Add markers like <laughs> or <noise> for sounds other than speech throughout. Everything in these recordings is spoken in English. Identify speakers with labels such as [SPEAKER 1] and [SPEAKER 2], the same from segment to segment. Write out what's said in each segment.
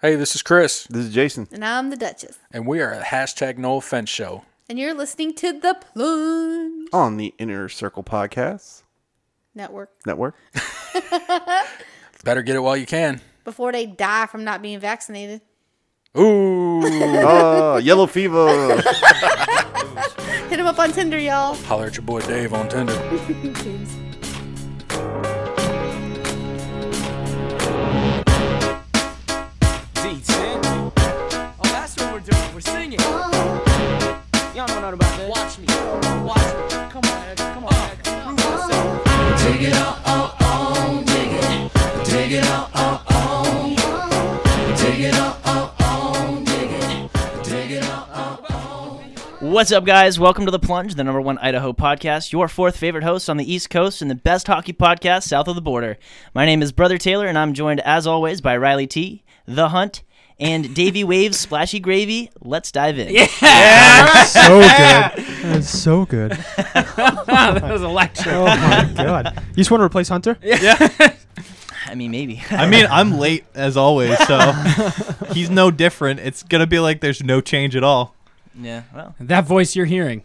[SPEAKER 1] Hey, this is Chris,
[SPEAKER 2] This is Jason.
[SPEAKER 3] And I'm the Duchess.
[SPEAKER 1] and we are a hashtag no offense show.
[SPEAKER 3] And you're listening to the Plunge
[SPEAKER 2] on the Inner Circle Podcast
[SPEAKER 3] Network.
[SPEAKER 2] Network.
[SPEAKER 1] Better get it while you can.
[SPEAKER 3] Before they die from not being vaccinated.
[SPEAKER 1] Ooh. <laughs>
[SPEAKER 2] Oh, yellow fever.
[SPEAKER 3] Hit them up on Tinder, y'all.
[SPEAKER 1] Holler at your boy Dave on Tinder.
[SPEAKER 3] James.
[SPEAKER 4] D10. Oh, that's what we're doing. We're singing. Y'all don't know about that. <laughs> Watch me. Watch me. Come on, Ed. Come on, Ed. Prove yourself.
[SPEAKER 5] What's up, guys? Welcome to The Plunge, the number one Idaho podcast, your fourth favorite host on the East Coast and the best hockey podcast south of the border. My name is Brother Taylor, and I'm joined, as always, by Riley T., The Hunt, and Davy Waves, Splashy Gravy. Let's dive in.
[SPEAKER 6] <laughs>
[SPEAKER 7] so good. That's so good.
[SPEAKER 6] That was a lecture.
[SPEAKER 8] <laughs>
[SPEAKER 7] Oh my god. You just want to replace Hunter?
[SPEAKER 5] I mean, <laughs> maybe.
[SPEAKER 6] I mean, I'm late as always,
[SPEAKER 7] <laughs>
[SPEAKER 6] so he's no different. It's gonna be like there's no change at all.
[SPEAKER 5] yeah, well,
[SPEAKER 6] That voice you're hearing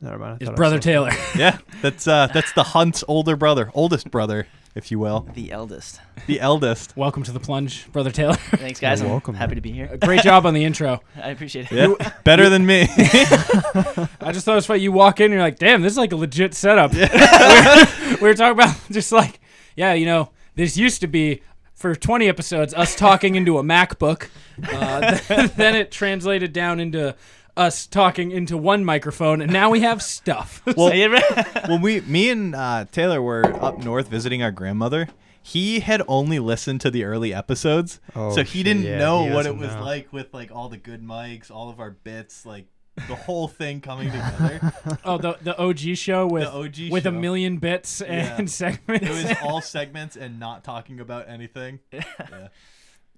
[SPEAKER 7] Never mind. I
[SPEAKER 6] is
[SPEAKER 7] thought I
[SPEAKER 6] Brother
[SPEAKER 7] was-
[SPEAKER 8] <laughs>
[SPEAKER 6] Taylor. Yeah, that's uh, that's the Hunt's older brother, oldest brother, if you will,
[SPEAKER 5] the eldest.
[SPEAKER 6] the eldest. Welcome to the plunge,
[SPEAKER 8] <laughs>
[SPEAKER 6] Brother Taylor.
[SPEAKER 5] Thanks, guys.
[SPEAKER 7] You're
[SPEAKER 5] I'm
[SPEAKER 7] welcome,
[SPEAKER 5] happy
[SPEAKER 7] man.
[SPEAKER 5] to be here.
[SPEAKER 6] Great job on the intro.
[SPEAKER 5] I appreciate it. <laughs>
[SPEAKER 6] Yeah, better than
[SPEAKER 7] <laughs>
[SPEAKER 6] me. <laughs>
[SPEAKER 8] I just thought it was funny. You walk in, and you're like, "Damn, this is like a legit setup." <laughs> we, were, we were talking about <laughs> just like, yeah, you know, this used to be for 20 episodes us talking into a MacBook. Uh, <laughs> then it translated down into us talking into one microphone, and now we have stuff.
[SPEAKER 5] <laughs>
[SPEAKER 6] well,
[SPEAKER 5] Yeah, right.
[SPEAKER 6] when we, me and uh, Taylor were up north visiting our grandmother, he had only listened to the early episodes,
[SPEAKER 7] Oh,
[SPEAKER 6] so he
[SPEAKER 7] shit,
[SPEAKER 6] didn't
[SPEAKER 7] yeah,
[SPEAKER 6] know
[SPEAKER 7] he
[SPEAKER 6] what it
[SPEAKER 7] doesn't
[SPEAKER 6] was
[SPEAKER 7] know.
[SPEAKER 6] like with like all the good mics, all of our bits, like the whole thing coming together.
[SPEAKER 8] oh, the the OG show with
[SPEAKER 6] The OG
[SPEAKER 8] with a
[SPEAKER 6] show.
[SPEAKER 8] million bits and
[SPEAKER 6] Yeah.
[SPEAKER 8] segments.
[SPEAKER 6] <laughs> it was
[SPEAKER 7] <laughs>
[SPEAKER 6] all segments and not talking about anything.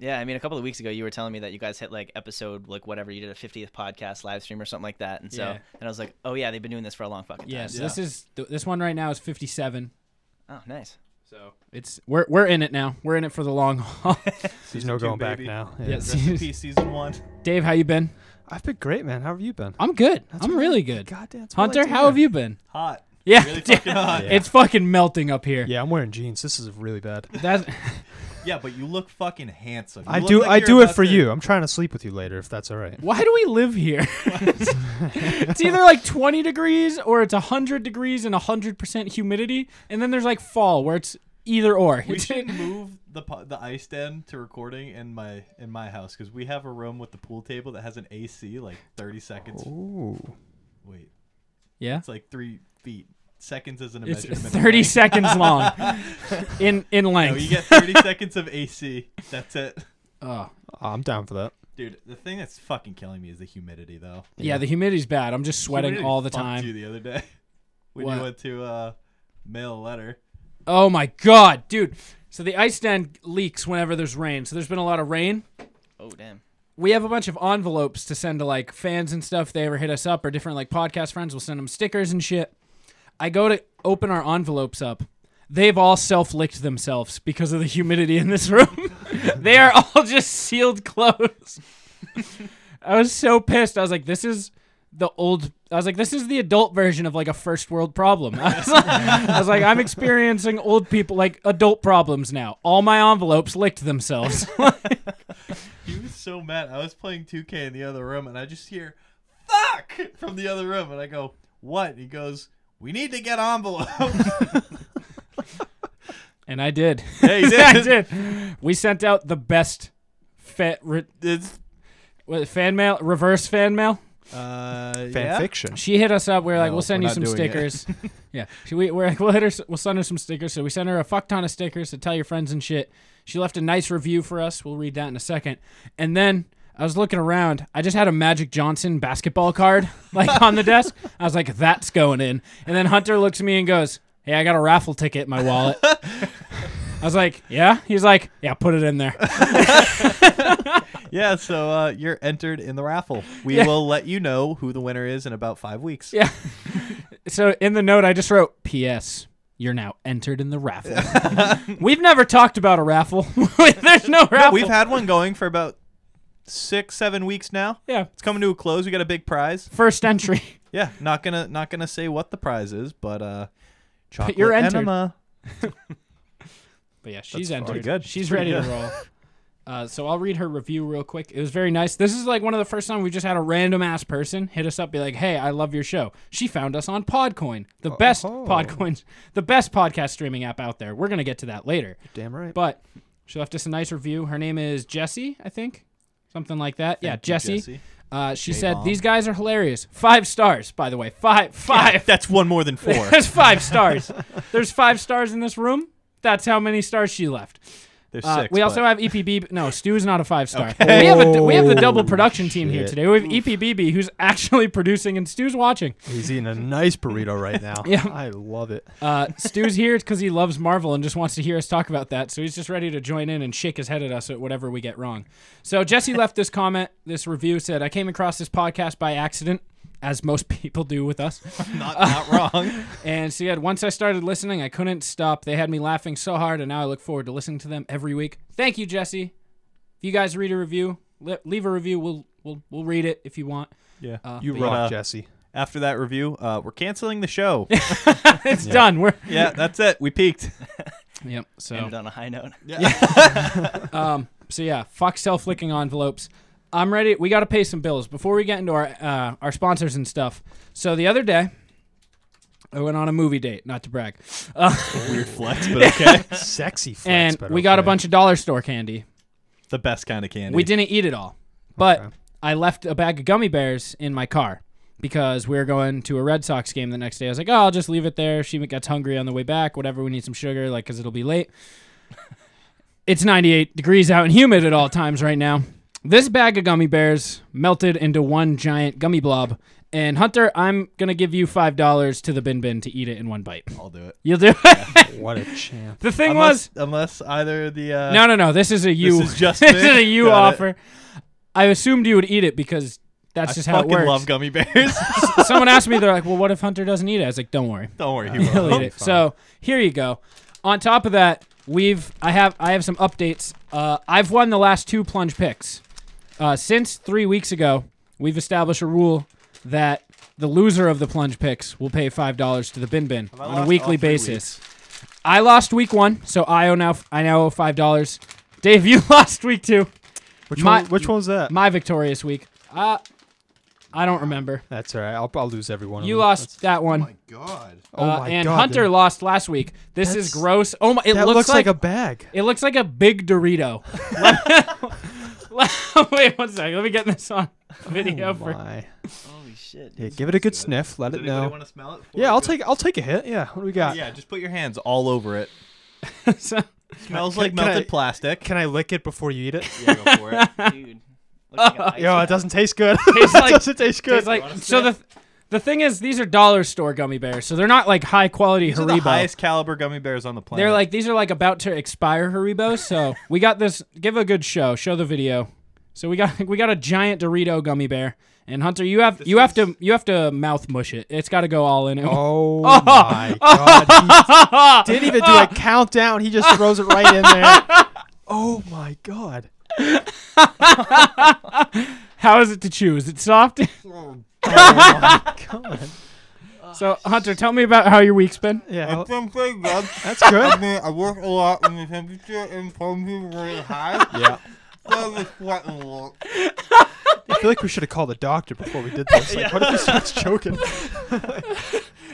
[SPEAKER 5] Yeah, I mean, a couple of weeks ago, you were telling me that you guys hit like episode, like whatever, you did a 50th podcast live stream or something like that. And so,
[SPEAKER 8] Yeah.
[SPEAKER 5] and I was like, oh, yeah, they've been doing this for a long fucking time.
[SPEAKER 8] yeah, so this is th- this one right now is 57.
[SPEAKER 5] Oh, nice.
[SPEAKER 8] So it's we're we're in it now. We're in it for the long
[SPEAKER 6] <laughs>
[SPEAKER 8] haul.
[SPEAKER 7] There's no
[SPEAKER 6] two,
[SPEAKER 7] going back
[SPEAKER 6] baby.
[SPEAKER 7] now. Yeah.
[SPEAKER 8] Yes.
[SPEAKER 6] Rest
[SPEAKER 7] <laughs>
[SPEAKER 6] in peace, season one.
[SPEAKER 8] Dave, how you been?
[SPEAKER 7] I've been great, man. How have you been?
[SPEAKER 8] I'm good. I'm
[SPEAKER 7] what I-
[SPEAKER 8] really good.
[SPEAKER 7] Goddamn. that's what I
[SPEAKER 8] Hunter,
[SPEAKER 7] do.
[SPEAKER 8] how have you been?
[SPEAKER 6] Hot.
[SPEAKER 8] Yeah,
[SPEAKER 6] Really
[SPEAKER 8] <laughs>
[SPEAKER 6] fucking hot. Yeah.
[SPEAKER 8] it's fucking melting up here.
[SPEAKER 7] Yeah, I'm wearing jeans. This is really bad.
[SPEAKER 6] <laughs>
[SPEAKER 8] That's
[SPEAKER 6] but you look fucking handsome. You
[SPEAKER 7] I
[SPEAKER 6] look
[SPEAKER 7] do.
[SPEAKER 6] like
[SPEAKER 7] I
[SPEAKER 6] you're
[SPEAKER 7] do it
[SPEAKER 6] about
[SPEAKER 7] for
[SPEAKER 6] to-
[SPEAKER 7] you. I'm trying to sleep with you later, if that's all right.
[SPEAKER 8] why do we live here? it's either like 20 degrees or it's 100 degrees and 100% humidity, and then there's like fall where it's either or.
[SPEAKER 6] <laughs> We
[SPEAKER 8] <laughs> It's-
[SPEAKER 6] should move the po- the ice den to recording in my in my house because we have a room with the pool table that has an AC like 30 seconds.
[SPEAKER 7] Ooh.
[SPEAKER 6] Wait,
[SPEAKER 8] yeah.
[SPEAKER 6] it's like three feet. Seconds isn't a
[SPEAKER 8] It's
[SPEAKER 6] measurement. of
[SPEAKER 8] 30
[SPEAKER 6] length.
[SPEAKER 8] seconds
[SPEAKER 6] <laughs>
[SPEAKER 8] long in in
[SPEAKER 6] No, you
[SPEAKER 8] length.
[SPEAKER 6] get
[SPEAKER 8] <laughs>
[SPEAKER 6] 30 seconds of AC. That's it.
[SPEAKER 8] Oh.
[SPEAKER 7] I'm down for that.
[SPEAKER 6] Dude, the thing that's fucking killing me is the humidity though.
[SPEAKER 8] Yeah, the humidity's bad. I'm just sweating
[SPEAKER 6] Humidity
[SPEAKER 8] all the
[SPEAKER 6] fucked
[SPEAKER 8] time.
[SPEAKER 6] You the other day <laughs> when
[SPEAKER 8] What?
[SPEAKER 6] you went to uh, mail a letter.
[SPEAKER 8] Oh my god, dude. So the ice stand leaks whenever there's rain. So there's been a lot of rain.
[SPEAKER 5] Oh, damn.
[SPEAKER 8] we have a bunch of envelopes to send to like fans and stuff. They ever hit us up or different like podcast friends will send them stickers and shit. I go to open our envelopes up. They've all self licked themselves because of the humidity in this room. <laughs> they are all just sealed closed. <laughs> I was so pissed. I was like, this is the old. I was like, this is the adult version of like a first world problem. <laughs> I was like, I was like I'm experiencing old people, like adult problems now. All my envelopes licked themselves. <laughs>
[SPEAKER 6] He was so mad. I was playing 2K in the other room, and I just hear "fuck" <laughs> from the other room, and I go, "What?" He goes, "We need to get envelopes."
[SPEAKER 8] <laughs> And I did. <laughs>
[SPEAKER 6] Yeah, you did.
[SPEAKER 8] I did. We sent out the best fa- re-
[SPEAKER 6] it's
[SPEAKER 8] what, fan mail, reverse fan mail.
[SPEAKER 6] uh,
[SPEAKER 7] Fan
[SPEAKER 6] yeah.
[SPEAKER 7] fiction.
[SPEAKER 8] She hit us up. We were like,
[SPEAKER 6] No,
[SPEAKER 8] we'll send
[SPEAKER 6] we're
[SPEAKER 8] you some
[SPEAKER 6] not doing it.
[SPEAKER 8] stickers.
[SPEAKER 6] <laughs>
[SPEAKER 8] yeah. She, we, we're like, we'll, hit her, s- we'll send her some stickers. So we sent her a fuck ton of stickers to tell your friends and shit. She left a nice review for us. We'll read that in a second. And then I was looking around. I just had a Magic Johnson basketball card <laughs> like on the desk. I was like, that's going in. And then Hunter looks at me and goes, hey, I got a raffle ticket in my
[SPEAKER 6] <laughs>
[SPEAKER 8] wallet. I was like, yeah? He's like, yeah, put it in there.
[SPEAKER 6] Yeah, so uh, you're entered in the raffle. We
[SPEAKER 8] Yeah.
[SPEAKER 6] will let
[SPEAKER 8] <laughs>
[SPEAKER 6] you know who the winner is in about five weeks.
[SPEAKER 8] Yeah. so in the note, I just wrote P.S. You're now entered in the
[SPEAKER 6] <laughs>
[SPEAKER 8] raffle. We've never talked about a raffle. <laughs> There's no raffle.
[SPEAKER 6] We've had one going for about six, seven weeks now.
[SPEAKER 8] yeah,
[SPEAKER 6] It's coming to a close. We got a big prize.
[SPEAKER 8] first entry. <laughs>
[SPEAKER 6] Yeah, not gonna not gonna say what the prize is, but uh, chocolate
[SPEAKER 8] you're entered.
[SPEAKER 6] enema.
[SPEAKER 8] But yeah, she's
[SPEAKER 6] That's
[SPEAKER 8] entered.
[SPEAKER 6] pretty good.
[SPEAKER 8] She's
[SPEAKER 6] That's pretty
[SPEAKER 8] ready to roll. Uh, so I'll read her review real quick. It was very nice. This is like one of the first time we just had a random ass person hit us up, be like, "Hey, I love your show." She found us on Podcoin, the best
[SPEAKER 6] Oh.
[SPEAKER 8] Podcoin, <laughs> the best podcast streaming app out there. We're gonna get to that later.
[SPEAKER 2] Damn right.
[SPEAKER 8] But she left us a nice review. Her name is Jessie, I think, something like that. yeah,
[SPEAKER 6] Thank you,
[SPEAKER 8] Jessie.
[SPEAKER 6] Jessie.
[SPEAKER 8] Uh, she said these guys are hilarious. Five stars, by the way. Five, five. <laughs> Uh,
[SPEAKER 6] That's one more than four.
[SPEAKER 8] There's
[SPEAKER 6] <laughs>
[SPEAKER 8] five stars. There's five stars in this room. That's how many stars she left.
[SPEAKER 6] There's
[SPEAKER 8] Uh,
[SPEAKER 6] six.
[SPEAKER 8] we also
[SPEAKER 6] but- Oh,
[SPEAKER 8] have EPB. No, Stu's not a five star. We have a, we have the double production team here
[SPEAKER 9] shit.
[SPEAKER 8] today. We have E EPBB who's actually producing and Stu's watching.
[SPEAKER 9] He's eating a nice burrito right <laughs> now.
[SPEAKER 8] <laughs> Yeah.
[SPEAKER 9] I love it.
[SPEAKER 8] Uh, Stu's here because he loves Marvel and just wants to hear us talk about that. So he's just ready to join in and shake his head at us at whatever we get wrong. So Jesse left this comment, this review said, I came across this podcast by accident, as most <laughs> people do with us.
[SPEAKER 6] not, not wrong.
[SPEAKER 8] And she had, once I started listening, I couldn't stop. They had me laughing so hard, and now I look forward to listening to them every week. Thank you, Jesse. If you guys read a review, le- leave a review. We'll, we'll, we'll read it if you want.
[SPEAKER 6] <laughs> Yeah.
[SPEAKER 9] You
[SPEAKER 6] But,
[SPEAKER 9] rock,
[SPEAKER 6] uh, <laughs>
[SPEAKER 9] Jesse.
[SPEAKER 6] After that review, uh, we're canceling the show.
[SPEAKER 8] It's done. We're
[SPEAKER 6] yeah, that's it. We peaked.
[SPEAKER 8] yep. So
[SPEAKER 5] Ended on a high note.
[SPEAKER 8] Um, so yeah, fuck self licking envelopes. I'm ready. We got to pay some bills before we get into our uh, our sponsors and stuff. So the other day, I went on a movie date. Not to brag, uh,
[SPEAKER 6] Weird flex, but okay.
[SPEAKER 9] Sexy flex.
[SPEAKER 8] and
[SPEAKER 9] but
[SPEAKER 8] we got a
[SPEAKER 9] okay.
[SPEAKER 8] bunch of dollar store candy.
[SPEAKER 6] the best kind of candy.
[SPEAKER 8] We didn't eat it all, but
[SPEAKER 9] Okay.
[SPEAKER 8] I left a bag of gummy bears in my car because we were going to a Red Sox game the next day. I was like, oh, I'll just leave it there. She gets hungry on the way back. Whatever, we need some sugar, like, because it'll be late. it's 98 degrees out and humid at all times right now. This bag of gummy bears melted into one giant gummy blob. And Hunter, I'm gonna give you five dollars to the bin bin to eat it in one bite.
[SPEAKER 6] I'll do it.
[SPEAKER 8] You'll do it. <laughs>
[SPEAKER 9] What a champ.
[SPEAKER 8] the thing was,
[SPEAKER 6] Unless, unless either the uh,
[SPEAKER 8] no, no, no. This is a you.
[SPEAKER 6] is
[SPEAKER 8] <laughs>
[SPEAKER 6] just
[SPEAKER 8] this
[SPEAKER 6] me?
[SPEAKER 8] is a you
[SPEAKER 6] Got it.
[SPEAKER 8] offer. I assumed you would eat it because that's
[SPEAKER 6] I
[SPEAKER 8] just how it
[SPEAKER 6] fucking
[SPEAKER 8] works.
[SPEAKER 6] love gummy bears.
[SPEAKER 8] Someone asked me, they're like, "Well, what if Hunter doesn't eat it?" I was like, "Don't worry,
[SPEAKER 6] Don't worry, he
[SPEAKER 8] he'll
[SPEAKER 6] will.
[SPEAKER 8] eat it." So here you go. On top of that, we've I have I have some updates. Uh, I've won the last two plunge picks. Uh, since three weeks ago, we've established a rule that the loser of the plunge picks will pay five dollars to the bin bin
[SPEAKER 6] I
[SPEAKER 8] on a
[SPEAKER 6] lost
[SPEAKER 8] weekly
[SPEAKER 6] all three
[SPEAKER 8] basis. I lost week one, so I owe now I now owe five dollars. Dave, you <laughs> lost week two.
[SPEAKER 9] Which,
[SPEAKER 8] My-
[SPEAKER 9] one, which one was that?
[SPEAKER 8] My victorious week. Uh, I don't remember.
[SPEAKER 9] That's all right. I'll, I'll lose every one of
[SPEAKER 8] You
[SPEAKER 6] Oh,
[SPEAKER 9] them.
[SPEAKER 8] lost that one.
[SPEAKER 6] God.
[SPEAKER 9] That's- oh
[SPEAKER 8] Uh,
[SPEAKER 9] my
[SPEAKER 8] and
[SPEAKER 9] God,
[SPEAKER 8] Hunter
[SPEAKER 9] dude.
[SPEAKER 8] lost last week. This is
[SPEAKER 9] That's-
[SPEAKER 8] gross. Oh my! It
[SPEAKER 9] That
[SPEAKER 8] looks, like,
[SPEAKER 9] a bag.
[SPEAKER 8] it looks like a big
[SPEAKER 9] <laughs>
[SPEAKER 8] Dorito. <laughs> Wait one second. Let me get this on video
[SPEAKER 9] Oh
[SPEAKER 8] for. <laughs>
[SPEAKER 9] my.
[SPEAKER 5] Holy shit.
[SPEAKER 9] Yeah, give it a good sniff. Let
[SPEAKER 6] Does
[SPEAKER 9] it
[SPEAKER 6] anybody
[SPEAKER 9] know.
[SPEAKER 6] want to smell it? before
[SPEAKER 9] Yeah,
[SPEAKER 6] we
[SPEAKER 9] I'll
[SPEAKER 6] do
[SPEAKER 9] take I'll take a hit. Yeah, what do we
[SPEAKER 6] it?
[SPEAKER 9] got?
[SPEAKER 6] Yeah, just put your hands all over it.
[SPEAKER 8] so-
[SPEAKER 6] Smells
[SPEAKER 9] can-
[SPEAKER 6] like
[SPEAKER 9] can I-
[SPEAKER 6] melted plastic.
[SPEAKER 9] Can I lick it before you eat it?
[SPEAKER 6] yeah, go for it.
[SPEAKER 5] Dude. Looks like an
[SPEAKER 9] Yo,
[SPEAKER 5] ice
[SPEAKER 9] it doesn't taste good.
[SPEAKER 8] Tastes
[SPEAKER 9] <laughs> it
[SPEAKER 8] like-
[SPEAKER 9] doesn't taste good.
[SPEAKER 8] It's like so the the thing is these are dollar store gummy bears, so they're not like high quality
[SPEAKER 6] These are the
[SPEAKER 8] Haribo.
[SPEAKER 6] highest caliber gummy bears on the planet. <laughs>
[SPEAKER 8] They're like these are like about to expire Haribo. So we got this. Give a good show. Show the video. So we got <laughs> we got a giant Dorito gummy bear. And Hunter, you have you have to you have to mouth mush it. It's got to go all in. It
[SPEAKER 9] Oh my god. He didn't even do a countdown. He just throws it right in there. Oh my god.
[SPEAKER 8] How is it to chew? Is it soft? so Hunter, tell me about how your week's been.
[SPEAKER 9] Yeah.
[SPEAKER 6] <laughs>
[SPEAKER 10] been pretty good.
[SPEAKER 9] That's good.
[SPEAKER 10] mean, I work a lot when the temperature in Palm Beach is really
[SPEAKER 6] <laughs>
[SPEAKER 10] high.
[SPEAKER 9] Yeah.
[SPEAKER 10] So I was sweating a lot.
[SPEAKER 9] I feel like we should have called the doctor before we did this. Like, what if he starts choking?
[SPEAKER 5] Kids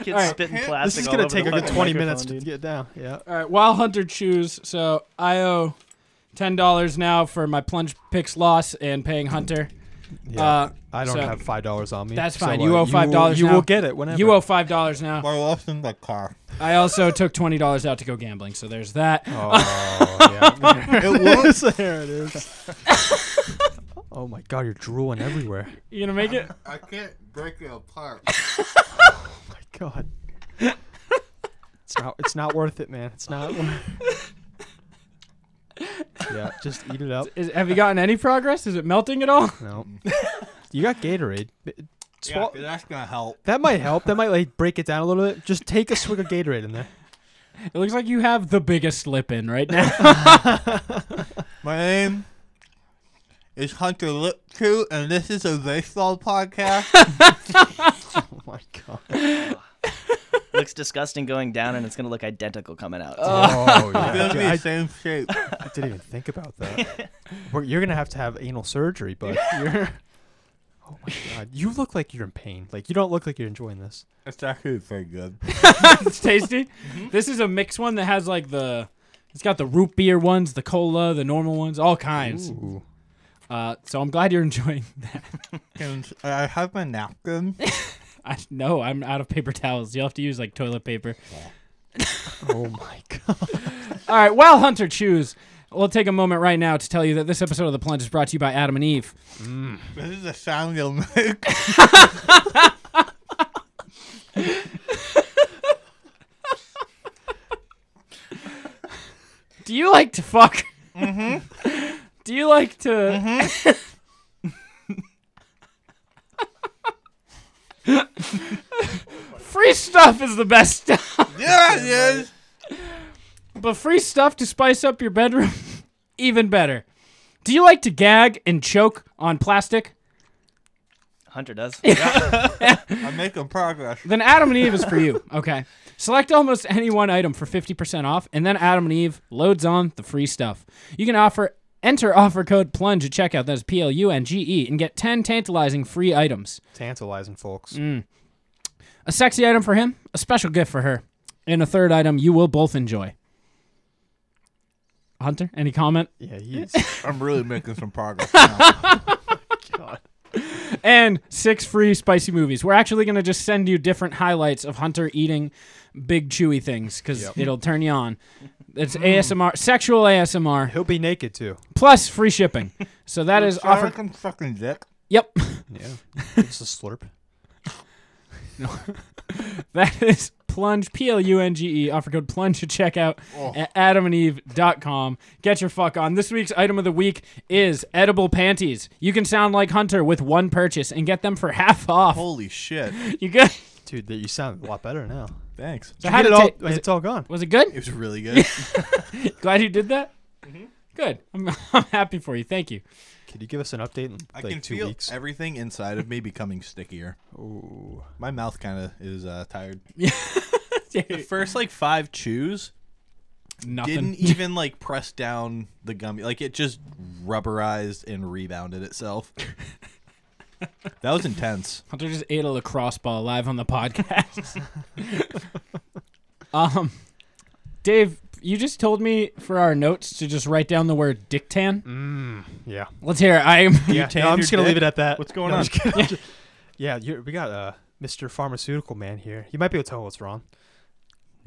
[SPEAKER 8] Alright.
[SPEAKER 5] spitting
[SPEAKER 9] This
[SPEAKER 5] plastic
[SPEAKER 9] is
[SPEAKER 5] all
[SPEAKER 9] gonna
[SPEAKER 5] over
[SPEAKER 9] take
[SPEAKER 5] the
[SPEAKER 9] a good
[SPEAKER 5] fucking
[SPEAKER 9] twenty
[SPEAKER 5] microphone,
[SPEAKER 9] minutes to
[SPEAKER 5] dude.
[SPEAKER 9] get down. Yeah.
[SPEAKER 8] All right, while Hunter chews, so I owe ten dollars now for my plunge picks loss and paying Hunter.
[SPEAKER 9] Yeah.
[SPEAKER 8] Uh,
[SPEAKER 9] I don't
[SPEAKER 8] so-
[SPEAKER 9] have five dollars on me.
[SPEAKER 8] That's
[SPEAKER 9] so,
[SPEAKER 8] fine.
[SPEAKER 9] uh,
[SPEAKER 8] you owe five dollars.
[SPEAKER 9] You,
[SPEAKER 8] now.
[SPEAKER 9] will get it whenever. <laughs>
[SPEAKER 8] You owe <laughs> five dollars now.
[SPEAKER 10] I lost in the car.
[SPEAKER 8] I also took twenty dollars out to go gambling, so there's that. Uh,
[SPEAKER 9] Oh, yeah.
[SPEAKER 10] <laughs> It was.
[SPEAKER 9] there it is. <laughs> oh my god, you're drooling
[SPEAKER 8] <laughs>
[SPEAKER 9] everywhere.
[SPEAKER 8] You gonna make it?
[SPEAKER 10] I can't break it apart.
[SPEAKER 9] My god. It's not it's not worth it, man. It's not worth Yeah, just eat it up.
[SPEAKER 8] Is, have you gotten any progress? Is it melting at all?
[SPEAKER 9] No. You got Gatorade. It-
[SPEAKER 6] <laughs> yeah,
[SPEAKER 9] swal-
[SPEAKER 6] that's gonna help.
[SPEAKER 9] That might help. That might like break it down a little bit. Just take a swig of Gatorade in there.
[SPEAKER 8] It looks like you have the biggest lip in <laughs> right now.
[SPEAKER 10] My name is Hunter Liptrue, and this is a baseball podcast.
[SPEAKER 6] <laughs>
[SPEAKER 9] Oh my god.
[SPEAKER 5] Looks disgusting going down, and it's gonna look identical coming out.
[SPEAKER 9] Oh yeah.
[SPEAKER 10] It's gonna be
[SPEAKER 9] I,
[SPEAKER 10] the same shape.
[SPEAKER 9] I didn't even think about
[SPEAKER 6] <laughs>
[SPEAKER 9] that. We're- you're gonna have to have anal surgery, but you're. Oh my god. You look like you're in pain. Like you don't look like you're enjoying this.
[SPEAKER 10] It's actually pretty good.
[SPEAKER 8] it's <laughs> tasty.
[SPEAKER 9] Mm-hmm.
[SPEAKER 8] This is a mixed one that has like the, it's got the root beer ones, the cola, the normal ones, all kinds.
[SPEAKER 9] Ooh.
[SPEAKER 8] Uh, so I'm glad you're enjoying. <laughs>
[SPEAKER 10] Can I have my
[SPEAKER 6] <laughs>
[SPEAKER 10] napkin?
[SPEAKER 8] I no, I'm out of paper towels. You'll have to use like toilet paper.
[SPEAKER 9] <laughs> Oh my god.
[SPEAKER 8] All right, while Hunter chews, we'll take a moment right now to tell you that this episode of the Plunge is brought to you by Adam and Eve.
[SPEAKER 10] This is the sound you'll make.
[SPEAKER 8] Do you like to fuck? Mm-hmm. <laughs> Do you like to? <laughs> free stuff is the best stuff,
[SPEAKER 10] <laughs> Yeah, it is.
[SPEAKER 8] but free stuff to spice up your bedroom, <laughs> even better. Do you like to gag and choke on plastic?
[SPEAKER 5] Hunter does.
[SPEAKER 10] I'm making progress.
[SPEAKER 8] Then Adam and Eve is for you. Okay. Select almost any one item for 50% off, and then Adam and Eve loads on the free stuff. You can offer enter offer code plunge at checkout, that's P L U N G E, and get 10 tantalizing free items.
[SPEAKER 9] Tantalizing folks.
[SPEAKER 6] Mm.
[SPEAKER 8] A sexy item for him, a special gift for her, and a third item you will both enjoy. Hunter, any comment?
[SPEAKER 9] Yeah, he's
[SPEAKER 10] I'm really making some <laughs> progress now.
[SPEAKER 9] god.
[SPEAKER 8] and six free spicy movies. We're actually going to just send you different highlights of Hunter eating big chewy things because it'll turn you on. It's ASMR, sexual ASMR,
[SPEAKER 9] He'll be naked too.
[SPEAKER 8] plus free shipping. So that is
[SPEAKER 10] Sound
[SPEAKER 8] offer.
[SPEAKER 10] like I'm sucking dick.
[SPEAKER 8] Yep, <laughs>
[SPEAKER 9] Yeah. <laughs> It's a slurp.
[SPEAKER 8] that is plunge. P L U N G E. Offer code plunge to checkout at AdamAndEve.com. Get your fuck on. This week's item of the week is edible panties. You can sound like Hunter with one purchase and get them for half off.
[SPEAKER 6] Holy shit! <laughs>
[SPEAKER 8] You good?
[SPEAKER 9] Dude, that you sound a lot better now.
[SPEAKER 6] Thanks.
[SPEAKER 8] So how
[SPEAKER 9] Get
[SPEAKER 8] did
[SPEAKER 9] it all,
[SPEAKER 8] ta- was, it,
[SPEAKER 9] it's all gone.
[SPEAKER 8] was it good?
[SPEAKER 6] It was really good.
[SPEAKER 8] Glad you did that.
[SPEAKER 9] Mm-hmm.
[SPEAKER 8] Good. I'm, <laughs> I'm happy for you. Thank you.
[SPEAKER 9] Could you give us an update in
[SPEAKER 6] I
[SPEAKER 9] like
[SPEAKER 6] can
[SPEAKER 9] two
[SPEAKER 6] feel
[SPEAKER 9] weeks?
[SPEAKER 6] everything
[SPEAKER 9] <laughs>
[SPEAKER 6] inside of me becoming stickier.
[SPEAKER 9] Ooh.
[SPEAKER 6] My mouth kind of is uh, tired.
[SPEAKER 9] <laughs>
[SPEAKER 6] The
[SPEAKER 8] Dude,
[SPEAKER 6] first like five chews
[SPEAKER 8] Nothing.
[SPEAKER 9] e- <laughs>
[SPEAKER 6] didn't even like press down the gummy. Like it just rubberized and rebounded
[SPEAKER 9] <laughs>
[SPEAKER 6] itself. that was intense.
[SPEAKER 8] Hunter just ate a lacrosse ball live on the
[SPEAKER 9] <laughs>
[SPEAKER 8] podcast. <laughs> um, Dave, you just told me for our notes to just write down the word dictan.
[SPEAKER 6] Mm.
[SPEAKER 9] Yeah.
[SPEAKER 8] Let's hear. It. I am. <laughs>
[SPEAKER 9] Mm-hmm. yeah.
[SPEAKER 6] tan
[SPEAKER 9] no, I'm
[SPEAKER 6] your
[SPEAKER 9] just gonna leave
[SPEAKER 6] dick?
[SPEAKER 9] it at that.
[SPEAKER 6] What's going
[SPEAKER 9] No, I'm
[SPEAKER 6] on?
[SPEAKER 9] just kidding. yeah, you're, we got uh, Mr. Pharmaceutical Man here. You might be able to tell what's wrong.
[SPEAKER 6] <laughs>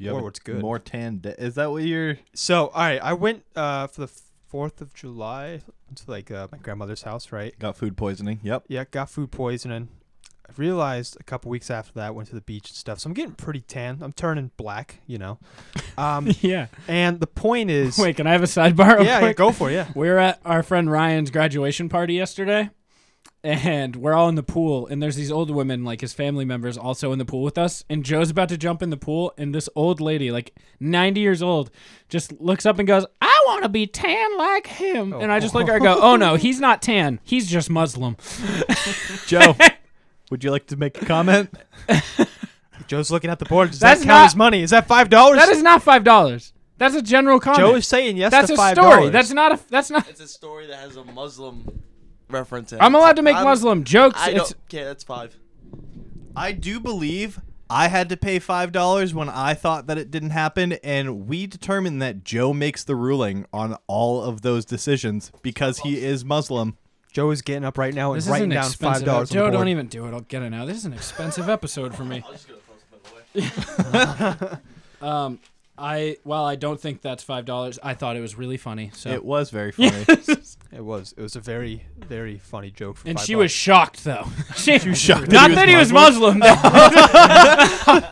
[SPEAKER 6] You have
[SPEAKER 9] Or
[SPEAKER 6] a
[SPEAKER 9] what's good.
[SPEAKER 6] More tan. Di- is that what you're?
[SPEAKER 9] So, all right, I went uh, for the Fourth of July to like uh, my grandmother's house, right?
[SPEAKER 6] Got food poisoning.
[SPEAKER 9] <laughs>
[SPEAKER 6] Yep.
[SPEAKER 9] Yeah, got food poisoning. I realized a couple weeks after that, went to the beach and stuff. So I'm getting pretty tan. I'm turning black, you know.
[SPEAKER 8] <laughs>
[SPEAKER 9] Um,
[SPEAKER 8] yeah.
[SPEAKER 9] and the point is,
[SPEAKER 8] Wait, can I have a sidebar? real
[SPEAKER 9] <laughs> yeah, yeah,
[SPEAKER 8] quick?
[SPEAKER 9] go for it. Yeah.
[SPEAKER 8] We were at our friend Ryan's graduation party yesterday, and we're all in the pool, and there's these old women, like his family members, also in the pool with us. And Joe's about to jump in the pool, and this old lady, like 90 years old, just looks up and goes, I want to be tan like him. And I just look at her and go, Oh no, he's not tan. He's just Muslim.
[SPEAKER 6] Joe, would you like to make a comment?
[SPEAKER 9] Joe's looking at the board. Does
[SPEAKER 8] That's
[SPEAKER 9] that count
[SPEAKER 8] not-
[SPEAKER 9] as money? Is that five dollars?
[SPEAKER 8] That is not $5. That's a general comment.
[SPEAKER 9] Joe is saying yes
[SPEAKER 8] that's
[SPEAKER 9] to
[SPEAKER 8] a
[SPEAKER 9] five
[SPEAKER 8] story. That's not a. That's not.
[SPEAKER 11] It's a story that has a Muslim reference in it.
[SPEAKER 8] I'm allowed to make
[SPEAKER 11] I'm-
[SPEAKER 8] Muslim jokes.
[SPEAKER 11] I
[SPEAKER 8] It's,
[SPEAKER 11] don't. Okay, that's five.
[SPEAKER 6] I do believe I had to pay five dollars when I thought that it didn't happen, and we determined that Joe makes the ruling on all of those decisions because he is Muslim.
[SPEAKER 9] Joe is getting up right now and
[SPEAKER 8] this is
[SPEAKER 9] writing
[SPEAKER 8] an
[SPEAKER 9] down five
[SPEAKER 8] expensive.
[SPEAKER 9] dollars.
[SPEAKER 8] Joe, don't even do it. I'll get it now. This is an expensive episode for me. Um, I well, I don't think that's five dollars. I thought it was really funny. So,
[SPEAKER 6] It was very funny.
[SPEAKER 8] <laughs>
[SPEAKER 9] It was. It was a very, very funny joke. For
[SPEAKER 8] and
[SPEAKER 9] five
[SPEAKER 8] she
[SPEAKER 9] dollars.
[SPEAKER 8] was shocked though. <laughs> she was shocked.
[SPEAKER 6] that
[SPEAKER 8] Not
[SPEAKER 6] he was
[SPEAKER 8] that he was Muslim.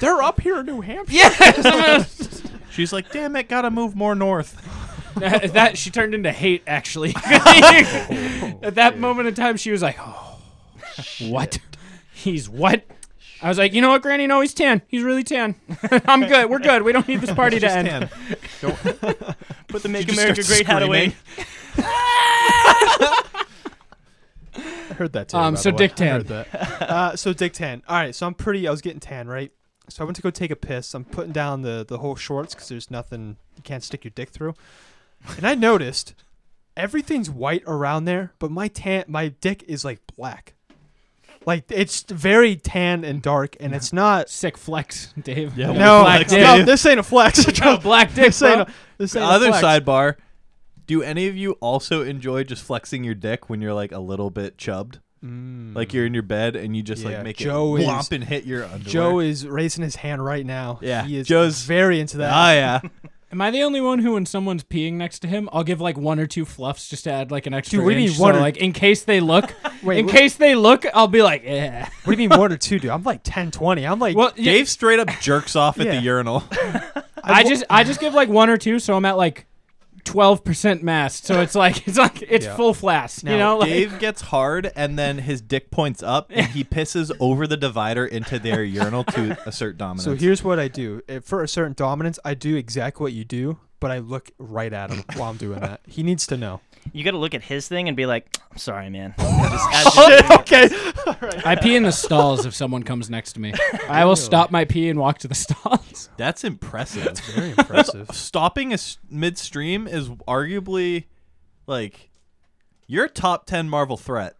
[SPEAKER 9] They're up here in New Hampshire.
[SPEAKER 8] yes.
[SPEAKER 6] She's like, "Damn it, gotta move more north."
[SPEAKER 8] <laughs> that, that- she turned into hate actually. <laughs> At that moment in time, she was like, "Oh, what? He's what? I was like, you know what, Granny? No, he's tan. He's really tan. <laughs> I'm good. We're good. We don't need this party to <laughs>
[SPEAKER 5] Just
[SPEAKER 8] end.
[SPEAKER 5] tan. Don't- Put the
[SPEAKER 8] You
[SPEAKER 5] Make
[SPEAKER 8] just
[SPEAKER 5] America
[SPEAKER 8] start
[SPEAKER 5] Great hat away.
[SPEAKER 9] I heard that too.
[SPEAKER 8] Um,
[SPEAKER 9] by
[SPEAKER 8] so
[SPEAKER 9] the way.
[SPEAKER 8] Dick
[SPEAKER 9] I
[SPEAKER 8] Tan. <laughs>
[SPEAKER 9] heard that. Uh, so Dick Tan. All right. So I'm pretty. I was getting tan, right? So I went to go take a piss. I'm putting down the the whole shorts because there's nothing you can't stick your dick through. And I noticed everything's white around there, but my tan, my dick is like black. Like it's very tan and dark, and it's not
[SPEAKER 8] sick flex, Dave. <laughs>
[SPEAKER 9] Yeah, no,
[SPEAKER 8] well,
[SPEAKER 6] black
[SPEAKER 9] no,
[SPEAKER 6] dick.
[SPEAKER 9] this ain't
[SPEAKER 8] <laughs>
[SPEAKER 9] a flex.
[SPEAKER 8] got a black dick,
[SPEAKER 9] This ain't
[SPEAKER 8] bro.
[SPEAKER 9] a, this ain't a
[SPEAKER 6] Other
[SPEAKER 9] flex.
[SPEAKER 6] sidebar. Do any of you also enjoy just flexing your dick when you're like a little bit chubbed? Like you're in your bed and you just
[SPEAKER 9] Mm. Yeah,
[SPEAKER 6] like make
[SPEAKER 9] Joe
[SPEAKER 6] it
[SPEAKER 9] is-
[SPEAKER 6] whomp and hit your underwear.
[SPEAKER 9] Joe is raising his hand right now.
[SPEAKER 6] Yeah,
[SPEAKER 9] he is
[SPEAKER 6] Joe's-
[SPEAKER 9] very into that. <laughs>
[SPEAKER 6] Ah, yeah.
[SPEAKER 8] Am I the only one who, when someone's peeing next to him, I'll give like one or two fluffs just to add like an extra
[SPEAKER 9] Dude, we
[SPEAKER 8] inch,
[SPEAKER 9] need
[SPEAKER 8] so,
[SPEAKER 9] one or-
[SPEAKER 8] like in case they look.
[SPEAKER 9] <laughs> Wait,
[SPEAKER 8] in
[SPEAKER 9] what-
[SPEAKER 8] case they look, I'll be like, yeah.
[SPEAKER 9] What do you mean one or two, dude? I'm like 10, 20. I'm like,
[SPEAKER 8] Well, yeah,
[SPEAKER 6] Dave straight up jerks off at
[SPEAKER 9] Yeah. <laughs>
[SPEAKER 6] the urinal.
[SPEAKER 8] I just I just give like one or two, so I'm at like twelve percent mast. So it's like <laughs> it's like it's
[SPEAKER 9] Yeah.
[SPEAKER 8] full flask.
[SPEAKER 9] Now,
[SPEAKER 8] you know, like,
[SPEAKER 6] Dave gets hard and then his dick points up and he pisses over the divider into their
[SPEAKER 9] <laughs>
[SPEAKER 6] urinal to assert dominance.
[SPEAKER 9] so here's what I do If- for a certain dominance. I do exactly what you do, but I look right at him while I'm doing that. He needs to
[SPEAKER 6] <laughs>
[SPEAKER 9] know.
[SPEAKER 5] You got to look at his thing and be like, I'm sorry, man.
[SPEAKER 6] Oh,
[SPEAKER 9] okay.
[SPEAKER 8] I pee in the stalls if someone comes next
[SPEAKER 9] <laughs>
[SPEAKER 8] to me. I will stop my pee and walk to the stalls.
[SPEAKER 6] That's impressive.
[SPEAKER 9] Very
[SPEAKER 6] <laughs>
[SPEAKER 9] impressive.
[SPEAKER 6] Stopping is midstream is arguably like your top 10 Marvel threat.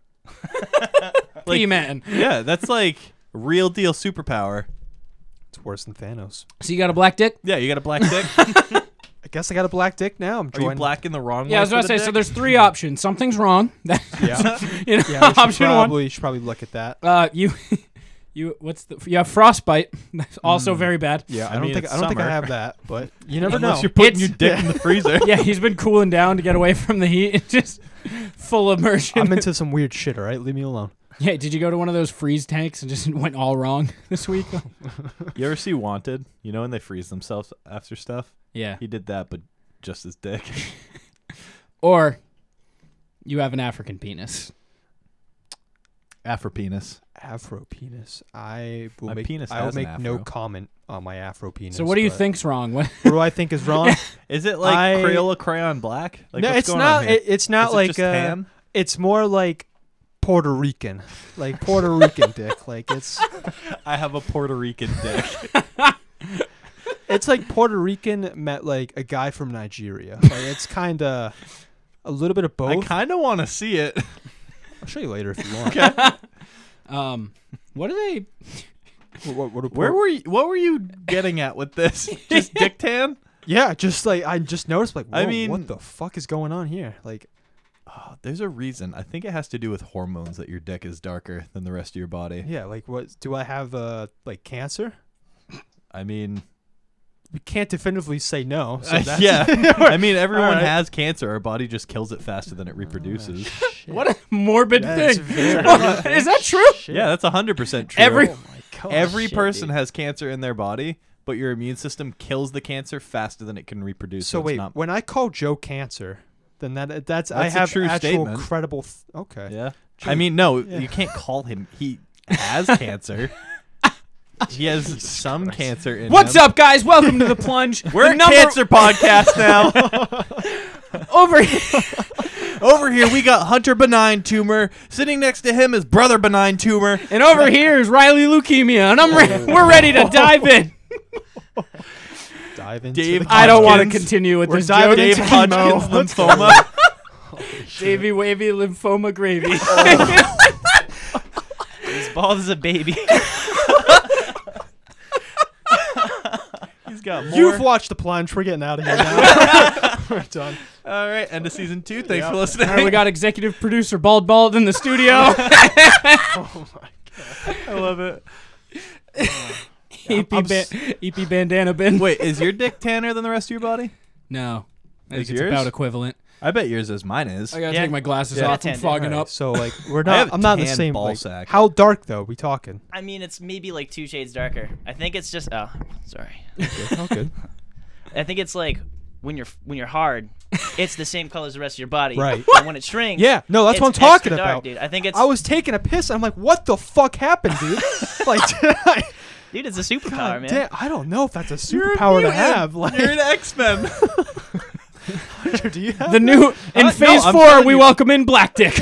[SPEAKER 8] pee man.
[SPEAKER 6] Yeah, that's like real deal superpower.
[SPEAKER 9] It's worse than Thanos.
[SPEAKER 8] So you got a black dick?
[SPEAKER 6] Yeah, you got a black <laughs> dick.
[SPEAKER 9] I guess I got a black dick now. I'm
[SPEAKER 6] Are you
[SPEAKER 9] joining.
[SPEAKER 6] black in the wrong
[SPEAKER 8] Yeah, I
[SPEAKER 6] way
[SPEAKER 8] was about
[SPEAKER 6] for
[SPEAKER 8] to say.
[SPEAKER 6] the dick?
[SPEAKER 8] So there's three options. Something's wrong. <laughs> That,
[SPEAKER 9] Yeah.
[SPEAKER 8] you know,
[SPEAKER 6] <laughs>
[SPEAKER 9] yeah, we should
[SPEAKER 8] option one.
[SPEAKER 9] probably, should probably look at that.
[SPEAKER 8] Uh, you, <laughs> you. What's the? You have frostbite. <laughs> That's also
[SPEAKER 9] Hmm.
[SPEAKER 8] very bad.
[SPEAKER 9] Yeah, I,
[SPEAKER 6] I
[SPEAKER 9] don't
[SPEAKER 6] mean,
[SPEAKER 9] think
[SPEAKER 6] it's
[SPEAKER 9] I don't think I
[SPEAKER 6] summer.
[SPEAKER 9] have that,
[SPEAKER 6] <laughs>
[SPEAKER 9] but you never
[SPEAKER 6] <laughs> Unless
[SPEAKER 9] know.
[SPEAKER 6] you're putting
[SPEAKER 8] It's-
[SPEAKER 6] your dick in the freezer.
[SPEAKER 8] Yeah, he's been cooling down to get away from the heat. <laughs> It's just full immersion.
[SPEAKER 9] I'm into some weird shit. All right, leave me alone.
[SPEAKER 8] <laughs> yeah, did you go to one of those freeze tanks and just <laughs> went all wrong this
[SPEAKER 9] <laughs>
[SPEAKER 8] week?
[SPEAKER 6] <laughs> You ever see Wanted? You know when they freeze themselves after stuff?
[SPEAKER 8] yeah.
[SPEAKER 6] He did that, but just his <laughs> dick.
[SPEAKER 8] Or you have an African penis.
[SPEAKER 6] Afro penis.
[SPEAKER 9] Afro penis. I will
[SPEAKER 6] My
[SPEAKER 9] make.
[SPEAKER 6] penis
[SPEAKER 9] I will
[SPEAKER 6] has an
[SPEAKER 9] make no
[SPEAKER 6] afro.
[SPEAKER 9] comment on my Afro penis.
[SPEAKER 8] So what do you
[SPEAKER 9] but-
[SPEAKER 8] think's wrong? What? <laughs>
[SPEAKER 9] What do I think
[SPEAKER 6] <laughs>
[SPEAKER 9] is wrong?
[SPEAKER 6] Is it like
[SPEAKER 9] I-
[SPEAKER 6] Crayola crayon black? Like,
[SPEAKER 9] no,
[SPEAKER 6] what's
[SPEAKER 9] it's
[SPEAKER 6] going
[SPEAKER 9] not.
[SPEAKER 6] on here?
[SPEAKER 9] It, it's not
[SPEAKER 6] Is it
[SPEAKER 9] like
[SPEAKER 6] just
[SPEAKER 9] uh,
[SPEAKER 6] tan?
[SPEAKER 9] It's more like Puerto Rican, like Puerto
[SPEAKER 6] <laughs>
[SPEAKER 9] Rican dick. Like it's
[SPEAKER 6] I have a Puerto <laughs> Rican dick.
[SPEAKER 9] it's like
[SPEAKER 6] <laughs>
[SPEAKER 9] Puerto Rican met like a guy from Nigeria. Like it's kind of a little bit of
[SPEAKER 6] I
[SPEAKER 9] both.
[SPEAKER 6] kind of want to see it. <laughs>
[SPEAKER 9] I'll show you later if you want.
[SPEAKER 8] Um, what are they?
[SPEAKER 9] What- what- what do
[SPEAKER 6] Where
[SPEAKER 9] Puerto-
[SPEAKER 6] were you? What were you getting at with this? <laughs> Just dick tan?
[SPEAKER 9] Yeah, just like I just noticed. Like
[SPEAKER 6] I
[SPEAKER 9] I mean,
[SPEAKER 6] mean-
[SPEAKER 9] what the fuck is going on here? Like
[SPEAKER 6] Oh, there's a reason. I think it has to do with hormones that your dick is darker than the rest of your body.
[SPEAKER 9] yeah, like what do I have? Uh, like cancer?
[SPEAKER 6] I mean,
[SPEAKER 9] We can't definitively say no. So
[SPEAKER 6] uh,
[SPEAKER 9] that's,
[SPEAKER 6] yeah. <laughs> I mean, everyone
[SPEAKER 9] Alright.
[SPEAKER 6] has cancer. Our body just kills it faster
[SPEAKER 8] Oh,
[SPEAKER 6] than it reproduces.
[SPEAKER 8] What a morbid
[SPEAKER 9] That's
[SPEAKER 8] thing.
[SPEAKER 6] <laughs>
[SPEAKER 9] very
[SPEAKER 8] <laughs> Is that true?
[SPEAKER 6] yeah, that's 100% true.
[SPEAKER 8] Every
[SPEAKER 6] Every person has cancer in their body, but your immune system kills the cancer faster than it can reproduce.
[SPEAKER 9] So
[SPEAKER 6] So,
[SPEAKER 9] wait,
[SPEAKER 6] it's not,
[SPEAKER 9] when I call Joe cancer, then that that's, I
[SPEAKER 6] That's a
[SPEAKER 9] have
[SPEAKER 6] true
[SPEAKER 9] actual
[SPEAKER 6] statement.
[SPEAKER 9] credible. Th- okay.
[SPEAKER 6] yeah. I mean, no, you can't call him.
[SPEAKER 8] <laughs>
[SPEAKER 6] He has cancer. He has some cancer in
[SPEAKER 8] What's
[SPEAKER 6] him.
[SPEAKER 8] up, guys? Welcome to the
[SPEAKER 9] <laughs>
[SPEAKER 8] plunge.
[SPEAKER 6] We're
[SPEAKER 8] the
[SPEAKER 6] a
[SPEAKER 8] number-
[SPEAKER 6] cancer podcast now. <laughs>
[SPEAKER 8] over <laughs> here.
[SPEAKER 6] Over here, we got Hunter Benign Tumor. Sitting next to him is Brother Benign Tumor.
[SPEAKER 8] And over here is Riley Leukemia, and I'm re-
[SPEAKER 9] Oh.
[SPEAKER 8] we're ready to
[SPEAKER 9] <laughs>
[SPEAKER 8] dive in.
[SPEAKER 9] Dive into
[SPEAKER 6] Dave,
[SPEAKER 9] the
[SPEAKER 8] I don't want to
[SPEAKER 6] Hodgkins.
[SPEAKER 8] continue with
[SPEAKER 9] We're
[SPEAKER 8] this
[SPEAKER 9] diving
[SPEAKER 8] joke.
[SPEAKER 6] Dave
[SPEAKER 9] into chemo.
[SPEAKER 6] Hodgkin's <laughs> lymphoma.
[SPEAKER 8] Davy Wavy Lymphoma
[SPEAKER 6] <laughs>
[SPEAKER 8] Gravy.
[SPEAKER 5] His balls is a
[SPEAKER 9] <laughs>
[SPEAKER 5] baby.
[SPEAKER 6] He's got more.
[SPEAKER 9] You've watched the plunge. We're getting out of here
[SPEAKER 6] <laughs>
[SPEAKER 9] now. <laughs> We're done.
[SPEAKER 6] All right, end of season two. Thanks for listening.
[SPEAKER 8] All right, we got executive producer Bald Bald in the studio. <laughs>
[SPEAKER 6] <laughs> I love it.
[SPEAKER 8] EP,
[SPEAKER 9] I'm
[SPEAKER 8] ba-
[SPEAKER 9] s-
[SPEAKER 8] EP E bandana bin.
[SPEAKER 6] Wait, is your dick tanner than the rest of your body?
[SPEAKER 8] No. I think
[SPEAKER 6] Is
[SPEAKER 8] it's
[SPEAKER 6] yours?
[SPEAKER 8] about equivalent.
[SPEAKER 6] I bet yours is. Mine is. <laughs>
[SPEAKER 8] I gotta
[SPEAKER 5] Yeah.
[SPEAKER 8] take my glasses
[SPEAKER 6] Yeah.
[SPEAKER 8] off. I'm
[SPEAKER 5] Tan-
[SPEAKER 8] fogging
[SPEAKER 9] Alright,
[SPEAKER 8] up.
[SPEAKER 9] So like we're
[SPEAKER 6] I have
[SPEAKER 9] not.
[SPEAKER 6] a
[SPEAKER 9] I'm not in the
[SPEAKER 6] tan
[SPEAKER 9] same.
[SPEAKER 6] ball
[SPEAKER 9] like,
[SPEAKER 6] sack.
[SPEAKER 9] How dark though? We
[SPEAKER 6] <laughs>
[SPEAKER 9] talking?
[SPEAKER 5] I mean, it's maybe like two shades darker. I think it's just. Oh, sorry.
[SPEAKER 9] All good.
[SPEAKER 5] I think it's like when you're when you're hard, it's the same color as the rest of your body.
[SPEAKER 9] Right.
[SPEAKER 5] And when it shrinks,
[SPEAKER 9] Yeah, no, that's
[SPEAKER 5] it's
[SPEAKER 9] what I'm talking
[SPEAKER 5] extra dark,
[SPEAKER 9] about.
[SPEAKER 5] dude. I think it's
[SPEAKER 9] I was taking a piss. And I'm like, what the fuck happened,
[SPEAKER 6] <laughs>
[SPEAKER 9] dude? like, <laughs> did I,
[SPEAKER 5] dude, it's a superpower, man.
[SPEAKER 9] damn, I don't know if that's a superpower to have. Like,
[SPEAKER 10] You're an X Men.
[SPEAKER 9] do you
[SPEAKER 6] <laughs>
[SPEAKER 9] have
[SPEAKER 8] The
[SPEAKER 6] Uh,
[SPEAKER 8] new in
[SPEAKER 9] no,
[SPEAKER 8] Phase
[SPEAKER 9] I'm
[SPEAKER 8] Four,
[SPEAKER 9] telling
[SPEAKER 8] we
[SPEAKER 9] you.
[SPEAKER 8] welcome in Black Dick.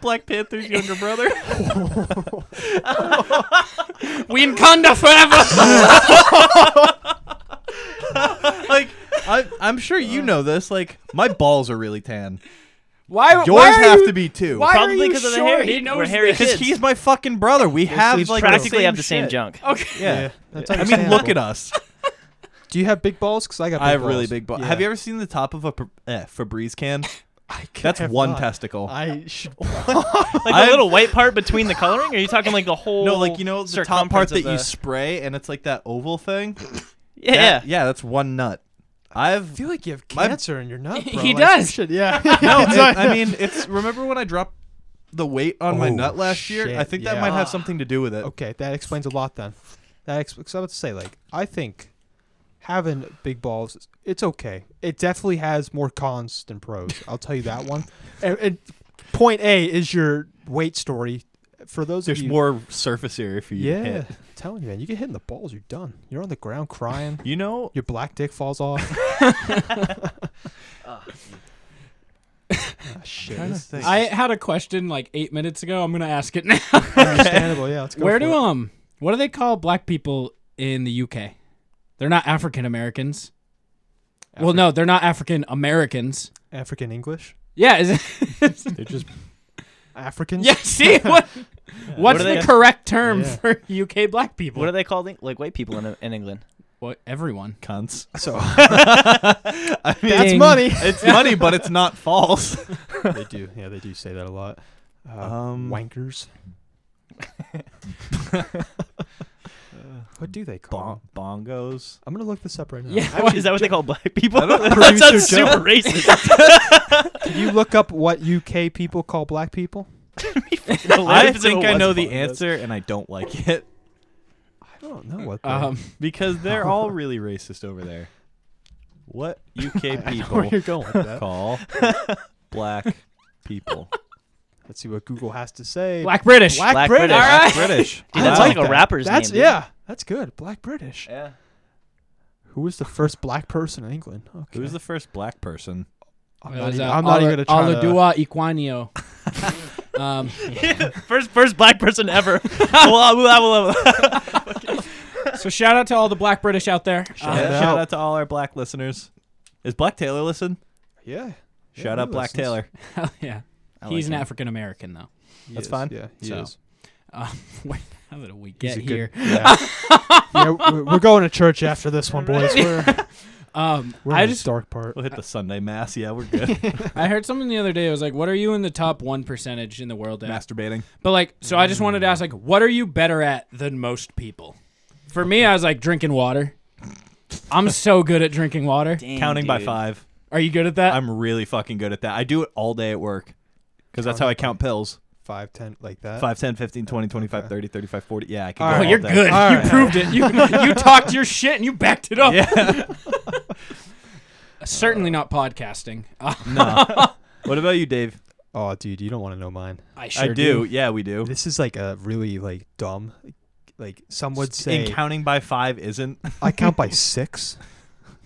[SPEAKER 10] Black Panther's younger brother.
[SPEAKER 8] we in Conda forever.
[SPEAKER 6] <laughs> like I, I'm sure you know this. Like my balls are really tan.
[SPEAKER 8] why? why
[SPEAKER 6] Yours
[SPEAKER 8] are
[SPEAKER 6] have
[SPEAKER 8] you-
[SPEAKER 6] to be too.
[SPEAKER 8] Why are
[SPEAKER 5] Probably
[SPEAKER 8] you
[SPEAKER 5] because of the
[SPEAKER 8] sure
[SPEAKER 5] hair.
[SPEAKER 8] He
[SPEAKER 5] we're
[SPEAKER 8] knows
[SPEAKER 5] hairy
[SPEAKER 6] Because
[SPEAKER 5] kids.
[SPEAKER 6] he's my fucking brother. We have
[SPEAKER 9] sleeves
[SPEAKER 6] like
[SPEAKER 5] practically have the
[SPEAKER 6] same
[SPEAKER 5] same
[SPEAKER 6] shit.
[SPEAKER 5] junk.
[SPEAKER 8] Okay.
[SPEAKER 6] Yeah.
[SPEAKER 9] <laughs> Yeah, that's
[SPEAKER 6] I mean, look
[SPEAKER 9] understandable.
[SPEAKER 6] at us.
[SPEAKER 9] Do you have big balls? Because I got. Big
[SPEAKER 6] I have
[SPEAKER 9] balls.
[SPEAKER 6] really big balls.
[SPEAKER 9] Yeah.
[SPEAKER 6] Have you ever seen the top of a pr- eh, Febreze can?
[SPEAKER 9] I
[SPEAKER 6] That's
[SPEAKER 9] have
[SPEAKER 6] one
[SPEAKER 9] not.
[SPEAKER 6] testicle.
[SPEAKER 9] I should.
[SPEAKER 5] like
[SPEAKER 6] I'm-
[SPEAKER 5] the little white part between the coloring. Or are you talking <laughs> like the whole?
[SPEAKER 6] no, like you know the top part
[SPEAKER 5] circumference
[SPEAKER 6] that
[SPEAKER 5] of
[SPEAKER 6] you
[SPEAKER 5] the-
[SPEAKER 6] spray, and it's like that oval thing.
[SPEAKER 5] <laughs> Yeah.
[SPEAKER 6] That- yeah, that's one nut. I've
[SPEAKER 9] I feel like you have
[SPEAKER 6] My-
[SPEAKER 9] cancer in your nut.
[SPEAKER 8] He
[SPEAKER 9] bro. Like,
[SPEAKER 8] does.
[SPEAKER 9] Shit, <laughs> yeah.
[SPEAKER 6] no, it- I mean, it's remember when I dropped the weight on my
[SPEAKER 9] Oh,
[SPEAKER 6] nut last year?
[SPEAKER 9] shit,
[SPEAKER 6] I think that
[SPEAKER 9] yeah.
[SPEAKER 6] might have something to do with it.
[SPEAKER 9] okay, that explains a lot then. That ex- 'cause I was about to say, like, I think having big balls, it's okay. It definitely has more cons than pros. I'll tell you that
[SPEAKER 6] <laughs>
[SPEAKER 9] one. And, and point A is your weight story. For those
[SPEAKER 6] There's
[SPEAKER 9] of you,
[SPEAKER 6] more surface area for you.
[SPEAKER 9] yeah,
[SPEAKER 6] to hit.
[SPEAKER 9] I'm telling you, man, you get hit in the balls, you're done. You're on the ground crying.
[SPEAKER 6] You know,
[SPEAKER 9] Your black dick
[SPEAKER 8] <laughs>
[SPEAKER 9] falls
[SPEAKER 6] <laughs>
[SPEAKER 9] off. Ah, shit,
[SPEAKER 6] Kinda
[SPEAKER 9] this- this
[SPEAKER 6] think.
[SPEAKER 9] is
[SPEAKER 8] I had a question like eight minutes ago. I'm gonna ask it now.
[SPEAKER 9] understandable. Yeah, let's go.
[SPEAKER 8] Where
[SPEAKER 9] for
[SPEAKER 8] do
[SPEAKER 9] it.
[SPEAKER 8] um? What do they call black people in the UK? They're not African Americans. Well, no, they're not African Americans.
[SPEAKER 9] African English?
[SPEAKER 8] Yeah. Is it,
[SPEAKER 6] they're just
[SPEAKER 8] <laughs>
[SPEAKER 9] African?
[SPEAKER 8] yeah.
[SPEAKER 9] <laughs>
[SPEAKER 8] See what? What's
[SPEAKER 5] What are
[SPEAKER 8] the
[SPEAKER 5] they-
[SPEAKER 8] correct term
[SPEAKER 9] Yeah.
[SPEAKER 8] for <laughs> UK black people?
[SPEAKER 5] What are they called? in- Like white people in, in England.
[SPEAKER 8] What? Everyone.
[SPEAKER 6] cunts.
[SPEAKER 9] So
[SPEAKER 6] <laughs> I mean,
[SPEAKER 8] That's Ding.
[SPEAKER 6] money. <laughs> It's money, but it's not false.
[SPEAKER 9] they do. Yeah, they do say that a lot. Uh,
[SPEAKER 6] Um,
[SPEAKER 9] wankers. what do they call?
[SPEAKER 6] Bon-
[SPEAKER 9] 'em?
[SPEAKER 6] bongos.
[SPEAKER 9] I'm gonna look this up right now.
[SPEAKER 8] Yeah.
[SPEAKER 5] Is that what they call black people? <laughs>
[SPEAKER 6] I don't-
[SPEAKER 5] that
[SPEAKER 9] Producer
[SPEAKER 5] sounds
[SPEAKER 9] Joe.
[SPEAKER 5] super racist.
[SPEAKER 9] Can you look up what UK people call black people?
[SPEAKER 6] <laughs> I
[SPEAKER 5] It's in a
[SPEAKER 6] think I know the
[SPEAKER 5] West Bond.
[SPEAKER 6] answer, and I don't like it
[SPEAKER 9] I don't know what. They
[SPEAKER 8] Um.
[SPEAKER 6] because
[SPEAKER 9] <laughs>
[SPEAKER 6] they're all really racist over there. What UK
[SPEAKER 9] I know where
[SPEAKER 6] people
[SPEAKER 9] you're going with that. <laughs>
[SPEAKER 6] call black people?
[SPEAKER 9] Let's see what Google has to say.
[SPEAKER 8] Black British.
[SPEAKER 9] Black,
[SPEAKER 5] Black
[SPEAKER 9] British.
[SPEAKER 5] British. <laughs> All right.
[SPEAKER 6] Black British.
[SPEAKER 5] <laughs> Dude,
[SPEAKER 9] I
[SPEAKER 5] that's
[SPEAKER 9] like
[SPEAKER 5] like a
[SPEAKER 9] that.
[SPEAKER 5] rapper's
[SPEAKER 9] That's
[SPEAKER 5] name. dude.
[SPEAKER 9] yeah. That's good. Black British.
[SPEAKER 5] Yeah.
[SPEAKER 9] Who was the first black person in England? Okay.
[SPEAKER 6] Who's the first black person?
[SPEAKER 9] I'm
[SPEAKER 8] It
[SPEAKER 9] not,
[SPEAKER 8] was,
[SPEAKER 9] even,
[SPEAKER 8] uh,
[SPEAKER 9] I'm not
[SPEAKER 8] Ola-
[SPEAKER 9] even gonna try to.
[SPEAKER 8] Oladua
[SPEAKER 9] <laughs>
[SPEAKER 8] Iquanio. um,
[SPEAKER 5] <laughs> first first black person <laughs> ever. Blah, blah, blah, blah.
[SPEAKER 8] so shout out to all the black British out there.
[SPEAKER 9] Shout
[SPEAKER 8] Uh,
[SPEAKER 9] out.
[SPEAKER 6] Shout out to all our black listeners. Is Black Taylor listen?
[SPEAKER 9] Yeah. Yeah,
[SPEAKER 6] Shout
[SPEAKER 9] he
[SPEAKER 6] out Black
[SPEAKER 9] listens.
[SPEAKER 6] Taylor.
[SPEAKER 8] hell Uh, yeah.
[SPEAKER 5] I
[SPEAKER 8] He's
[SPEAKER 5] like
[SPEAKER 8] an
[SPEAKER 5] him.
[SPEAKER 8] African American though.
[SPEAKER 9] He
[SPEAKER 6] That's
[SPEAKER 9] is,
[SPEAKER 6] fine.
[SPEAKER 9] Yeah, he
[SPEAKER 6] So-
[SPEAKER 9] is.
[SPEAKER 8] Um, wait, how did we get
[SPEAKER 9] He's a good-
[SPEAKER 8] here?
[SPEAKER 9] Yeah. Yeah, we- we're going to church after this one, boys. We're,
[SPEAKER 8] Um,
[SPEAKER 9] we're
[SPEAKER 8] I
[SPEAKER 9] in
[SPEAKER 8] just
[SPEAKER 9] this dark part.
[SPEAKER 6] We'll hit the Sunday mass. Yeah,
[SPEAKER 9] <laughs>
[SPEAKER 6] we're good.
[SPEAKER 8] I heard something the other day. It was like, "What are you in the top one percentage in the world at?"
[SPEAKER 6] Masturbating.
[SPEAKER 8] But like, so I just wanted to ask, like, what are you better at than most people? For me, I was like drinking water. I'm so good at drinking water.
[SPEAKER 5] Dang,
[SPEAKER 6] Counting by
[SPEAKER 5] dude.
[SPEAKER 6] five.
[SPEAKER 8] Are you good at that?
[SPEAKER 6] I'm really fucking good at that. I do it all day at work because that's how I count pills.
[SPEAKER 9] Five, ten, like that.
[SPEAKER 6] 5, 10, 15, 20, 25, 30, 35, 40. Yeah, I can
[SPEAKER 9] All
[SPEAKER 6] do
[SPEAKER 8] oh,
[SPEAKER 6] it
[SPEAKER 9] right.
[SPEAKER 6] all
[SPEAKER 8] you're
[SPEAKER 6] day.
[SPEAKER 8] good.
[SPEAKER 9] All
[SPEAKER 8] you
[SPEAKER 9] right.
[SPEAKER 8] proved it. You you talked your shit and you backed it up.
[SPEAKER 6] <laughs> Yeah.
[SPEAKER 9] <laughs>
[SPEAKER 8] Certainly not podcasting. Uh,
[SPEAKER 6] no. What about you, Dave?
[SPEAKER 9] Oh, dude, you don't want to know mine.
[SPEAKER 8] I sure
[SPEAKER 6] I do. Yeah, we do.
[SPEAKER 9] This is like a really like dumb. Like some would
[SPEAKER 6] In
[SPEAKER 9] say,
[SPEAKER 6] counting by five isn't.
[SPEAKER 9] I count by six.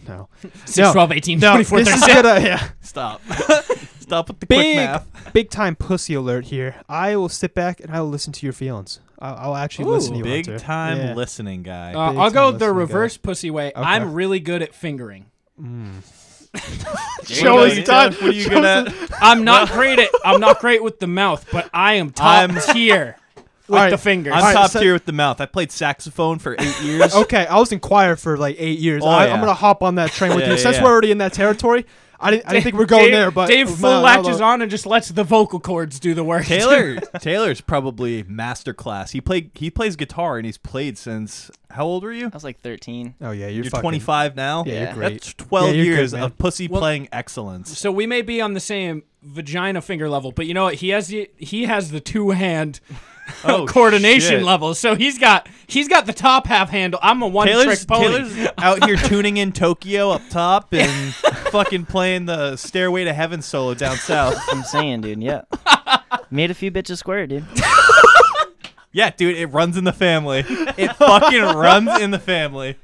[SPEAKER 9] No,
[SPEAKER 8] 6,
[SPEAKER 9] No.
[SPEAKER 8] 12, 18,
[SPEAKER 9] no, <laughs>
[SPEAKER 8] 24,
[SPEAKER 9] this is
[SPEAKER 8] 36.
[SPEAKER 9] gonna yeah.
[SPEAKER 6] Stop.
[SPEAKER 5] <laughs>
[SPEAKER 6] Stop with the quick
[SPEAKER 9] Big.
[SPEAKER 6] math.
[SPEAKER 9] Big time pussy alert here. I will sit back and I will listen to your feelings. I'll, I'll actually listen to you.
[SPEAKER 6] Big
[SPEAKER 9] Hunter.
[SPEAKER 6] time
[SPEAKER 9] Yeah. Oh,
[SPEAKER 6] listening guy.
[SPEAKER 8] Uh,
[SPEAKER 9] Big
[SPEAKER 8] I'll go
[SPEAKER 9] time
[SPEAKER 8] the
[SPEAKER 9] listening guy.
[SPEAKER 8] reverse pussy way.
[SPEAKER 9] Okay.
[SPEAKER 8] I'm really good at fingering.
[SPEAKER 9] Mm.
[SPEAKER 6] Show us done. What
[SPEAKER 9] <laughs>
[SPEAKER 6] are you good at?
[SPEAKER 8] I'm not great at. I'm not great with the mouth, but I am top
[SPEAKER 6] I'm- <laughs>
[SPEAKER 8] tier with
[SPEAKER 9] Alright,
[SPEAKER 8] the fingers.
[SPEAKER 6] I'm
[SPEAKER 9] All right,
[SPEAKER 6] top
[SPEAKER 9] so-
[SPEAKER 6] tier with the mouth. I played saxophone for
[SPEAKER 9] <laughs>
[SPEAKER 6] eight years.
[SPEAKER 9] Okay, I was in choir for like eight years.
[SPEAKER 6] Oh,
[SPEAKER 9] I,
[SPEAKER 6] yeah.
[SPEAKER 9] I'm gonna hop on that train with
[SPEAKER 6] Yeah,
[SPEAKER 9] you.
[SPEAKER 6] yeah,
[SPEAKER 9] Since
[SPEAKER 6] yeah.
[SPEAKER 9] we're already in that territory, I didn't, I didn't think we are going
[SPEAKER 8] Dave,
[SPEAKER 9] there. But uh,
[SPEAKER 8] Dave
[SPEAKER 9] no,
[SPEAKER 8] full
[SPEAKER 9] no,
[SPEAKER 8] latches
[SPEAKER 9] no.
[SPEAKER 8] on and just lets the vocal cords do the work.
[SPEAKER 6] Taylor Taylor's probably master class. He played he plays guitar and he's played since how old were you?
[SPEAKER 5] I was like 13.
[SPEAKER 9] Oh yeah, you're,
[SPEAKER 6] You're
[SPEAKER 9] fucking-
[SPEAKER 6] 25 now.
[SPEAKER 9] Yeah,
[SPEAKER 5] Yeah.
[SPEAKER 9] you're great.
[SPEAKER 6] That's 12
[SPEAKER 9] Yeah, you're good,
[SPEAKER 6] years
[SPEAKER 9] man.
[SPEAKER 6] of pussy
[SPEAKER 8] Well-
[SPEAKER 6] playing excellence.
[SPEAKER 8] <laughs> so we may be on the same vagina finger level, but you know what? He has the he has the two hand uh,
[SPEAKER 6] <laughs> Oh,
[SPEAKER 8] coordination
[SPEAKER 6] shit.
[SPEAKER 8] levels. So he's got he's got the top half handle. I'm a one
[SPEAKER 6] Taylor's,
[SPEAKER 8] trick pony.
[SPEAKER 6] Taylor's out here tuning in Tokyo up
[SPEAKER 9] <laughs>
[SPEAKER 6] top and fucking playing the Stairway to Heaven solo down south.
[SPEAKER 5] I'm saying, dude. <laughs> Yeah. Made a few bitches square, dude.
[SPEAKER 6] Yeah, dude, it runs in the family. It fucking runs in the family.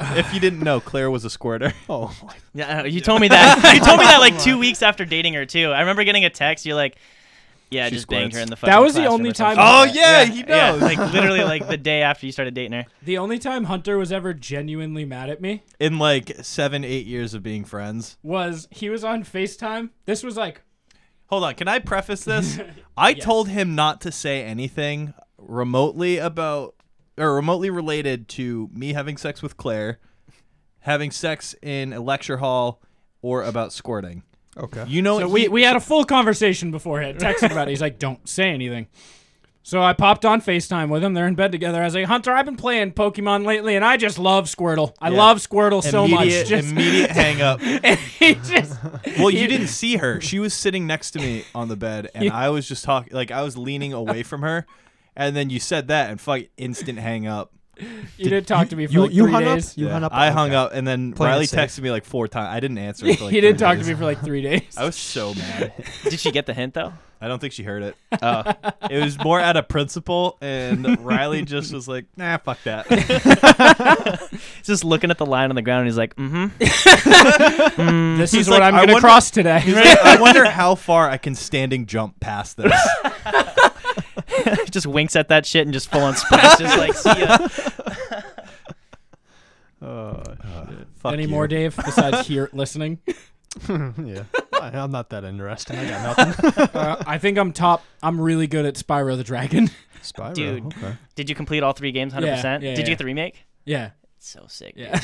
[SPEAKER 6] If you didn't know, Claire was a squirter. Oh my
[SPEAKER 5] Yeah, I know. you told me <laughs> that. You told me that like
[SPEAKER 8] <laughs>
[SPEAKER 5] two weeks after dating her too. I remember getting a text. You're like, "Yeah, I
[SPEAKER 8] She
[SPEAKER 5] just banged
[SPEAKER 8] squirts.
[SPEAKER 5] her in the
[SPEAKER 8] That
[SPEAKER 5] fucking."
[SPEAKER 8] was the
[SPEAKER 5] classroom
[SPEAKER 8] only
[SPEAKER 5] or something
[SPEAKER 8] time-
[SPEAKER 5] like
[SPEAKER 8] Oh, <laughs>
[SPEAKER 5] that.
[SPEAKER 8] yeah, he knows.
[SPEAKER 5] like literally, like the day after you started dating her.
[SPEAKER 8] the only time Hunter was ever genuinely mad at me
[SPEAKER 6] In like seven, eight years of being friends.
[SPEAKER 8] was he was on FaceTime. This was like
[SPEAKER 6] Hold on, can I
[SPEAKER 8] <laughs>
[SPEAKER 6] preface this? I told him not to say anything remotely about or remotely related to me having sex with Claire, having sex in a lecture hall, or about squirting.
[SPEAKER 9] Okay.
[SPEAKER 6] You know,
[SPEAKER 8] so
[SPEAKER 6] Oh, he-
[SPEAKER 8] we, we had a full conversation beforehand, texting about it. He's like, don't say anything. So I popped on FaceTime with him. They're in bed together. I was like, Hunter, I've been playing Pokemon lately, and I just love Squirtle. I
[SPEAKER 6] Yeah.
[SPEAKER 8] love Squirtle so much.
[SPEAKER 6] Immediate-
[SPEAKER 8] <laughs> Just-
[SPEAKER 6] immediate hang up.
[SPEAKER 8] and <laughs> he just,
[SPEAKER 9] <laughs>
[SPEAKER 6] Well, you
[SPEAKER 8] he-
[SPEAKER 6] didn't see her. She was sitting next to me on the bed, and
[SPEAKER 8] Yeah.
[SPEAKER 6] I was just talking, like I was leaning away from her, and then you said that, and fuck, instant hang up.
[SPEAKER 8] You did talk to me for
[SPEAKER 9] you-
[SPEAKER 8] like
[SPEAKER 9] you
[SPEAKER 8] three
[SPEAKER 9] hung up?
[SPEAKER 8] days.
[SPEAKER 9] You hung up-
[SPEAKER 6] I hung
[SPEAKER 9] okay.
[SPEAKER 6] up, and then
[SPEAKER 9] Playing it
[SPEAKER 6] Riley
[SPEAKER 9] safe.
[SPEAKER 6] texted me like four times. I
[SPEAKER 9] <laughs>
[SPEAKER 6] didn't answer. For, like,
[SPEAKER 8] he
[SPEAKER 6] three
[SPEAKER 8] did talk
[SPEAKER 6] days.
[SPEAKER 8] to me for like three days.
[SPEAKER 6] I was so mad.
[SPEAKER 5] <laughs> Did she get the hint though?
[SPEAKER 6] I don't think
[SPEAKER 9] <laughs>
[SPEAKER 6] she heard it. Uh,
[SPEAKER 5] Oh,
[SPEAKER 6] It was more out of principle, and Riley just was like, "Nah, fuck
[SPEAKER 9] <laughs>
[SPEAKER 6] that."
[SPEAKER 5] He's <laughs> just looking at the line on the ground. And he's like, <laughs> "Mm-hmm."
[SPEAKER 8] this
[SPEAKER 6] he's
[SPEAKER 8] is what
[SPEAKER 6] like,
[SPEAKER 8] I'm
[SPEAKER 6] I
[SPEAKER 8] going to
[SPEAKER 6] wonder-
[SPEAKER 8] cross today.
[SPEAKER 6] I wonder how far I can standing jump past this.
[SPEAKER 9] <laughs>
[SPEAKER 5] just winks at that shit and just <laughs> full on spikes. just like, see ya. <laughs>
[SPEAKER 9] Oh,
[SPEAKER 6] Fuck
[SPEAKER 8] Any
[SPEAKER 6] you.
[SPEAKER 8] more, Dave, besides
[SPEAKER 6] <laughs>
[SPEAKER 8] here listening?
[SPEAKER 9] <laughs> yeah. I, I'm not that interested. I got
[SPEAKER 8] <laughs>
[SPEAKER 9] nothing.
[SPEAKER 8] Uh, I think I'm top. I'm really good at Spyro the Dragon. <laughs>
[SPEAKER 9] Spyro.
[SPEAKER 5] Dude.
[SPEAKER 9] Okay.
[SPEAKER 5] Did you complete all three games? Hundred percent.
[SPEAKER 8] yeah,
[SPEAKER 5] Did you
[SPEAKER 8] yeah.
[SPEAKER 5] get the remake?
[SPEAKER 8] Yeah.
[SPEAKER 5] It's so sick. dude.
[SPEAKER 8] Yeah.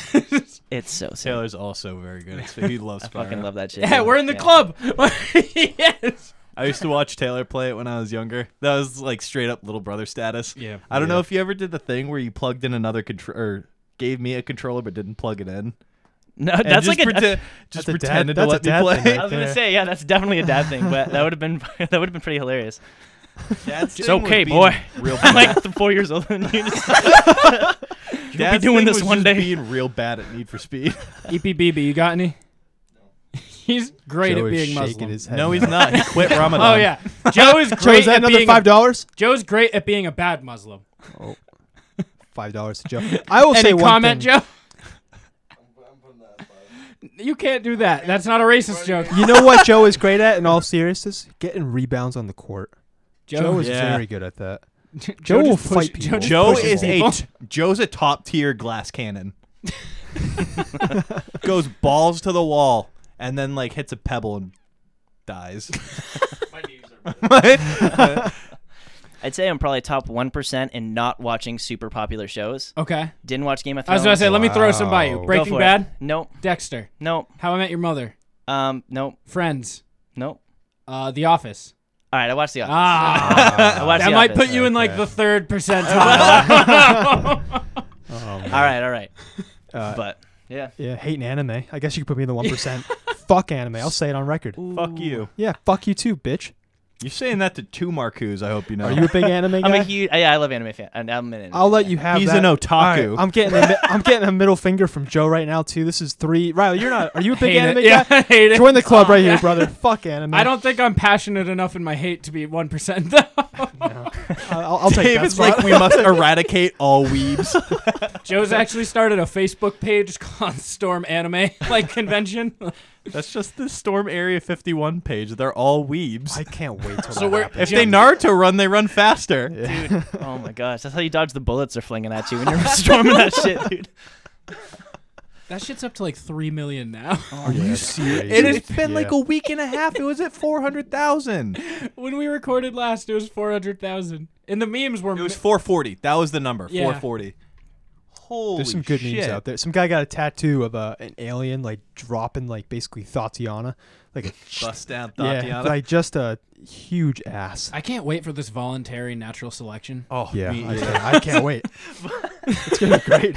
[SPEAKER 5] <laughs> It's so sick.
[SPEAKER 6] Taylor's also very good. at sp- He loves.
[SPEAKER 5] I fucking
[SPEAKER 6] Spyro.
[SPEAKER 5] love that shit.
[SPEAKER 8] yeah, we're in the
[SPEAKER 5] Yeah.
[SPEAKER 8] club. <laughs> yes.
[SPEAKER 6] I used to watch Taylor play it when I was younger. That was like straight up little brother status.
[SPEAKER 8] Yeah.
[SPEAKER 6] I don't know if you ever did the thing where you plugged in another control or gave me a controller but didn't plug it in.
[SPEAKER 5] No,
[SPEAKER 6] And
[SPEAKER 5] <laughs> that's
[SPEAKER 6] just
[SPEAKER 5] like a.
[SPEAKER 6] prete- just
[SPEAKER 9] a dad-
[SPEAKER 6] pretended to
[SPEAKER 5] <laughs>
[SPEAKER 9] that's a
[SPEAKER 6] let me
[SPEAKER 9] dad
[SPEAKER 6] play.
[SPEAKER 9] thing right
[SPEAKER 5] I was
[SPEAKER 9] there.
[SPEAKER 5] gonna say, yeah, that's definitely a dad thing, <laughs> but that would have been that would have been pretty hilarious.
[SPEAKER 6] Dad's
[SPEAKER 5] It's
[SPEAKER 6] thing was
[SPEAKER 5] okay,
[SPEAKER 6] being
[SPEAKER 5] boy.
[SPEAKER 6] Real
[SPEAKER 5] I'm
[SPEAKER 6] bad.
[SPEAKER 5] like th- four years older than you. Just,
[SPEAKER 6] Dad's
[SPEAKER 5] be doing
[SPEAKER 6] thing
[SPEAKER 5] this
[SPEAKER 6] was
[SPEAKER 5] one
[SPEAKER 6] just
[SPEAKER 5] day.
[SPEAKER 6] Being real bad at Need for Speed.
[SPEAKER 8] EPBB, E you got
[SPEAKER 5] <laughs>
[SPEAKER 8] any? He's great at being Muslim.
[SPEAKER 6] no, he's not. He quit Ramadan.
[SPEAKER 8] oh yeah, Joe
[SPEAKER 9] <laughs>
[SPEAKER 8] is
[SPEAKER 9] Joe,
[SPEAKER 8] great
[SPEAKER 9] is that
[SPEAKER 8] at
[SPEAKER 9] another
[SPEAKER 8] being.
[SPEAKER 9] five dollars?
[SPEAKER 8] Joe's great at being a bad Muslim.
[SPEAKER 9] Five dollars to Joe. I will
[SPEAKER 8] Any
[SPEAKER 9] say one
[SPEAKER 8] comment,
[SPEAKER 9] thing.
[SPEAKER 8] Joe?
[SPEAKER 5] <laughs>
[SPEAKER 8] You can't do that. That's not a racist joke.
[SPEAKER 9] You know what Joe is great at?
[SPEAKER 8] <laughs>
[SPEAKER 9] In all seriousness, getting rebounds on the court. Joe, is
[SPEAKER 6] Yeah.
[SPEAKER 9] very good at that.
[SPEAKER 8] <laughs> Joe,
[SPEAKER 9] Joe will
[SPEAKER 8] just push-
[SPEAKER 9] fight people.
[SPEAKER 8] just
[SPEAKER 6] Joe
[SPEAKER 8] pushes
[SPEAKER 6] is a
[SPEAKER 8] people.
[SPEAKER 6] t- Joe's a top tier glass <laughs> cannon. Goes balls to the wall and then like hits a pebble and dies.
[SPEAKER 5] <laughs>
[SPEAKER 6] <laughs>
[SPEAKER 5] I'd say I'm probably top one percent in not watching super popular shows.
[SPEAKER 8] okay.
[SPEAKER 5] Didn't watch Game of
[SPEAKER 8] I
[SPEAKER 5] Thrones.
[SPEAKER 8] was gonna say, let me throw some by you.
[SPEAKER 9] Wow.
[SPEAKER 5] Go
[SPEAKER 8] Breaking
[SPEAKER 5] for it.
[SPEAKER 8] Bad,
[SPEAKER 5] Nope.
[SPEAKER 8] Dexter,
[SPEAKER 5] Nope.
[SPEAKER 8] How I Met Your Mother,
[SPEAKER 5] Um. Nope.
[SPEAKER 8] Friends,
[SPEAKER 5] Nope.
[SPEAKER 8] uh, The Office.
[SPEAKER 5] All right. I watched the.
[SPEAKER 8] <laughs>
[SPEAKER 5] Office.
[SPEAKER 8] Ah,
[SPEAKER 5] <laughs> I watched
[SPEAKER 8] that
[SPEAKER 5] The
[SPEAKER 8] might
[SPEAKER 5] Office.
[SPEAKER 8] put you in like the third
[SPEAKER 9] <laughs>
[SPEAKER 8] percentile.
[SPEAKER 5] All right.
[SPEAKER 8] <laughs>
[SPEAKER 5] All right.
[SPEAKER 9] Uh,
[SPEAKER 5] But yeah.
[SPEAKER 9] yeah, hating anime. I guess you could put me in the
[SPEAKER 8] <laughs>
[SPEAKER 9] one percent. fuck anime. I'll say it on record.
[SPEAKER 6] Fuck you.
[SPEAKER 9] Yeah, fuck you too, bitch.
[SPEAKER 6] You're saying that to two Marcus, I hope you know. <laughs>
[SPEAKER 9] Are you a
[SPEAKER 8] <laughs>
[SPEAKER 9] big anime
[SPEAKER 5] I'm a
[SPEAKER 9] guy?
[SPEAKER 5] huge. Yeah, I love anime fan. and I'm an anime
[SPEAKER 9] I'll let
[SPEAKER 5] fan.
[SPEAKER 9] you have.
[SPEAKER 6] He's
[SPEAKER 9] that.
[SPEAKER 6] an otaku.
[SPEAKER 9] All right, I'm getting a mi- I'm getting a middle finger from Joe right now too. This is three. Riley, you're not. Are you a
[SPEAKER 8] Hate
[SPEAKER 9] big
[SPEAKER 8] it.
[SPEAKER 9] anime
[SPEAKER 8] Yeah,
[SPEAKER 9] guy?
[SPEAKER 8] I hate it.
[SPEAKER 9] Join the club right here, brother. Fuck anime.
[SPEAKER 8] I don't think I'm passionate enough in my hate to be one percent though.
[SPEAKER 9] I'll, I'll take that
[SPEAKER 6] David's
[SPEAKER 9] spot.
[SPEAKER 6] like we must eradicate all weebs.
[SPEAKER 8] Joe's actually started a Facebook page <laughs> called Storm Anime like convention.
[SPEAKER 6] <laughs> That's just the Storm Area 51 page. They're all weebs.
[SPEAKER 9] I can't wait till
[SPEAKER 8] So
[SPEAKER 9] that
[SPEAKER 8] we're-
[SPEAKER 9] happens.
[SPEAKER 6] if they Naruto run, they run faster.
[SPEAKER 5] Oh my gosh, that's how you dodge the bullets they're flinging at you when you're <laughs> storming that shit, dude.
[SPEAKER 8] that shit's up to like three million
[SPEAKER 9] <laughs>
[SPEAKER 8] now.
[SPEAKER 9] Are you serious?
[SPEAKER 6] It has been like
[SPEAKER 9] Yeah.
[SPEAKER 6] a week and a half. It was at 400,000.
[SPEAKER 8] when we recorded last, it was four hundred thousand, and the memes were
[SPEAKER 6] It was 440. That was the number.
[SPEAKER 8] Yeah.
[SPEAKER 6] 440. Holy
[SPEAKER 9] There's some good
[SPEAKER 6] shit.
[SPEAKER 9] memes out there. Some guy got a tattoo of uh, an alien like dropping like basically Tatiana, like a
[SPEAKER 6] Bust down
[SPEAKER 9] yeah,
[SPEAKER 6] Tatiana.
[SPEAKER 9] like just a huge ass.
[SPEAKER 8] I can't wait for this voluntary natural selection.
[SPEAKER 6] oh,
[SPEAKER 9] yeah,
[SPEAKER 6] me
[SPEAKER 9] I,
[SPEAKER 6] either.
[SPEAKER 9] can't, I can't <laughs> wait. it's gonna be great.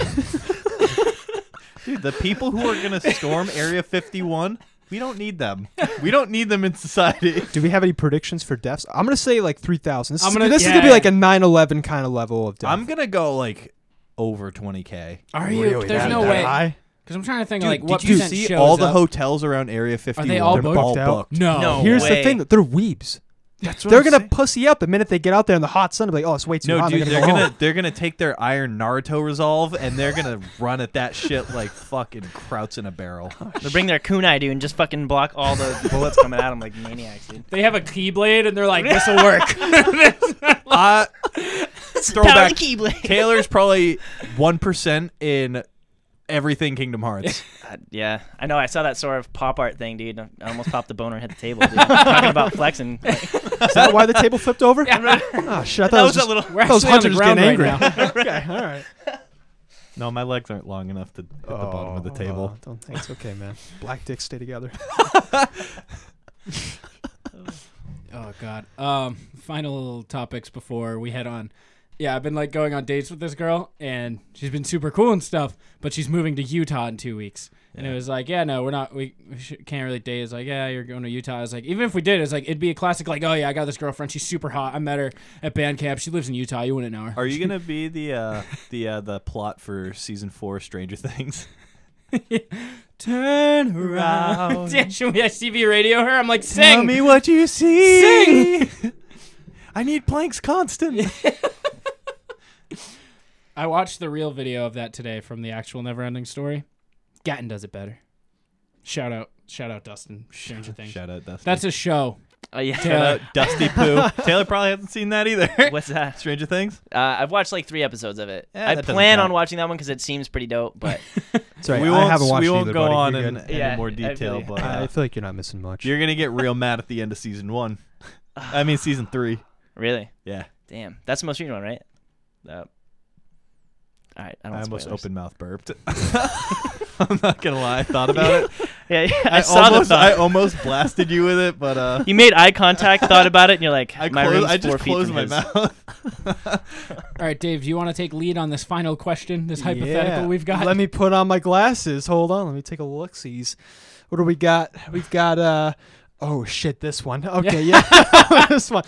[SPEAKER 6] Dude, the people who are going to storm Area 51 We don't need them. we don't need them in society.
[SPEAKER 9] Do we have any predictions for deaths? I'm gonna say like three thousand. This,
[SPEAKER 6] I'm
[SPEAKER 9] is
[SPEAKER 6] gonna-
[SPEAKER 9] gonna, this
[SPEAKER 6] yeah,
[SPEAKER 9] is gonna
[SPEAKER 6] yeah.
[SPEAKER 9] be like a 9/11 kind of level of death.
[SPEAKER 6] I'm gonna go like over 20k.
[SPEAKER 8] Are you?
[SPEAKER 9] Really?
[SPEAKER 8] There's
[SPEAKER 9] That-
[SPEAKER 8] no
[SPEAKER 9] that
[SPEAKER 8] way.
[SPEAKER 9] high?
[SPEAKER 8] Because I'm trying to think
[SPEAKER 6] Dude,
[SPEAKER 8] like what
[SPEAKER 6] did you
[SPEAKER 8] percent
[SPEAKER 6] see
[SPEAKER 8] shows
[SPEAKER 6] all the
[SPEAKER 8] up.
[SPEAKER 6] hotels around Area 51?
[SPEAKER 8] Are they all
[SPEAKER 9] They're
[SPEAKER 8] booked?
[SPEAKER 9] booked out.
[SPEAKER 8] No.
[SPEAKER 9] Here's
[SPEAKER 8] way.
[SPEAKER 9] the thing: that they're weebs.
[SPEAKER 8] That's
[SPEAKER 9] they're gonna pussy up the minute they get out there in the hot sun. And be like, oh, it's way too
[SPEAKER 6] No,
[SPEAKER 9] hot.
[SPEAKER 6] dude,
[SPEAKER 9] they're
[SPEAKER 6] they're
[SPEAKER 9] gonna, go
[SPEAKER 6] gonna
[SPEAKER 9] home.
[SPEAKER 6] they're gonna take their iron Naruto resolve and they're gonna run at that shit like fucking krauts in
[SPEAKER 8] <laughs>
[SPEAKER 6] a barrel.
[SPEAKER 5] They bring their kunai, dude, and just fucking block all the bullets coming at them like maniacs, dude.
[SPEAKER 8] They have a keyblade and they're <laughs> like, this will work. <laughs>
[SPEAKER 6] Uh,
[SPEAKER 5] the
[SPEAKER 6] throwback.
[SPEAKER 5] Keyblade.
[SPEAKER 6] Taylor's probably one percent in everything Kingdom Hearts.
[SPEAKER 5] God, yeah, I know. I saw that sort of pop art thing, dude. and I almost popped the boner and hit the table. Dude. Talking about flexing. Like,
[SPEAKER 9] Is that why the table flipped over? oh shit! I thought
[SPEAKER 5] That
[SPEAKER 9] it
[SPEAKER 5] was
[SPEAKER 9] was
[SPEAKER 5] a
[SPEAKER 9] just, <laughs>
[SPEAKER 5] little-
[SPEAKER 9] I
[SPEAKER 8] We're
[SPEAKER 9] thought it was
[SPEAKER 8] actually on the
[SPEAKER 9] Hunter just
[SPEAKER 8] ground
[SPEAKER 9] getting
[SPEAKER 8] right
[SPEAKER 9] angry.
[SPEAKER 8] now.
[SPEAKER 9] <laughs> okay, all right.
[SPEAKER 6] <laughs> No, my legs aren't long enough to hit the bottom of the
[SPEAKER 9] Oh,
[SPEAKER 6] table.
[SPEAKER 9] don't think it's okay, man. Black dicks stay together.
[SPEAKER 8] Oh God. Um, final little topics before we head on. Yeah, I've been like going on dates with this girl, and she's been super cool and stuff. But she's moving to Utah in two weeks, and it was like, yeah, no, we're not. We, we sh- can't really date. It's like, yeah, you're going to Utah. It's like, even if we did, it's like it'd be a classic. Like, oh yeah, I got this girlfriend. She's super hot. I met her at band camp. She lives in Utah. You wouldn't know her.
[SPEAKER 6] Are you <laughs> gonna be the uh, the uh, the plot for season four of Stranger Things?
[SPEAKER 8] <laughs> Turn around. <laughs> yeah, should we STV radio her? I'm like,
[SPEAKER 6] Tell
[SPEAKER 8] sing.
[SPEAKER 6] me what you see. Sing. <laughs> I need planks constant.
[SPEAKER 8] I watched the real video of that today from the actual Neverending Story. Gatton does it better. Shout out, shout out, Dustin. Stranger Things.
[SPEAKER 6] Shout out Dusty.
[SPEAKER 8] That's a show.
[SPEAKER 5] oh yeah.
[SPEAKER 6] Shout out Dusty Poo. Taylor probably hasn't seen that either.
[SPEAKER 5] <laughs> What's that?
[SPEAKER 6] Stranger Things.
[SPEAKER 5] Uh, I've watched like three episodes of it.
[SPEAKER 6] Eh,
[SPEAKER 5] I
[SPEAKER 6] that doesn't
[SPEAKER 5] plan
[SPEAKER 6] count.
[SPEAKER 5] on watching that one because it seems pretty dope.
[SPEAKER 6] <laughs>
[SPEAKER 5] But
[SPEAKER 9] Sorry,
[SPEAKER 6] we
[SPEAKER 9] I
[SPEAKER 6] won't,
[SPEAKER 9] haven't watched
[SPEAKER 6] we won't
[SPEAKER 9] either,
[SPEAKER 6] go
[SPEAKER 9] buddy.
[SPEAKER 6] on
[SPEAKER 9] You're
[SPEAKER 6] in,
[SPEAKER 9] good.
[SPEAKER 5] Yeah,
[SPEAKER 6] in more
[SPEAKER 5] I
[SPEAKER 6] detail,
[SPEAKER 5] really-
[SPEAKER 6] but
[SPEAKER 9] I
[SPEAKER 6] uh,
[SPEAKER 9] feel like you're not missing much.
[SPEAKER 6] you're gonna get real mad at the end of season one. I mean, season three.
[SPEAKER 5] really,
[SPEAKER 6] Yeah,
[SPEAKER 5] damn, that's the most recent one, right? Uh, all right, I don't.
[SPEAKER 6] <sighs> I
[SPEAKER 5] want
[SPEAKER 6] almost
[SPEAKER 5] spoilers.
[SPEAKER 6] open mouth <laughs> burped. I'm not gonna lie, I thought about it.
[SPEAKER 5] Yeah, <laughs> yeah I, saw
[SPEAKER 6] almost,
[SPEAKER 5] the thought.
[SPEAKER 6] <laughs> I almost blasted you with it, but uh,
[SPEAKER 5] <laughs> you made eye contact, thought about it, and you're like,
[SPEAKER 6] I,
[SPEAKER 5] my
[SPEAKER 6] closed,
[SPEAKER 5] room's
[SPEAKER 6] I just
[SPEAKER 5] four feet
[SPEAKER 6] closed
[SPEAKER 5] from
[SPEAKER 6] my
[SPEAKER 5] his.
[SPEAKER 6] mouth.
[SPEAKER 8] All right, Dave, do you want to take lead on this final question, this hypothetical
[SPEAKER 9] Yeah.
[SPEAKER 8] we've got?
[SPEAKER 9] Let me put on my glasses. Hold on. Let me take a look. Sees. What do we got? We've got uh oh shit, this one. Okay, yeah. <laughs> this one.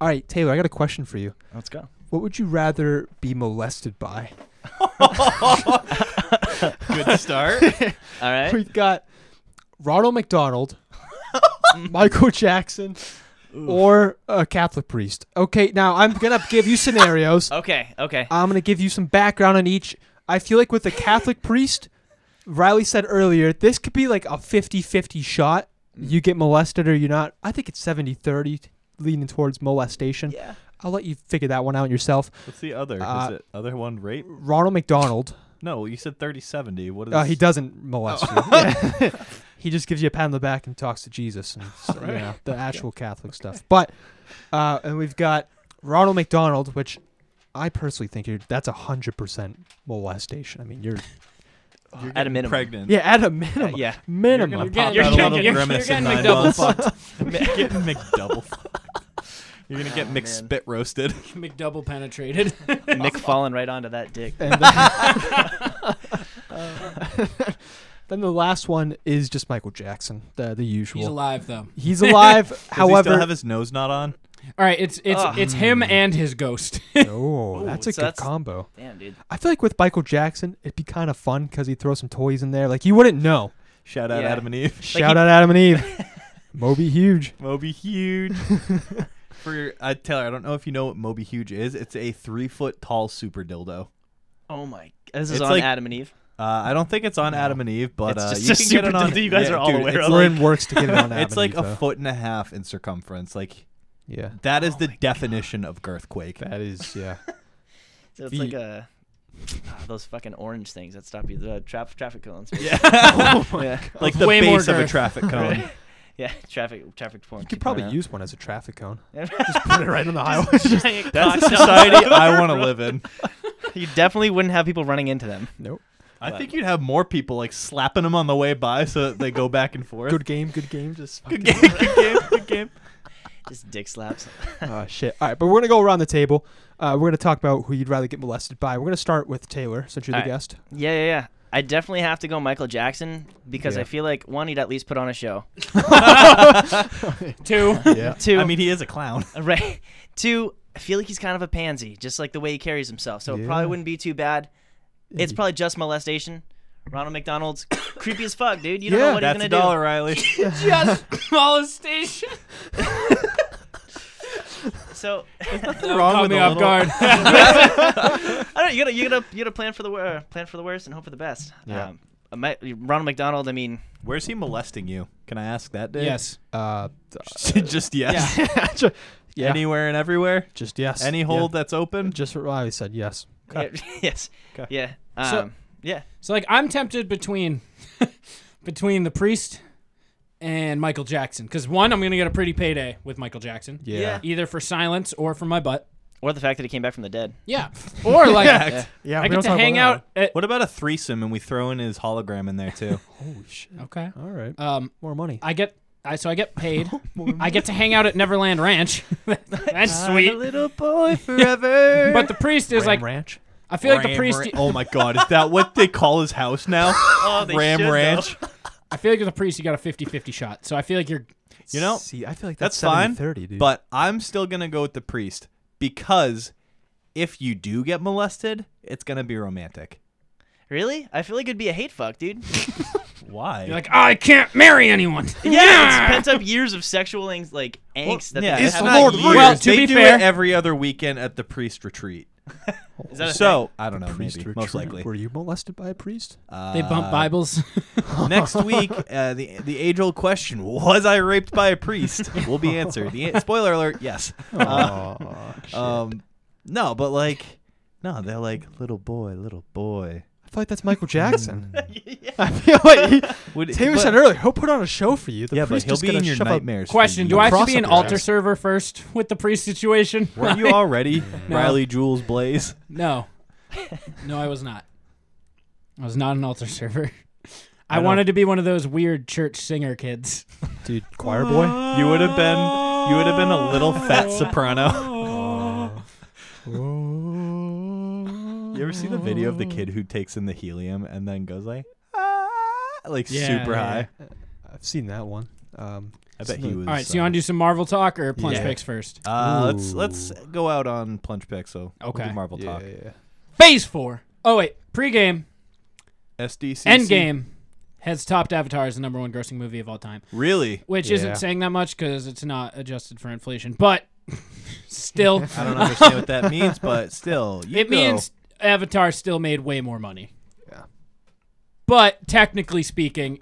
[SPEAKER 9] All right, Taylor, I got a question for you.
[SPEAKER 5] Let's go.
[SPEAKER 9] What would you rather be molested by?
[SPEAKER 5] <laughs>
[SPEAKER 6] Good start.
[SPEAKER 5] All right.
[SPEAKER 9] We've got Ronald McDonald, Michael Jackson, or a Catholic priest. Okay, now I'm gonna give you scenarios.
[SPEAKER 5] Okay.
[SPEAKER 6] <laughs>
[SPEAKER 5] Okay.
[SPEAKER 9] I'm going to give you some background on each. I feel like with the Catholic priest, Riley said earlier, this could be like a 50 50 shot. You get molested or you're not. I think it's 70 30 leaning towards molestation.
[SPEAKER 5] Yeah.
[SPEAKER 9] I'll let you figure that one out yourself.
[SPEAKER 6] <laughs> What's the other?
[SPEAKER 9] Uh,
[SPEAKER 6] is it other one rape?
[SPEAKER 9] Ronald McDonald,
[SPEAKER 6] No, you said 30 70. What is
[SPEAKER 9] uh, he doesn't molest you. Yeah. <laughs> he just gives you a pat on the back and talks to Jesus and s- you know, the actual Catholic stuff. But, uh, and we've got Ronald McDonald, which I personally think you're, that's 100% molestation. I mean, you're
[SPEAKER 5] At a minimum. Uh,
[SPEAKER 6] pregnant?
[SPEAKER 9] Yeah, at a
[SPEAKER 6] Uh,
[SPEAKER 9] minimum.
[SPEAKER 5] yeah. <laughs> You're
[SPEAKER 9] Minimum.
[SPEAKER 5] pop
[SPEAKER 8] you're
[SPEAKER 5] out a
[SPEAKER 8] getting-
[SPEAKER 5] little
[SPEAKER 8] you're-
[SPEAKER 6] grimace
[SPEAKER 8] you're
[SPEAKER 6] in
[SPEAKER 8] getting
[SPEAKER 6] nine
[SPEAKER 8] McDoubles.
[SPEAKER 6] <laughs> You're getting
[SPEAKER 5] <laughs>
[SPEAKER 6] McDouble. You're gonna get
[SPEAKER 5] Oh,
[SPEAKER 6] McSpit
[SPEAKER 5] man.
[SPEAKER 8] <laughs>
[SPEAKER 6] roasted. <laughs>
[SPEAKER 8] McDouble penetrated.
[SPEAKER 5] Mick falling right onto that dick.
[SPEAKER 9] And then, <laughs> then the last one is just Michael Jackson, the the usual.
[SPEAKER 8] He's alive though.
[SPEAKER 9] He's alive,
[SPEAKER 6] Does he
[SPEAKER 9] however,
[SPEAKER 6] still have his nose not on?
[SPEAKER 8] All right, it's it's
[SPEAKER 5] Ugh.
[SPEAKER 8] it's him and his
[SPEAKER 6] <laughs>
[SPEAKER 8] ghost. <laughs>
[SPEAKER 9] <laughs> oh, that's a
[SPEAKER 5] so
[SPEAKER 9] good
[SPEAKER 5] that's-
[SPEAKER 9] combo.
[SPEAKER 5] Damn, dude.
[SPEAKER 9] I feel like with Michael Jackson, it'd be kind of fun because he'd throw some toys in there. Like you wouldn't know.
[SPEAKER 6] Shout out
[SPEAKER 5] Yeah.
[SPEAKER 6] Adam and Eve.
[SPEAKER 9] Shout out Adam and Eve. Moby huge.
[SPEAKER 6] Moby
[SPEAKER 5] <laughs>
[SPEAKER 6] Huge. For uh, Taylor, I don't know if you know what Moby Huge is. It's a three foot tall super dildo.
[SPEAKER 5] Oh my. This is
[SPEAKER 6] It's
[SPEAKER 5] on
[SPEAKER 6] like-
[SPEAKER 5] Adam and Eve.
[SPEAKER 6] Uh, I don't think it's on Adam and Eve, but
[SPEAKER 5] It's
[SPEAKER 6] uh,
[SPEAKER 5] just
[SPEAKER 6] you
[SPEAKER 5] a
[SPEAKER 6] can
[SPEAKER 5] super
[SPEAKER 6] get it on.
[SPEAKER 5] dildo. You guys
[SPEAKER 6] yeah,
[SPEAKER 5] are all
[SPEAKER 6] dude,
[SPEAKER 5] aware
[SPEAKER 6] it's
[SPEAKER 5] of
[SPEAKER 9] We're
[SPEAKER 6] like-
[SPEAKER 9] in works to get it on Adam
[SPEAKER 6] It's like
[SPEAKER 9] and Eve,
[SPEAKER 6] a
[SPEAKER 9] though.
[SPEAKER 6] foot and a half in circumference. Like
[SPEAKER 9] Yeah,
[SPEAKER 6] that
[SPEAKER 5] Oh
[SPEAKER 6] is the definition of girthquake.
[SPEAKER 9] that is yeah.
[SPEAKER 5] So it's
[SPEAKER 9] The-
[SPEAKER 5] like a ah, those fucking orange things that stop you the traf- traffic
[SPEAKER 6] <laughs>
[SPEAKER 5] cones.
[SPEAKER 6] <laughs>
[SPEAKER 5] <laughs>
[SPEAKER 6] Yeah. Oh
[SPEAKER 5] yeah.
[SPEAKER 6] like the
[SPEAKER 8] Way more
[SPEAKER 6] base of a
[SPEAKER 8] girth.
[SPEAKER 5] <laughs>
[SPEAKER 6] traffic cone.
[SPEAKER 5] Yeah, <laughs> traffic traffic porn.
[SPEAKER 9] You could probably
[SPEAKER 5] <laughs>
[SPEAKER 9] use one as a traffic cone.
[SPEAKER 5] Just
[SPEAKER 6] <laughs>
[SPEAKER 9] Put it right on the highway. <laughs>
[SPEAKER 6] That's the society
[SPEAKER 5] <laughs>
[SPEAKER 6] I want to live in.
[SPEAKER 5] You definitely wouldn't have people running into them.
[SPEAKER 9] Nope.
[SPEAKER 6] I
[SPEAKER 5] But-
[SPEAKER 6] think you'd have more people like slapping them on the way by so that they go back and forth.
[SPEAKER 9] Good game. Good game. Just
[SPEAKER 6] Good game, <laughs> good game, good game.
[SPEAKER 5] <laughs> Just dick
[SPEAKER 6] <laughs>
[SPEAKER 5] slaps. <laughs>
[SPEAKER 9] Oh shit! All right, but we're gonna go around the table. Uh, we're gonna talk about who you'd rather get molested by. We're gonna start with Taylor, since you're the
[SPEAKER 6] <laughs>
[SPEAKER 5] All right.
[SPEAKER 9] guest.
[SPEAKER 5] Yeah, yeah, yeah. I definitely have to go Michael Jackson because
[SPEAKER 6] Yeah.
[SPEAKER 5] I feel like one, he'd at least put on a show. <laughs>
[SPEAKER 8] Two.
[SPEAKER 6] Yeah.
[SPEAKER 5] Two.
[SPEAKER 6] I mean, he is a clown.
[SPEAKER 5] Right. Two, I feel like he's kind of a pansy, just like the way he carries himself. So it probably
[SPEAKER 6] Yeah.
[SPEAKER 5] wouldn't be too bad. It's probably just molestation. Ronald McDonald's <coughs> creepy as fuck, dude. You don't know what
[SPEAKER 6] That's
[SPEAKER 5] he's gonna
[SPEAKER 6] a dollar,
[SPEAKER 5] do. <laughs>
[SPEAKER 6] Riley.
[SPEAKER 8] Just <laughs> molestation.
[SPEAKER 5] So
[SPEAKER 6] <laughs>
[SPEAKER 5] <laughs>
[SPEAKER 6] wrong
[SPEAKER 8] caught
[SPEAKER 6] with
[SPEAKER 8] me
[SPEAKER 6] a
[SPEAKER 8] off
[SPEAKER 6] little- <laughs>
[SPEAKER 8] guard. <laughs>
[SPEAKER 5] I don't. know, You gotta, you gotta, you gotta plan for the wor- plan for the worst and hope for the best.
[SPEAKER 6] Yeah.
[SPEAKER 5] Um, I might- Ronald McDonald. I mean,
[SPEAKER 6] Where's he molesting you? Can I ask that, Dave?
[SPEAKER 8] yes.
[SPEAKER 9] Uh,
[SPEAKER 6] <laughs> Just yes.
[SPEAKER 9] ju- yeah.
[SPEAKER 6] Anywhere and everywhere.
[SPEAKER 9] just yes.
[SPEAKER 6] Any
[SPEAKER 9] Yeah.
[SPEAKER 6] hold that's open.
[SPEAKER 9] Just what Riley said. Yes.
[SPEAKER 5] <laughs> yes,
[SPEAKER 6] Okay.
[SPEAKER 5] yeah, um,
[SPEAKER 8] So-
[SPEAKER 5] yeah.
[SPEAKER 8] So like I'm tempted between <laughs> between the priest and Michael Jackson because one I'm gonna get a pretty payday with Michael Jackson.
[SPEAKER 5] yeah,
[SPEAKER 8] Either for silence or for my butt.
[SPEAKER 5] Or the fact that he came back from the dead.
[SPEAKER 8] Yeah. <laughs> Or like
[SPEAKER 9] Yeah.
[SPEAKER 8] I get to hang out at
[SPEAKER 6] What about a threesome and we throw in his hologram in there too?
[SPEAKER 9] Holy shit.
[SPEAKER 8] okay.
[SPEAKER 9] All right.
[SPEAKER 6] Uh,
[SPEAKER 8] Um,
[SPEAKER 9] More money.
[SPEAKER 8] I get I so I get paid. I get to hang out at Neverland Ranch. <laughs> That's sweet.
[SPEAKER 9] <laughs>
[SPEAKER 6] little boy forever.
[SPEAKER 8] But the priest is like
[SPEAKER 9] ranch.
[SPEAKER 8] I feel like the priest.
[SPEAKER 6] oh my god, is that what they call his house now?
[SPEAKER 5] Oh, they
[SPEAKER 6] Ram
[SPEAKER 5] should, though.
[SPEAKER 6] Ranch.
[SPEAKER 8] I feel like with the priest you got a 50-50 shot. So I feel like you're
[SPEAKER 6] You know,
[SPEAKER 9] See, I feel like
[SPEAKER 6] that's
[SPEAKER 9] that's,
[SPEAKER 6] fine.
[SPEAKER 9] 30, dude.
[SPEAKER 6] But I'm still gonna go with the priest because if you do get molested, it's gonna be romantic.
[SPEAKER 5] Really? I feel like it'd be a hate fuck, dude.
[SPEAKER 6] Why?
[SPEAKER 8] you're like "Oh, I can't marry anyone.
[SPEAKER 5] <laughs> yeah, it's pent up years of sexual ang- like angst. that
[SPEAKER 6] yeah,
[SPEAKER 5] they
[SPEAKER 6] it's
[SPEAKER 5] have.
[SPEAKER 6] not years.
[SPEAKER 8] Well, to
[SPEAKER 6] they
[SPEAKER 8] be
[SPEAKER 6] do
[SPEAKER 8] fair-
[SPEAKER 6] it every other weekend at the priest retreat.
[SPEAKER 5] Is that a
[SPEAKER 6] so I don't know,
[SPEAKER 9] priest
[SPEAKER 6] maybe,
[SPEAKER 9] retreat.
[SPEAKER 6] most likely.
[SPEAKER 9] Were you molested by a
[SPEAKER 6] <laughs>
[SPEAKER 9] priest?
[SPEAKER 6] Uh,
[SPEAKER 8] They bump Bibles.
[SPEAKER 6] <laughs> next week, uh, the the age old question: Was I raped by a priest? will be answered. The, spoiler alert: Yes. Uh, um, no, but like, no, they're like little boy, little boy.
[SPEAKER 9] I feel like that's
[SPEAKER 6] <laughs>
[SPEAKER 9] Michael Jackson. I feel like he,
[SPEAKER 6] Would,
[SPEAKER 9] Taylor
[SPEAKER 6] but-
[SPEAKER 9] said earlier, he'll put on a show for you. The
[SPEAKER 6] yeah, but
[SPEAKER 9] priest
[SPEAKER 6] he'll
[SPEAKER 9] is
[SPEAKER 6] be
[SPEAKER 9] gonna
[SPEAKER 6] in your
[SPEAKER 9] shove a-
[SPEAKER 6] nightmares. for
[SPEAKER 8] Question:
[SPEAKER 6] you.
[SPEAKER 8] Do I have to be
[SPEAKER 9] Cross
[SPEAKER 8] an
[SPEAKER 9] up your
[SPEAKER 8] altar
[SPEAKER 9] ass.
[SPEAKER 8] server first with the priest situation? <laughs>
[SPEAKER 6] Were <laughs> you already Riley Jules Blaze?
[SPEAKER 8] No, no, I was not. I was not an altar server. I,
[SPEAKER 6] I know.
[SPEAKER 8] wanted to be one of those weird church singer kids.
[SPEAKER 9] dude, choir boy.
[SPEAKER 6] You would have been. You would have been a
[SPEAKER 8] <laughs>
[SPEAKER 6] little fat <laughs> soprano.
[SPEAKER 9] Oh.
[SPEAKER 6] You ever see the video of the kid who takes in the helium and then goes like, "Ah," like
[SPEAKER 8] Yeah,
[SPEAKER 6] super
[SPEAKER 8] yeah.
[SPEAKER 6] high?
[SPEAKER 9] I've seen that one. Um,
[SPEAKER 6] I bet he was.
[SPEAKER 8] All right, so you
[SPEAKER 6] uh,
[SPEAKER 8] want to do some Marvel talk or plunge
[SPEAKER 6] Yeah.
[SPEAKER 8] picks first?
[SPEAKER 6] Uh, let's let's go out on plunge pick. So we'll do
[SPEAKER 8] Okay.
[SPEAKER 6] Marvel
[SPEAKER 9] yeah,
[SPEAKER 6] talk.
[SPEAKER 9] yeah, yeah.
[SPEAKER 8] Phase four. Oh wait, pregame,
[SPEAKER 6] SDCC.
[SPEAKER 8] Endgame has topped Avatar as the number one grossing movie of all time,
[SPEAKER 6] Really?
[SPEAKER 8] which
[SPEAKER 9] Yeah.
[SPEAKER 8] isn't saying that much because it's not adjusted for inflation, but <laughs> still, <laughs>
[SPEAKER 6] I don't understand what that means, but still, you
[SPEAKER 8] it
[SPEAKER 6] go.
[SPEAKER 8] means Avatar still made way more money.
[SPEAKER 9] Yeah.
[SPEAKER 8] But technically speaking,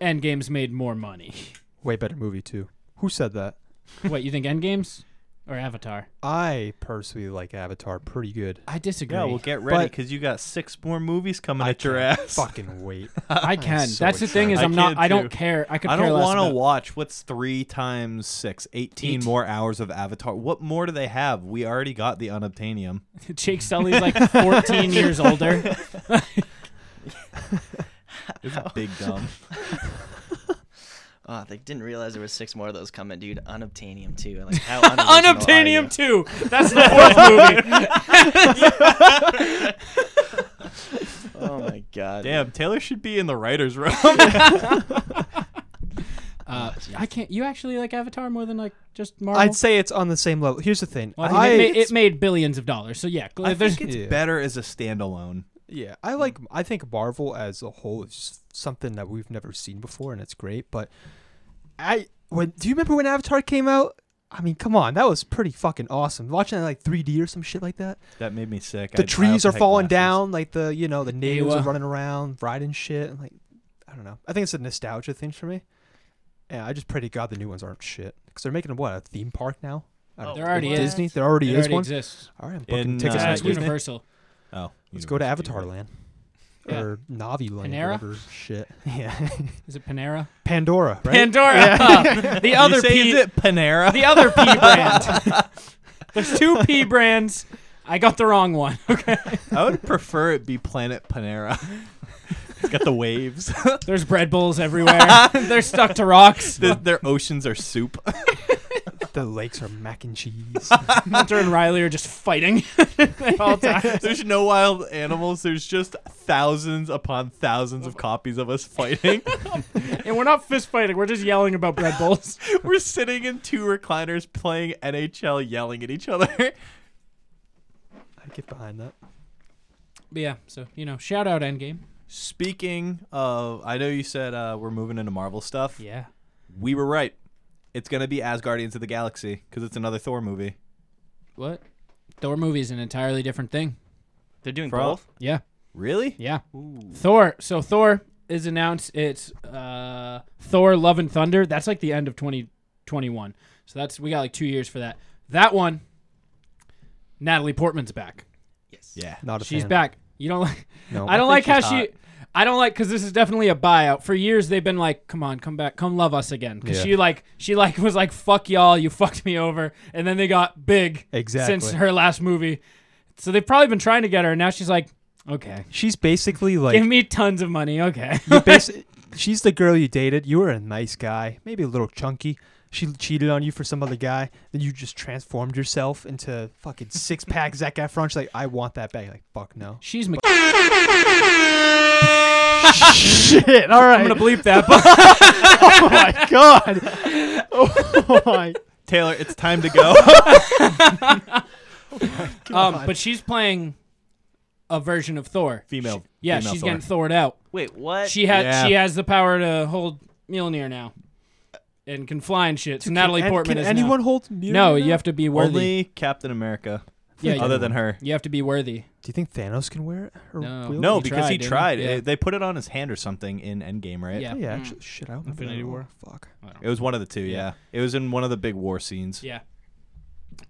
[SPEAKER 8] Endgame's made more money. <laughs>
[SPEAKER 9] Way better movie too. Who said that?
[SPEAKER 8] what you think Endgame's or Avatar?
[SPEAKER 9] I personally like Avatar pretty good.
[SPEAKER 8] I disagree.
[SPEAKER 6] Yeah, well, get ready
[SPEAKER 9] But-
[SPEAKER 6] because you got six more movies coming
[SPEAKER 9] I
[SPEAKER 6] at your
[SPEAKER 9] can't
[SPEAKER 6] ass.
[SPEAKER 9] Fucking
[SPEAKER 6] <laughs>
[SPEAKER 9] wait.
[SPEAKER 8] <laughs> I can.
[SPEAKER 9] so
[SPEAKER 8] That's the thing is
[SPEAKER 6] excited.
[SPEAKER 8] I'm
[SPEAKER 6] I
[SPEAKER 8] not.
[SPEAKER 6] can
[SPEAKER 8] I don't
[SPEAKER 6] too.
[SPEAKER 8] care. I could
[SPEAKER 6] I
[SPEAKER 8] care
[SPEAKER 6] don't
[SPEAKER 8] less.
[SPEAKER 6] want
[SPEAKER 8] about-
[SPEAKER 6] to watch. What's three times six? 18
[SPEAKER 8] Eight.
[SPEAKER 6] more hours of Avatar. What more do they have? We already got the unobtainium.
[SPEAKER 8] <laughs> Jake Sully's like 14
[SPEAKER 6] <laughs>
[SPEAKER 8] years older. <laughs>
[SPEAKER 6] It's big
[SPEAKER 9] <laughs>
[SPEAKER 6] dumb.
[SPEAKER 5] Oh, they didn't realize there was six more of those coming, dude. Unobtainium too. Like <laughs> how unoriginal are you?
[SPEAKER 8] Unobtainium two. That's
[SPEAKER 6] <laughs>
[SPEAKER 8] the fourth movie.
[SPEAKER 5] Oh my god.
[SPEAKER 6] Damn, Taylor should be in the writers'
[SPEAKER 8] <laughs>
[SPEAKER 6] room.
[SPEAKER 8] Uh, I can't. You actually like Avatar more than like just Marvel.
[SPEAKER 9] I'd say it's on the same level. Here's the thing.
[SPEAKER 8] Well, I
[SPEAKER 9] I,
[SPEAKER 8] think it, ma- it made billions of dollars. So yeah,
[SPEAKER 6] I
[SPEAKER 8] there's-
[SPEAKER 6] think it's
[SPEAKER 9] Yeah.
[SPEAKER 6] better as a standalone.
[SPEAKER 9] yeah, I like. I think Marvel as a whole is just something that we've never seen before, and it's great. But I when do you remember when Avatar came out? I mean, come on, that was pretty fucking awesome. Watching that in, like 3D or some shit like that.
[SPEAKER 6] That made me sick.
[SPEAKER 9] the
[SPEAKER 6] I- I
[SPEAKER 9] trees
[SPEAKER 6] also
[SPEAKER 9] are
[SPEAKER 6] had
[SPEAKER 9] falling
[SPEAKER 6] glasses.
[SPEAKER 9] down, like the you know the natives
[SPEAKER 8] Ewa.
[SPEAKER 9] are running around, riding shit, and like I don't know. I think it's a nostalgia thing for me. Yeah, I just pray to God the new ones aren't shit because they're making what a theme park now. I
[SPEAKER 5] Oh,
[SPEAKER 9] don't know,
[SPEAKER 8] there already
[SPEAKER 9] with
[SPEAKER 8] is.
[SPEAKER 9] Disney. There already
[SPEAKER 8] it
[SPEAKER 9] is
[SPEAKER 8] already
[SPEAKER 9] one.
[SPEAKER 8] exists.
[SPEAKER 9] All right, I'm booking
[SPEAKER 6] In,
[SPEAKER 9] tickets
[SPEAKER 6] uh,
[SPEAKER 8] Uh,
[SPEAKER 9] next week.
[SPEAKER 6] Universal.
[SPEAKER 8] Universal.
[SPEAKER 6] Oh,
[SPEAKER 9] Let's go to
[SPEAKER 6] University.
[SPEAKER 9] Avatar Land
[SPEAKER 8] Yeah.
[SPEAKER 9] or Navi Land,
[SPEAKER 8] Panera? <laughs>
[SPEAKER 9] whatever shit. Yeah,
[SPEAKER 8] Is it Panera?
[SPEAKER 9] <laughs> Pandora, right?
[SPEAKER 8] Pandora. <laughs>
[SPEAKER 6] <laughs>
[SPEAKER 8] the
[SPEAKER 6] You
[SPEAKER 8] other
[SPEAKER 6] say,
[SPEAKER 8] P.
[SPEAKER 6] is it Panera? <laughs>
[SPEAKER 8] the other P brand. There's two P brands. I got the wrong one. Okay.
[SPEAKER 6] I would prefer it be Planet Panera. <laughs> it's got the <laughs> waves.
[SPEAKER 8] There's
[SPEAKER 9] <laughs>
[SPEAKER 6] <laughs>
[SPEAKER 8] bread bowls everywhere. They're stuck to rocks.
[SPEAKER 6] The- their oceans are soup.
[SPEAKER 9] The lakes are mac and
[SPEAKER 8] <laughs>
[SPEAKER 9] cheese.
[SPEAKER 8] Hunter and Riley are just
[SPEAKER 9] <laughs>
[SPEAKER 8] fighting at all times.
[SPEAKER 6] <laughs> There's no wild animals. There's just thousands upon thousands of copies of us <laughs> fighting.
[SPEAKER 8] and we're not fist fighting. We're just yelling about bread bowls.
[SPEAKER 6] We're sitting in two recliners playing NHL, yelling at each other. <laughs>
[SPEAKER 9] I get behind that.
[SPEAKER 8] But yeah, so you know, shout out Endgame.
[SPEAKER 6] Speaking of, I know you said uh, we're moving into Marvel stuff.
[SPEAKER 8] Yeah.
[SPEAKER 6] We were right. It's going to be As Guardians of the Galaxy because it's another Thor movie.
[SPEAKER 8] What? Thor movie is an entirely different thing.
[SPEAKER 5] They're doing
[SPEAKER 6] Bro.
[SPEAKER 5] both.
[SPEAKER 8] Yeah,
[SPEAKER 6] Really?
[SPEAKER 8] yeah. Thor. So Thor is announced. It's uh, Thor: Love and Thunder. That's like the end of 2021. So that's we got like two years for that. That one. Natalie Portman's back.
[SPEAKER 6] Yeah.
[SPEAKER 9] Not a
[SPEAKER 8] She's
[SPEAKER 9] fan.
[SPEAKER 8] back. You don't like.
[SPEAKER 9] No.
[SPEAKER 8] I don't
[SPEAKER 6] I
[SPEAKER 8] like
[SPEAKER 6] think
[SPEAKER 8] how
[SPEAKER 6] she's
[SPEAKER 8] she. I don't like because this is definitely a buyout. For years they've been like, "Come on, come back, come love us again." Because
[SPEAKER 6] Yeah.
[SPEAKER 8] she like she like was like, "Fuck y'all, you <laughs> fucked me over," and then they got big since
[SPEAKER 9] Exactly.
[SPEAKER 8] her last movie. So they've probably been trying to get her, and now she's like, "Okay,
[SPEAKER 9] She's basically
[SPEAKER 8] give
[SPEAKER 9] like
[SPEAKER 8] me tons of money." Okay, <laughs>
[SPEAKER 9] you basi- she's the girl you dated. You were a nice guy, maybe a little chunky. She cheated on you for some other guy. Then you just transformed yourself into
[SPEAKER 8] <laughs>
[SPEAKER 9] fucking six pack Zac Efron. She's like, I want that back. You're like, fuck no.
[SPEAKER 8] she's. Mc-
[SPEAKER 9] Shit. All right.
[SPEAKER 8] I'm <laughs> gonna bleep that. But
[SPEAKER 9] oh
[SPEAKER 8] <laughs>
[SPEAKER 9] my god. Oh my.
[SPEAKER 6] Taylor, it's time to <laughs> go.
[SPEAKER 8] um, but she's playing a version of Thor.
[SPEAKER 6] Female-
[SPEAKER 8] yeah,
[SPEAKER 6] female
[SPEAKER 8] she's
[SPEAKER 6] Thor.
[SPEAKER 8] getting Thored out.
[SPEAKER 5] Wait, what?
[SPEAKER 8] She has
[SPEAKER 6] Yeah.
[SPEAKER 8] she has the power to hold Mjolnir now, and can fly and shit. So <laughs> Natalie
[SPEAKER 9] Can-
[SPEAKER 8] Portman
[SPEAKER 9] Can
[SPEAKER 8] is now-
[SPEAKER 9] anyone hold? Mjolnir
[SPEAKER 8] No,
[SPEAKER 9] now?
[SPEAKER 8] you have to be worthy.
[SPEAKER 6] Only Captain America,
[SPEAKER 8] yeah, you,
[SPEAKER 6] other than her.
[SPEAKER 8] you have to be worthy.
[SPEAKER 9] Do you think Thanos can wear it? Or
[SPEAKER 8] No.
[SPEAKER 9] will
[SPEAKER 8] He
[SPEAKER 6] No,
[SPEAKER 9] it?
[SPEAKER 6] because
[SPEAKER 8] tried,
[SPEAKER 6] he
[SPEAKER 8] didn't he?
[SPEAKER 6] tried.
[SPEAKER 8] Yeah.
[SPEAKER 6] It- they put it on his hand or something in Endgame, right?
[SPEAKER 8] Yeah.
[SPEAKER 9] Oh, yeah, actually, shit. I don't remember
[SPEAKER 8] Mm. Infinity
[SPEAKER 9] that.
[SPEAKER 8] War.
[SPEAKER 9] Fuck.
[SPEAKER 6] It was one of the two, yeah. It was in one of the big war scenes.
[SPEAKER 8] Yeah,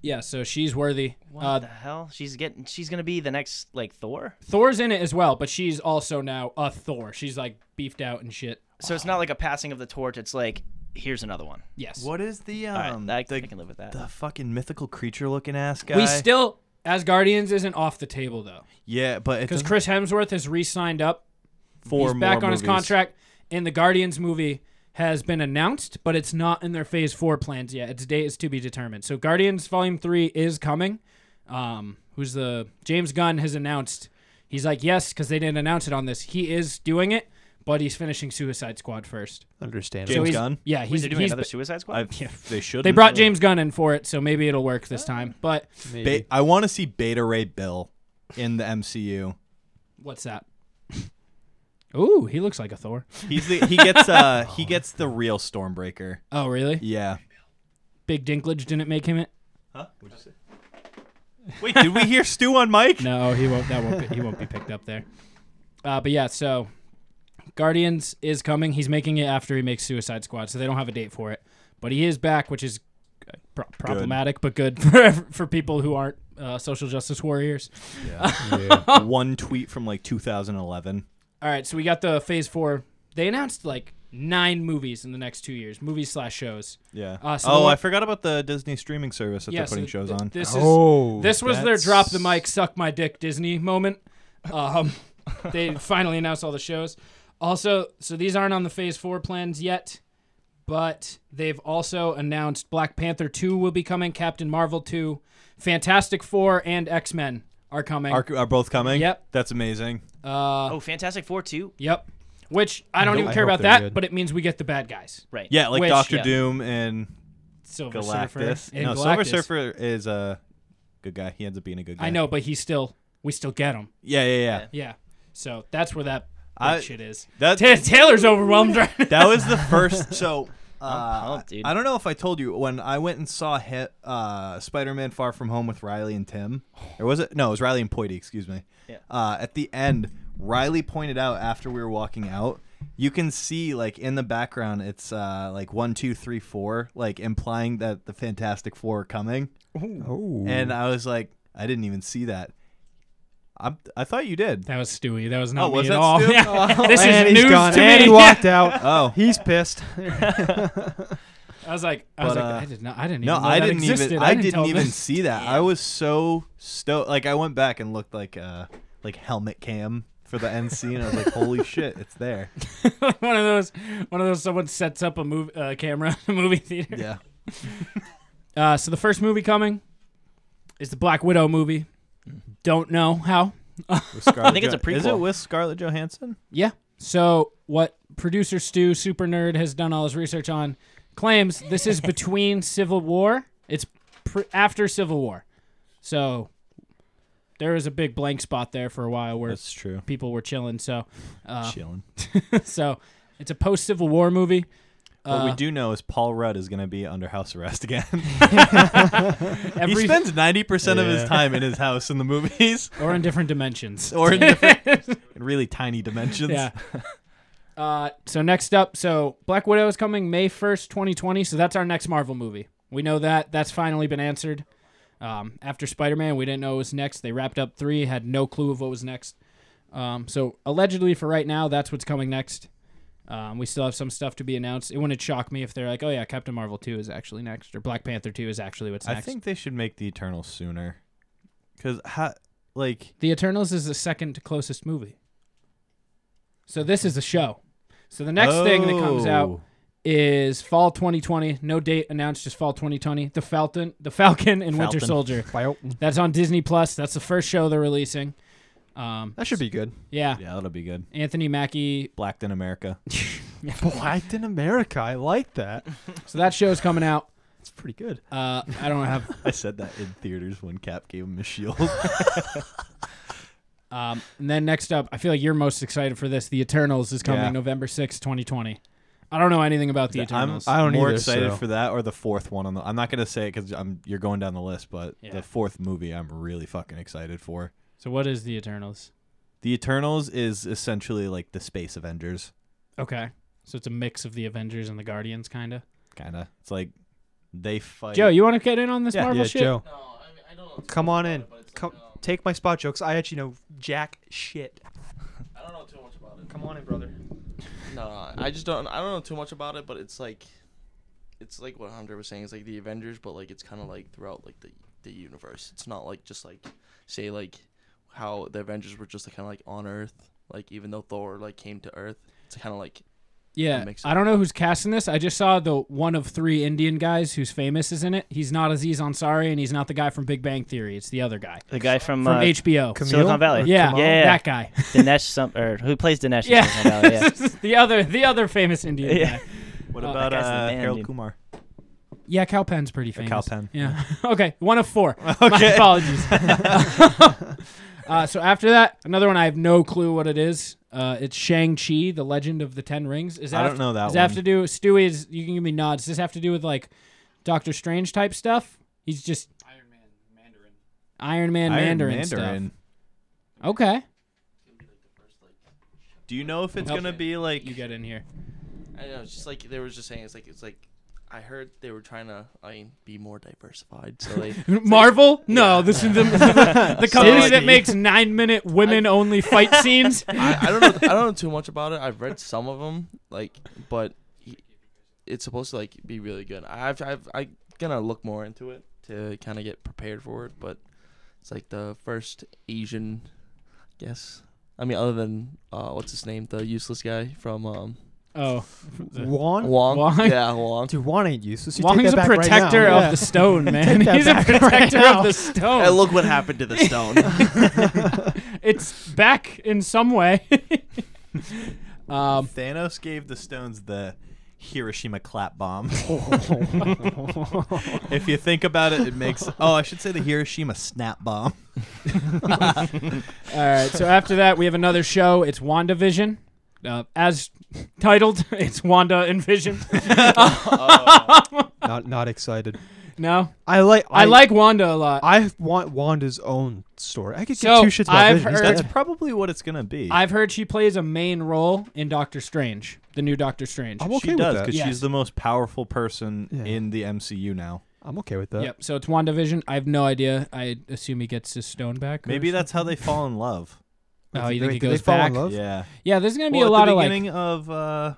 [SPEAKER 8] yeah. So she's worthy.
[SPEAKER 5] What
[SPEAKER 8] Uh,
[SPEAKER 5] the hell? She's getting. She's gonna be the next like Thor.
[SPEAKER 8] Thor's in it as well, but she's also now a Thor. She's like beefed out and shit.
[SPEAKER 5] So it's not like a passing of the torch. It's like here's another one.
[SPEAKER 8] Yes,
[SPEAKER 6] What is the
[SPEAKER 5] All right,
[SPEAKER 6] um
[SPEAKER 5] I, I
[SPEAKER 6] the,
[SPEAKER 5] can live with that.
[SPEAKER 6] the fucking mythical creature looking ass guy?
[SPEAKER 8] we still as Guardians isn't off the table though,
[SPEAKER 6] yeah, but it's
[SPEAKER 8] because Chris Hemsworth has re-signed up.
[SPEAKER 6] four
[SPEAKER 8] He's back
[SPEAKER 6] more
[SPEAKER 8] on his
[SPEAKER 6] movies.
[SPEAKER 8] contract, and the Guardians movie has been announced, but it's not in their Phase Four plans yet. Its date is to be determined. So Guardians Volume Three is coming. Um, who's the James Gunn has announced? He's like yes, because they didn't announce it on this. He is doing it, but he's finishing Suicide Squad first.
[SPEAKER 9] Understand.
[SPEAKER 6] James
[SPEAKER 8] he's-
[SPEAKER 6] Gunn.
[SPEAKER 8] Yeah,
[SPEAKER 5] Wait,
[SPEAKER 8] he's,
[SPEAKER 5] they're doing
[SPEAKER 8] he's
[SPEAKER 5] another Suicide Squad.
[SPEAKER 6] I've, They should.
[SPEAKER 8] they brought James Gunn in for it, so maybe it'll work this time. But
[SPEAKER 6] Ba- I want to see Beta Ray Bill in the MCU.
[SPEAKER 8] what's that? <laughs> Ooh, he looks like a Thor.
[SPEAKER 6] He's the he gets
[SPEAKER 8] <laughs>
[SPEAKER 6] uh he gets the real Stormbreaker.
[SPEAKER 8] Oh, really?
[SPEAKER 6] Yeah.
[SPEAKER 8] Big Dinklage didn't make him it.
[SPEAKER 6] Wait, did we hear Stu on mic?
[SPEAKER 8] No, he won't. That won't. Be, he won't be picked up there. Uh, but yeah, so Guardians is coming. He's making it after he makes Suicide Squad, so they don't have a date for it. But he is back, which is uh, pro- problematic, but good <laughs> for for people who aren't uh, social justice warriors.
[SPEAKER 6] <laughs> One tweet from like 2011.
[SPEAKER 8] All right, so we got the Phase Four. They announced like nine movies in the next two years, movies slash shows.
[SPEAKER 6] Yeah.
[SPEAKER 8] Uh, so the
[SPEAKER 6] oh,
[SPEAKER 8] one-
[SPEAKER 6] I forgot about the Disney streaming service that
[SPEAKER 8] Yeah,
[SPEAKER 6] they're putting
[SPEAKER 8] so
[SPEAKER 6] shows
[SPEAKER 8] th-
[SPEAKER 6] on.
[SPEAKER 8] This is
[SPEAKER 9] Oh,
[SPEAKER 8] this was their
[SPEAKER 9] that's-
[SPEAKER 8] drop the mic, suck my dick Disney moment.
[SPEAKER 9] <laughs>
[SPEAKER 8] Um, they finally announced all the shows. Also, so these aren't on the Phase Four plans yet, but they've also announced Black Panther Two will be coming, Captain Marvel Two, Fantastic Four, and X Men are coming.
[SPEAKER 6] Are, are both coming?
[SPEAKER 8] Yep.
[SPEAKER 6] That's amazing.
[SPEAKER 8] uh,
[SPEAKER 5] oh, Fantastic Four too.
[SPEAKER 8] yep. Which I don't
[SPEAKER 9] I
[SPEAKER 8] even
[SPEAKER 9] hope
[SPEAKER 8] care about
[SPEAKER 9] they're
[SPEAKER 8] that,
[SPEAKER 9] good.
[SPEAKER 8] but it means we get the bad guys.
[SPEAKER 5] Right.
[SPEAKER 6] Yeah, like
[SPEAKER 8] Which-
[SPEAKER 6] Doctor
[SPEAKER 5] yeah.
[SPEAKER 6] Doom and
[SPEAKER 8] Silver
[SPEAKER 6] Galactus.
[SPEAKER 8] Surfer and
[SPEAKER 6] no,
[SPEAKER 8] Galactus.
[SPEAKER 6] Silver Surfer is a good guy. He ends up being a good guy.
[SPEAKER 8] I know, but he still we still get him.
[SPEAKER 6] Yeah, yeah, yeah.
[SPEAKER 8] Yeah. So that's where that
[SPEAKER 6] I-
[SPEAKER 8] shit is. <laughs>
[SPEAKER 6] That
[SPEAKER 8] Ta- Taylor's overwhelmed right now.
[SPEAKER 6] that was the
[SPEAKER 5] <laughs>
[SPEAKER 6] first. So uh,
[SPEAKER 5] pumped, dude.
[SPEAKER 6] I don't know if I told you when I went and saw hit, uh, Spider-Man: Far From Home with Riley and Tim, or was it? No, it was Riley and Poity. Excuse me.
[SPEAKER 5] Yeah.
[SPEAKER 6] Uh, at the end, Riley pointed out after we were walking out, you can see like in the background, it's uh, like one, two, three, four, like implying that the Fantastic Four are coming.
[SPEAKER 9] Oh.
[SPEAKER 5] Mm.
[SPEAKER 6] And I was like, I didn't even see that. I I thought you
[SPEAKER 8] <laughs>
[SPEAKER 6] did.
[SPEAKER 8] That was Stewie. That was not
[SPEAKER 6] Oh,
[SPEAKER 8] me
[SPEAKER 6] was
[SPEAKER 8] at
[SPEAKER 6] that
[SPEAKER 8] all. <laughs>
[SPEAKER 6] Stu?
[SPEAKER 8] Yeah. this
[SPEAKER 9] and
[SPEAKER 8] is
[SPEAKER 9] he's
[SPEAKER 8] news
[SPEAKER 9] gone.
[SPEAKER 8] to
[SPEAKER 9] and
[SPEAKER 8] me. <laughs>
[SPEAKER 9] he walked out.
[SPEAKER 6] Oh.
[SPEAKER 9] He's pissed.
[SPEAKER 8] I was like, I was
[SPEAKER 6] But,
[SPEAKER 8] like,
[SPEAKER 6] uh,
[SPEAKER 8] I did not, I didn't
[SPEAKER 6] No,
[SPEAKER 8] even know
[SPEAKER 6] I
[SPEAKER 8] that
[SPEAKER 6] didn't
[SPEAKER 8] existed.
[SPEAKER 6] even.
[SPEAKER 8] I,
[SPEAKER 6] I, didn't
[SPEAKER 8] tell
[SPEAKER 6] even
[SPEAKER 8] this.
[SPEAKER 6] see that. I was so stoked. Like I went back and looked like uh like helmet cam for the end scene. I was like, <laughs> holy shit, it's there.
[SPEAKER 8] <laughs> one of those, one of those. Someone sets up a move uh, camera in a movie theater.
[SPEAKER 6] Yeah.
[SPEAKER 8] Uh, so the first movie coming is the Black Widow movie. Don't know how.
[SPEAKER 6] Scarlett Jo- Is it with Scarlett Johansson?
[SPEAKER 8] Yeah. So what producer Stu Super Nerd has done all his research on claims this
[SPEAKER 6] <laughs>
[SPEAKER 8] is between Civil War. It's pr- after Civil War. So there was a big blank spot there for a while where
[SPEAKER 6] That's true.
[SPEAKER 8] people were chilling. So uh,
[SPEAKER 6] Chilling.
[SPEAKER 8] so it's a post Civil War movie.
[SPEAKER 6] what we
[SPEAKER 8] Uh,
[SPEAKER 6] do know is Paul Rudd is going to be under house arrest <laughs> again. <laughs> he
[SPEAKER 8] Every-
[SPEAKER 6] spends ninety percent of his
[SPEAKER 8] Yeah.
[SPEAKER 6] time in his house in the movies,
[SPEAKER 8] <laughs> Or in different dimensions.
[SPEAKER 6] <laughs> or in different, <laughs> in really tiny dimensions.
[SPEAKER 8] Yeah. Uh, so next up, so Black Widow is coming May first, twenty twenty. So that's our next Marvel movie. We know that that's finally been answered. Um, after Spider Man, we didn't know what was next. They wrapped up three, had no clue of what was next. Um, so allegedly, for right now, that's what's coming next. Um, we still have some stuff to be announced. It wouldn't shock me if they're like, "Oh yeah, Captain Marvel two is actually next, or Black Panther two is actually what's
[SPEAKER 6] I
[SPEAKER 8] next."
[SPEAKER 6] think they should make the Eternals sooner, because how like
[SPEAKER 8] The Eternals is the second closest movie. So this is a show. So the next thing that comes out
[SPEAKER 6] Oh.
[SPEAKER 8] is fall 2020. No date announced, just fall 2020. The Falcon, the Falcon and Winter
[SPEAKER 9] Falcon.
[SPEAKER 8] Soldier.
[SPEAKER 9] Falcon.
[SPEAKER 8] That's on Disney Plus. That's the first show they're releasing. Um,
[SPEAKER 9] That should
[SPEAKER 8] <laughs>
[SPEAKER 9] be good.
[SPEAKER 8] Yeah.
[SPEAKER 6] yeah, that'll be good.
[SPEAKER 8] Anthony Mackie.
[SPEAKER 6] Blacked
[SPEAKER 5] <laughs>
[SPEAKER 6] in America.
[SPEAKER 9] Blacked in America. I like that.
[SPEAKER 8] So that show's coming out.
[SPEAKER 9] It's pretty good.
[SPEAKER 8] Uh, I don't have
[SPEAKER 6] I said that in theaters when Cap gave him
[SPEAKER 5] <laughs>
[SPEAKER 6] a shield.
[SPEAKER 8] Um, and then next up, I feel like you're most excited for this. The Eternals is coming
[SPEAKER 6] Yeah.
[SPEAKER 8] November sixth, 2020. I don't know anything about the
[SPEAKER 6] I'm,
[SPEAKER 8] Eternals.
[SPEAKER 6] I'm more
[SPEAKER 9] either,
[SPEAKER 6] excited
[SPEAKER 9] so.
[SPEAKER 6] for that or the fourth one on the. I'm not gonna say it because I'm you're going down the list, but the fourth movie I'm really fucking excited for.
[SPEAKER 8] so what is the Eternals?
[SPEAKER 6] The Eternals is essentially like the Space Avengers,
[SPEAKER 8] Okay. So it's a mix of the Avengers and the Guardians, kind of.
[SPEAKER 6] kind of. It's like they fight.
[SPEAKER 8] Joe, you want to get in on this
[SPEAKER 9] yeah,
[SPEAKER 8] Marvel
[SPEAKER 9] yeah,
[SPEAKER 8] shit?
[SPEAKER 9] Joe. Come on in. Come, take my spot, Joe, 'cause I actually know jack shit.
[SPEAKER 11] I don't know too much about it.
[SPEAKER 9] Come on in, brother.
[SPEAKER 11] No, <laughs> no, I just don't. I don't know too much about it, but it's like, it's like what Hunter was saying. It's like the Avengers, but like it's kind of like throughout like the the universe. It's not like just like say like how the Avengers were just kind of like on Earth. Like even though Thor like came to Earth, it's kind of like
[SPEAKER 8] Yeah. I don't know who's casting this. I just saw the one of three Indian guys who's famous is in it. He's not Aziz Ansari, and he's not the guy from Big Bang Theory. It's the other guy.
[SPEAKER 5] The guy from,
[SPEAKER 8] from
[SPEAKER 5] uh,
[SPEAKER 8] HBO,
[SPEAKER 5] Silicon Valley.
[SPEAKER 8] Yeah,
[SPEAKER 5] yeah, yeah,
[SPEAKER 8] that guy.
[SPEAKER 5] Dinesh, some or who plays Dinesh? in
[SPEAKER 8] Yeah.
[SPEAKER 5] Silicon Valley, yeah.
[SPEAKER 8] <laughs> the other, the other famous Indian
[SPEAKER 5] Yeah.
[SPEAKER 8] guy.
[SPEAKER 6] What
[SPEAKER 8] Uh,
[SPEAKER 6] about
[SPEAKER 5] that guy's in the
[SPEAKER 6] uh,
[SPEAKER 5] band,
[SPEAKER 6] Harold
[SPEAKER 5] dude.
[SPEAKER 6] Kumar?
[SPEAKER 8] Yeah, Cal Penn's pretty
[SPEAKER 6] Or
[SPEAKER 8] famous.
[SPEAKER 6] Cal Penn.
[SPEAKER 8] Yeah. okay. One of
[SPEAKER 6] <laughs>
[SPEAKER 8] four. My
[SPEAKER 6] Okay. <laughs>
[SPEAKER 8] apologies. <laughs> uh, so after that, another one I have no clue what it is. Uh, it's Shang Chi, the Legend of the Ten Rings. Is that
[SPEAKER 6] I don't
[SPEAKER 8] have-
[SPEAKER 6] know that
[SPEAKER 8] Does it have
[SPEAKER 6] one.
[SPEAKER 8] to do? Stewie is. You can give me nods. Does this have to do with like Doctor Strange type stuff? He's just Iron Man
[SPEAKER 6] Iron
[SPEAKER 8] Mandarin. Iron Man Mandarin,
[SPEAKER 6] Mandarin.
[SPEAKER 8] stuff. Okay.
[SPEAKER 6] Do you know if it's
[SPEAKER 8] Nope.
[SPEAKER 6] gonna be like
[SPEAKER 8] You get in here.
[SPEAKER 11] I don't know. It's just like they were just saying. It's like it's like I heard they were trying to I mean, be more diversified. So they
[SPEAKER 8] <laughs> Marvel? No, this
[SPEAKER 6] <laughs>
[SPEAKER 8] is the, the company that
[SPEAKER 11] Disney.
[SPEAKER 8] makes nine-minute women-only
[SPEAKER 6] <laughs>
[SPEAKER 8] fight scenes.
[SPEAKER 11] I, I don't know. I don't know too much about it. I've read some of them, like, but he- it's supposed to like be really good. I've, I've, I gonna look more into it to kind of get prepared for it. But it's like the first Asian, yes. I mean, other than uh, what's his name, the useless guy from um,
[SPEAKER 8] Oh,
[SPEAKER 9] Juan?
[SPEAKER 11] Wong.
[SPEAKER 8] Wong?
[SPEAKER 11] Yeah, Wong.
[SPEAKER 9] Dude, Juan ain't useless. You take
[SPEAKER 8] Wong's
[SPEAKER 9] that
[SPEAKER 8] a
[SPEAKER 9] back right now.
[SPEAKER 8] protector of
[SPEAKER 9] Yeah.
[SPEAKER 8] the stone,
[SPEAKER 9] Take
[SPEAKER 8] man.
[SPEAKER 9] that
[SPEAKER 8] He's a
[SPEAKER 9] back right
[SPEAKER 8] protector
[SPEAKER 9] now.
[SPEAKER 8] of the stone.
[SPEAKER 11] And look what happened to the stone.
[SPEAKER 8] <laughs> it's back in some way. <laughs> um,
[SPEAKER 6] Thanos gave the stones the Hiroshima clap
[SPEAKER 8] <laughs>
[SPEAKER 6] bomb? if you think about it, it makes. Oh, I should say the Hiroshima snap bomb.
[SPEAKER 8] all right. So after that, we have another show. It's WandaVision. Uh, as titled, <laughs> it's Wanda and Vision.
[SPEAKER 9] <laughs> Not, not excited.
[SPEAKER 8] No,
[SPEAKER 9] I like.
[SPEAKER 8] I, like Wanda a lot.
[SPEAKER 9] I want Wanda's own story. I could get
[SPEAKER 8] So,
[SPEAKER 9] two shits about
[SPEAKER 8] I've
[SPEAKER 9] Vision. He's
[SPEAKER 8] heard-
[SPEAKER 9] dead.
[SPEAKER 6] That's probably what it's gonna be.
[SPEAKER 8] I've heard she plays a main role in Doctor Strange, the new Doctor Strange.
[SPEAKER 9] I'm okay
[SPEAKER 6] she
[SPEAKER 9] with
[SPEAKER 6] does
[SPEAKER 9] that.
[SPEAKER 6] because
[SPEAKER 8] Yes.
[SPEAKER 6] she's the most powerful person
[SPEAKER 9] Yeah.
[SPEAKER 6] in the MCU now.
[SPEAKER 9] I'm okay with that.
[SPEAKER 8] Yep. So it's WandaVision. I have no idea. I assume he gets his stone back. or
[SPEAKER 6] Maybe that's
[SPEAKER 8] something.
[SPEAKER 6] how they fall in love.
[SPEAKER 8] Oh, you think
[SPEAKER 9] Wait,
[SPEAKER 8] he
[SPEAKER 9] did
[SPEAKER 8] goes
[SPEAKER 9] they fall
[SPEAKER 8] back?
[SPEAKER 9] in love?
[SPEAKER 6] Yeah.
[SPEAKER 8] Yeah, there's gonna be a
[SPEAKER 6] well, at
[SPEAKER 8] lot
[SPEAKER 6] the
[SPEAKER 8] of like.
[SPEAKER 6] beginning of uh,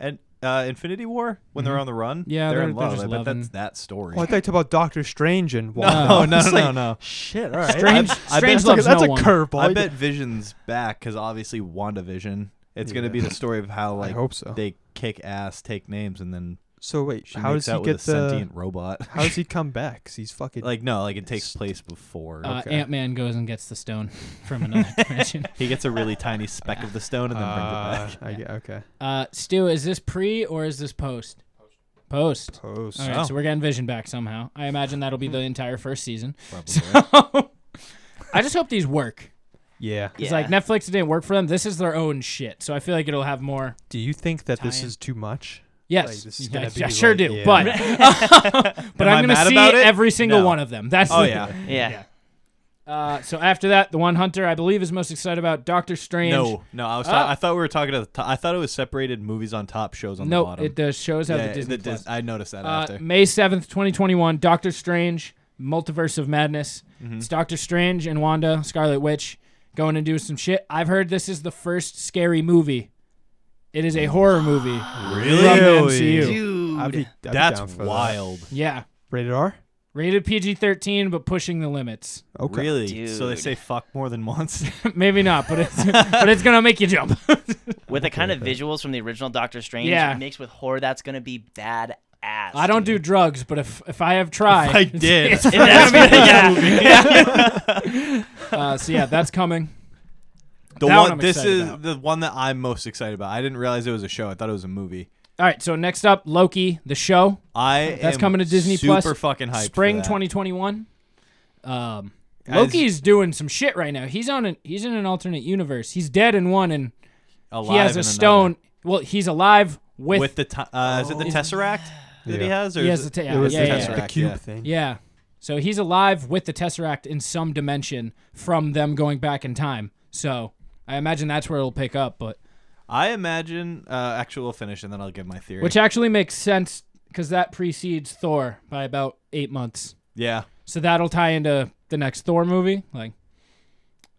[SPEAKER 6] and uh, Infinity War when they're on the run.
[SPEAKER 8] Mm-hmm. Yeah,
[SPEAKER 6] they're,
[SPEAKER 8] they're-
[SPEAKER 6] in
[SPEAKER 8] they're
[SPEAKER 6] love.
[SPEAKER 8] just
[SPEAKER 6] I bet
[SPEAKER 8] loving-
[SPEAKER 6] that's that story. <laughs> Oh,
[SPEAKER 9] Oh, I thought you talked about Doctor Strange and Wanda.
[SPEAKER 6] no,
[SPEAKER 9] <laughs>
[SPEAKER 8] <laughs>
[SPEAKER 6] no,
[SPEAKER 9] It's
[SPEAKER 6] no,
[SPEAKER 9] like,
[SPEAKER 6] no, no.
[SPEAKER 9] Shit. All right.
[SPEAKER 8] Strange,
[SPEAKER 6] I bet
[SPEAKER 8] Strange
[SPEAKER 9] that's
[SPEAKER 8] loves
[SPEAKER 9] a, that's
[SPEAKER 8] no
[SPEAKER 9] a
[SPEAKER 8] one.
[SPEAKER 9] curveball.
[SPEAKER 6] I bet Vision's back because obviously WandaVision. It's gonna
[SPEAKER 9] Yeah.
[SPEAKER 6] be the story of how
[SPEAKER 9] I
[SPEAKER 6] like
[SPEAKER 9] hope so.
[SPEAKER 6] they kick ass, take names, and then
[SPEAKER 9] So wait,
[SPEAKER 6] She
[SPEAKER 9] how
[SPEAKER 6] makes
[SPEAKER 9] does
[SPEAKER 6] out
[SPEAKER 9] he
[SPEAKER 6] with
[SPEAKER 9] get
[SPEAKER 6] a
[SPEAKER 9] the
[SPEAKER 6] sentient robot.
[SPEAKER 9] How does he come back? 'Cause he's fucking
[SPEAKER 6] <laughs> Like no, like it takes place before.
[SPEAKER 8] Uh, Ant Man goes and gets the stone <laughs> from
[SPEAKER 6] <laughs>
[SPEAKER 8] another dimension.
[SPEAKER 6] he gets a really tiny speck of the stone and then brings it back.
[SPEAKER 9] I get, okay.
[SPEAKER 8] Uh, Stu, is this pre or is this post? Post.
[SPEAKER 9] Post.
[SPEAKER 8] All right,
[SPEAKER 6] Oh.
[SPEAKER 8] so we're getting Vision back somehow. I imagine that'll be the entire first season.
[SPEAKER 6] Hmm. <laughs> Probably.
[SPEAKER 8] So, I just hope these work.
[SPEAKER 9] Yeah.
[SPEAKER 8] It's like Netflix didn't work for them. This is their own shit, so I feel like it'll have more.
[SPEAKER 9] Do you think that this
[SPEAKER 8] Tie-in.
[SPEAKER 9] is too much?
[SPEAKER 8] Yes,
[SPEAKER 9] Like, this is
[SPEAKER 8] Yeah,
[SPEAKER 9] gonna
[SPEAKER 8] I <laughs>
[SPEAKER 9] be
[SPEAKER 8] sure
[SPEAKER 9] like-
[SPEAKER 8] do.
[SPEAKER 9] yeah.
[SPEAKER 6] <laughs>
[SPEAKER 8] But but
[SPEAKER 6] Am I
[SPEAKER 8] I'm gonna
[SPEAKER 6] mad
[SPEAKER 8] see
[SPEAKER 6] about it?
[SPEAKER 8] every single
[SPEAKER 6] No.
[SPEAKER 8] one of them. That's
[SPEAKER 6] Oh
[SPEAKER 8] the- <laughs>
[SPEAKER 6] yeah.
[SPEAKER 5] Yeah.
[SPEAKER 8] Uh, so after that, the one Hunter I believe is most excited about Doctor Strange.
[SPEAKER 6] No, no. I was.
[SPEAKER 8] Oh.
[SPEAKER 6] Ta- I thought we were talking to the. To- I thought it was separated movies on top, shows on
[SPEAKER 8] no,
[SPEAKER 6] the bottom.
[SPEAKER 8] it does shows have
[SPEAKER 6] Yeah,
[SPEAKER 8] the Disney.
[SPEAKER 6] the
[SPEAKER 8] Plus.
[SPEAKER 6] Dis- I noticed that
[SPEAKER 8] Uh,
[SPEAKER 6] after.
[SPEAKER 8] May 7th, 2021, Doctor Strange, Multiverse of Madness.
[SPEAKER 6] Mm-hmm.
[SPEAKER 8] It's Doctor Strange and Wanda, Scarlet Witch, going and doing some shit. I've heard this is the first scary movie. It is a horror
[SPEAKER 6] <gasps>
[SPEAKER 8] movie. From the MCU.
[SPEAKER 9] I'd be, I'd be
[SPEAKER 6] That's
[SPEAKER 9] down for that.
[SPEAKER 6] wild.
[SPEAKER 8] Yeah.
[SPEAKER 9] Rated R.
[SPEAKER 8] Rated PG 13, but pushing the limits. <laughs>
[SPEAKER 9] Okay.
[SPEAKER 6] Really? So they
[SPEAKER 5] Dude.
[SPEAKER 6] say fuck more than once.
[SPEAKER 8] Maybe not, but it's, <laughs> but it's going to make you jump.
[SPEAKER 5] With the kind of visuals from the original Doctor Strange
[SPEAKER 8] Yeah.
[SPEAKER 5] mixed with horror, that's gonna be badass.
[SPEAKER 8] I don't <laughs> do drugs, but if if <laughs> I have tried,
[SPEAKER 6] <laughs> I did.
[SPEAKER 8] It's, it's
[SPEAKER 5] <laughs>
[SPEAKER 8] gonna <laughs> be, yeah. uh, so yeah, that's coming.
[SPEAKER 6] The
[SPEAKER 8] That one
[SPEAKER 6] one,
[SPEAKER 8] I'm
[SPEAKER 6] this
[SPEAKER 8] excited
[SPEAKER 6] is
[SPEAKER 8] about.
[SPEAKER 6] the one that I'm most excited about. I didn't realize it was a show. I thought it was a movie.
[SPEAKER 8] All right, so next up, Loki, the show.
[SPEAKER 6] I
[SPEAKER 8] That's
[SPEAKER 6] am
[SPEAKER 8] coming to Disney
[SPEAKER 6] super
[SPEAKER 8] Plus.
[SPEAKER 6] fucking hyped. for
[SPEAKER 8] Spring
[SPEAKER 6] that.
[SPEAKER 8] 2021. Um,
[SPEAKER 6] Guys-
[SPEAKER 8] Loki's doing some shit right now. He's on an he's in an alternate universe. He's dead in one, and
[SPEAKER 6] Alive
[SPEAKER 8] he has
[SPEAKER 6] in
[SPEAKER 8] a
[SPEAKER 6] another.
[SPEAKER 8] stone. Well, he's alive with, Oh,
[SPEAKER 6] with, the ti- uh, is it the tesseract that he
[SPEAKER 9] Yeah.
[SPEAKER 6] has? Or
[SPEAKER 8] he
[SPEAKER 6] is
[SPEAKER 8] has
[SPEAKER 6] it-
[SPEAKER 8] the ta-
[SPEAKER 9] It was
[SPEAKER 8] yeah,
[SPEAKER 9] the,
[SPEAKER 8] yeah,
[SPEAKER 9] Tesseract,
[SPEAKER 8] yeah.
[SPEAKER 9] the cube
[SPEAKER 6] yeah.
[SPEAKER 9] thing.
[SPEAKER 8] Yeah. So he's alive with the Tesseract in some dimension from them going back in time. So I imagine that's where it'll pick up, but
[SPEAKER 6] I imagine uh, actual finish, and then I'll give my theory.
[SPEAKER 8] which actually makes sense because that precedes Thor by about eight months.
[SPEAKER 6] yeah,
[SPEAKER 8] So that'll tie into the next Thor movie. Like,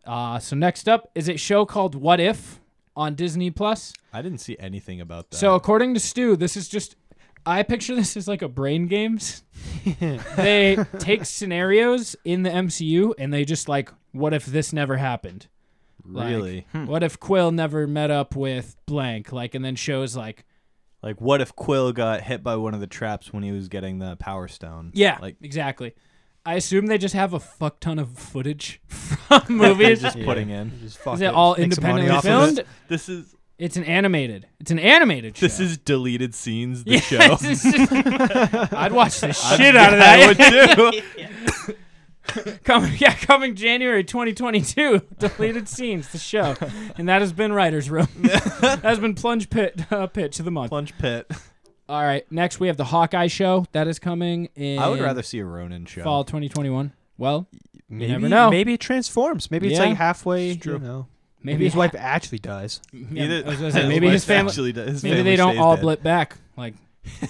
[SPEAKER 8] uh, so next up is a show called What If on Disney Plus.
[SPEAKER 6] I didn't see anything about that.
[SPEAKER 8] So according to Stu, this is just I picture this as like a brain
[SPEAKER 6] <laughs>
[SPEAKER 8] games. they take scenarios in the MCU and they just like, what if this never happened? Like,
[SPEAKER 6] really, Hmm.
[SPEAKER 8] What if Quill never met up with blank? Like, and then shows like,
[SPEAKER 6] like, what if Quill got hit by one of the traps when he was getting the Power Stone?
[SPEAKER 8] yeah,
[SPEAKER 6] like
[SPEAKER 8] exactly. I assume they just have a fuck ton of footage <laughs> from
[SPEAKER 6] <laughs>
[SPEAKER 8] movies.
[SPEAKER 6] just putting in.
[SPEAKER 9] Just fuck
[SPEAKER 8] is it all
[SPEAKER 9] Make some money
[SPEAKER 8] independently
[SPEAKER 9] off of it.
[SPEAKER 8] filmed?
[SPEAKER 6] This is
[SPEAKER 8] It's an animated. It's an animated show.
[SPEAKER 6] this is deleted scenes.
[SPEAKER 8] <laughs>
[SPEAKER 6] The
[SPEAKER 8] Yeah,
[SPEAKER 6] show.
[SPEAKER 8] it's just- I'd watch
[SPEAKER 6] <laughs>
[SPEAKER 8] the shit out of that.
[SPEAKER 6] I would too.
[SPEAKER 8] <laughs> coming, yeah, coming January 2022. <laughs> Deleted scenes, the show, and that has been writers'
[SPEAKER 6] <laughs>
[SPEAKER 8] room. that has been plunge pit uh, pitch of the month.
[SPEAKER 6] Plunge pit.
[SPEAKER 8] All right, next we have the Hawkeye show that is coming in.
[SPEAKER 6] I would rather see a Ronin show.
[SPEAKER 8] fall
[SPEAKER 6] <laughs>
[SPEAKER 8] 2021. Well,
[SPEAKER 9] Maybe,
[SPEAKER 8] never know.
[SPEAKER 9] Maybe it transforms. Maybe it's
[SPEAKER 8] Yeah.
[SPEAKER 9] like halfway.
[SPEAKER 8] It's true.
[SPEAKER 9] You know. Maybe,
[SPEAKER 8] maybe
[SPEAKER 9] his wife actually dies.
[SPEAKER 8] <laughs> yeah,
[SPEAKER 6] Either-
[SPEAKER 8] I was gonna
[SPEAKER 6] <laughs>
[SPEAKER 8] say, maybe his family.
[SPEAKER 6] actually does- his
[SPEAKER 8] Maybe
[SPEAKER 6] family
[SPEAKER 8] they don't
[SPEAKER 6] stays
[SPEAKER 8] all
[SPEAKER 6] dead.
[SPEAKER 8] blip back. Like,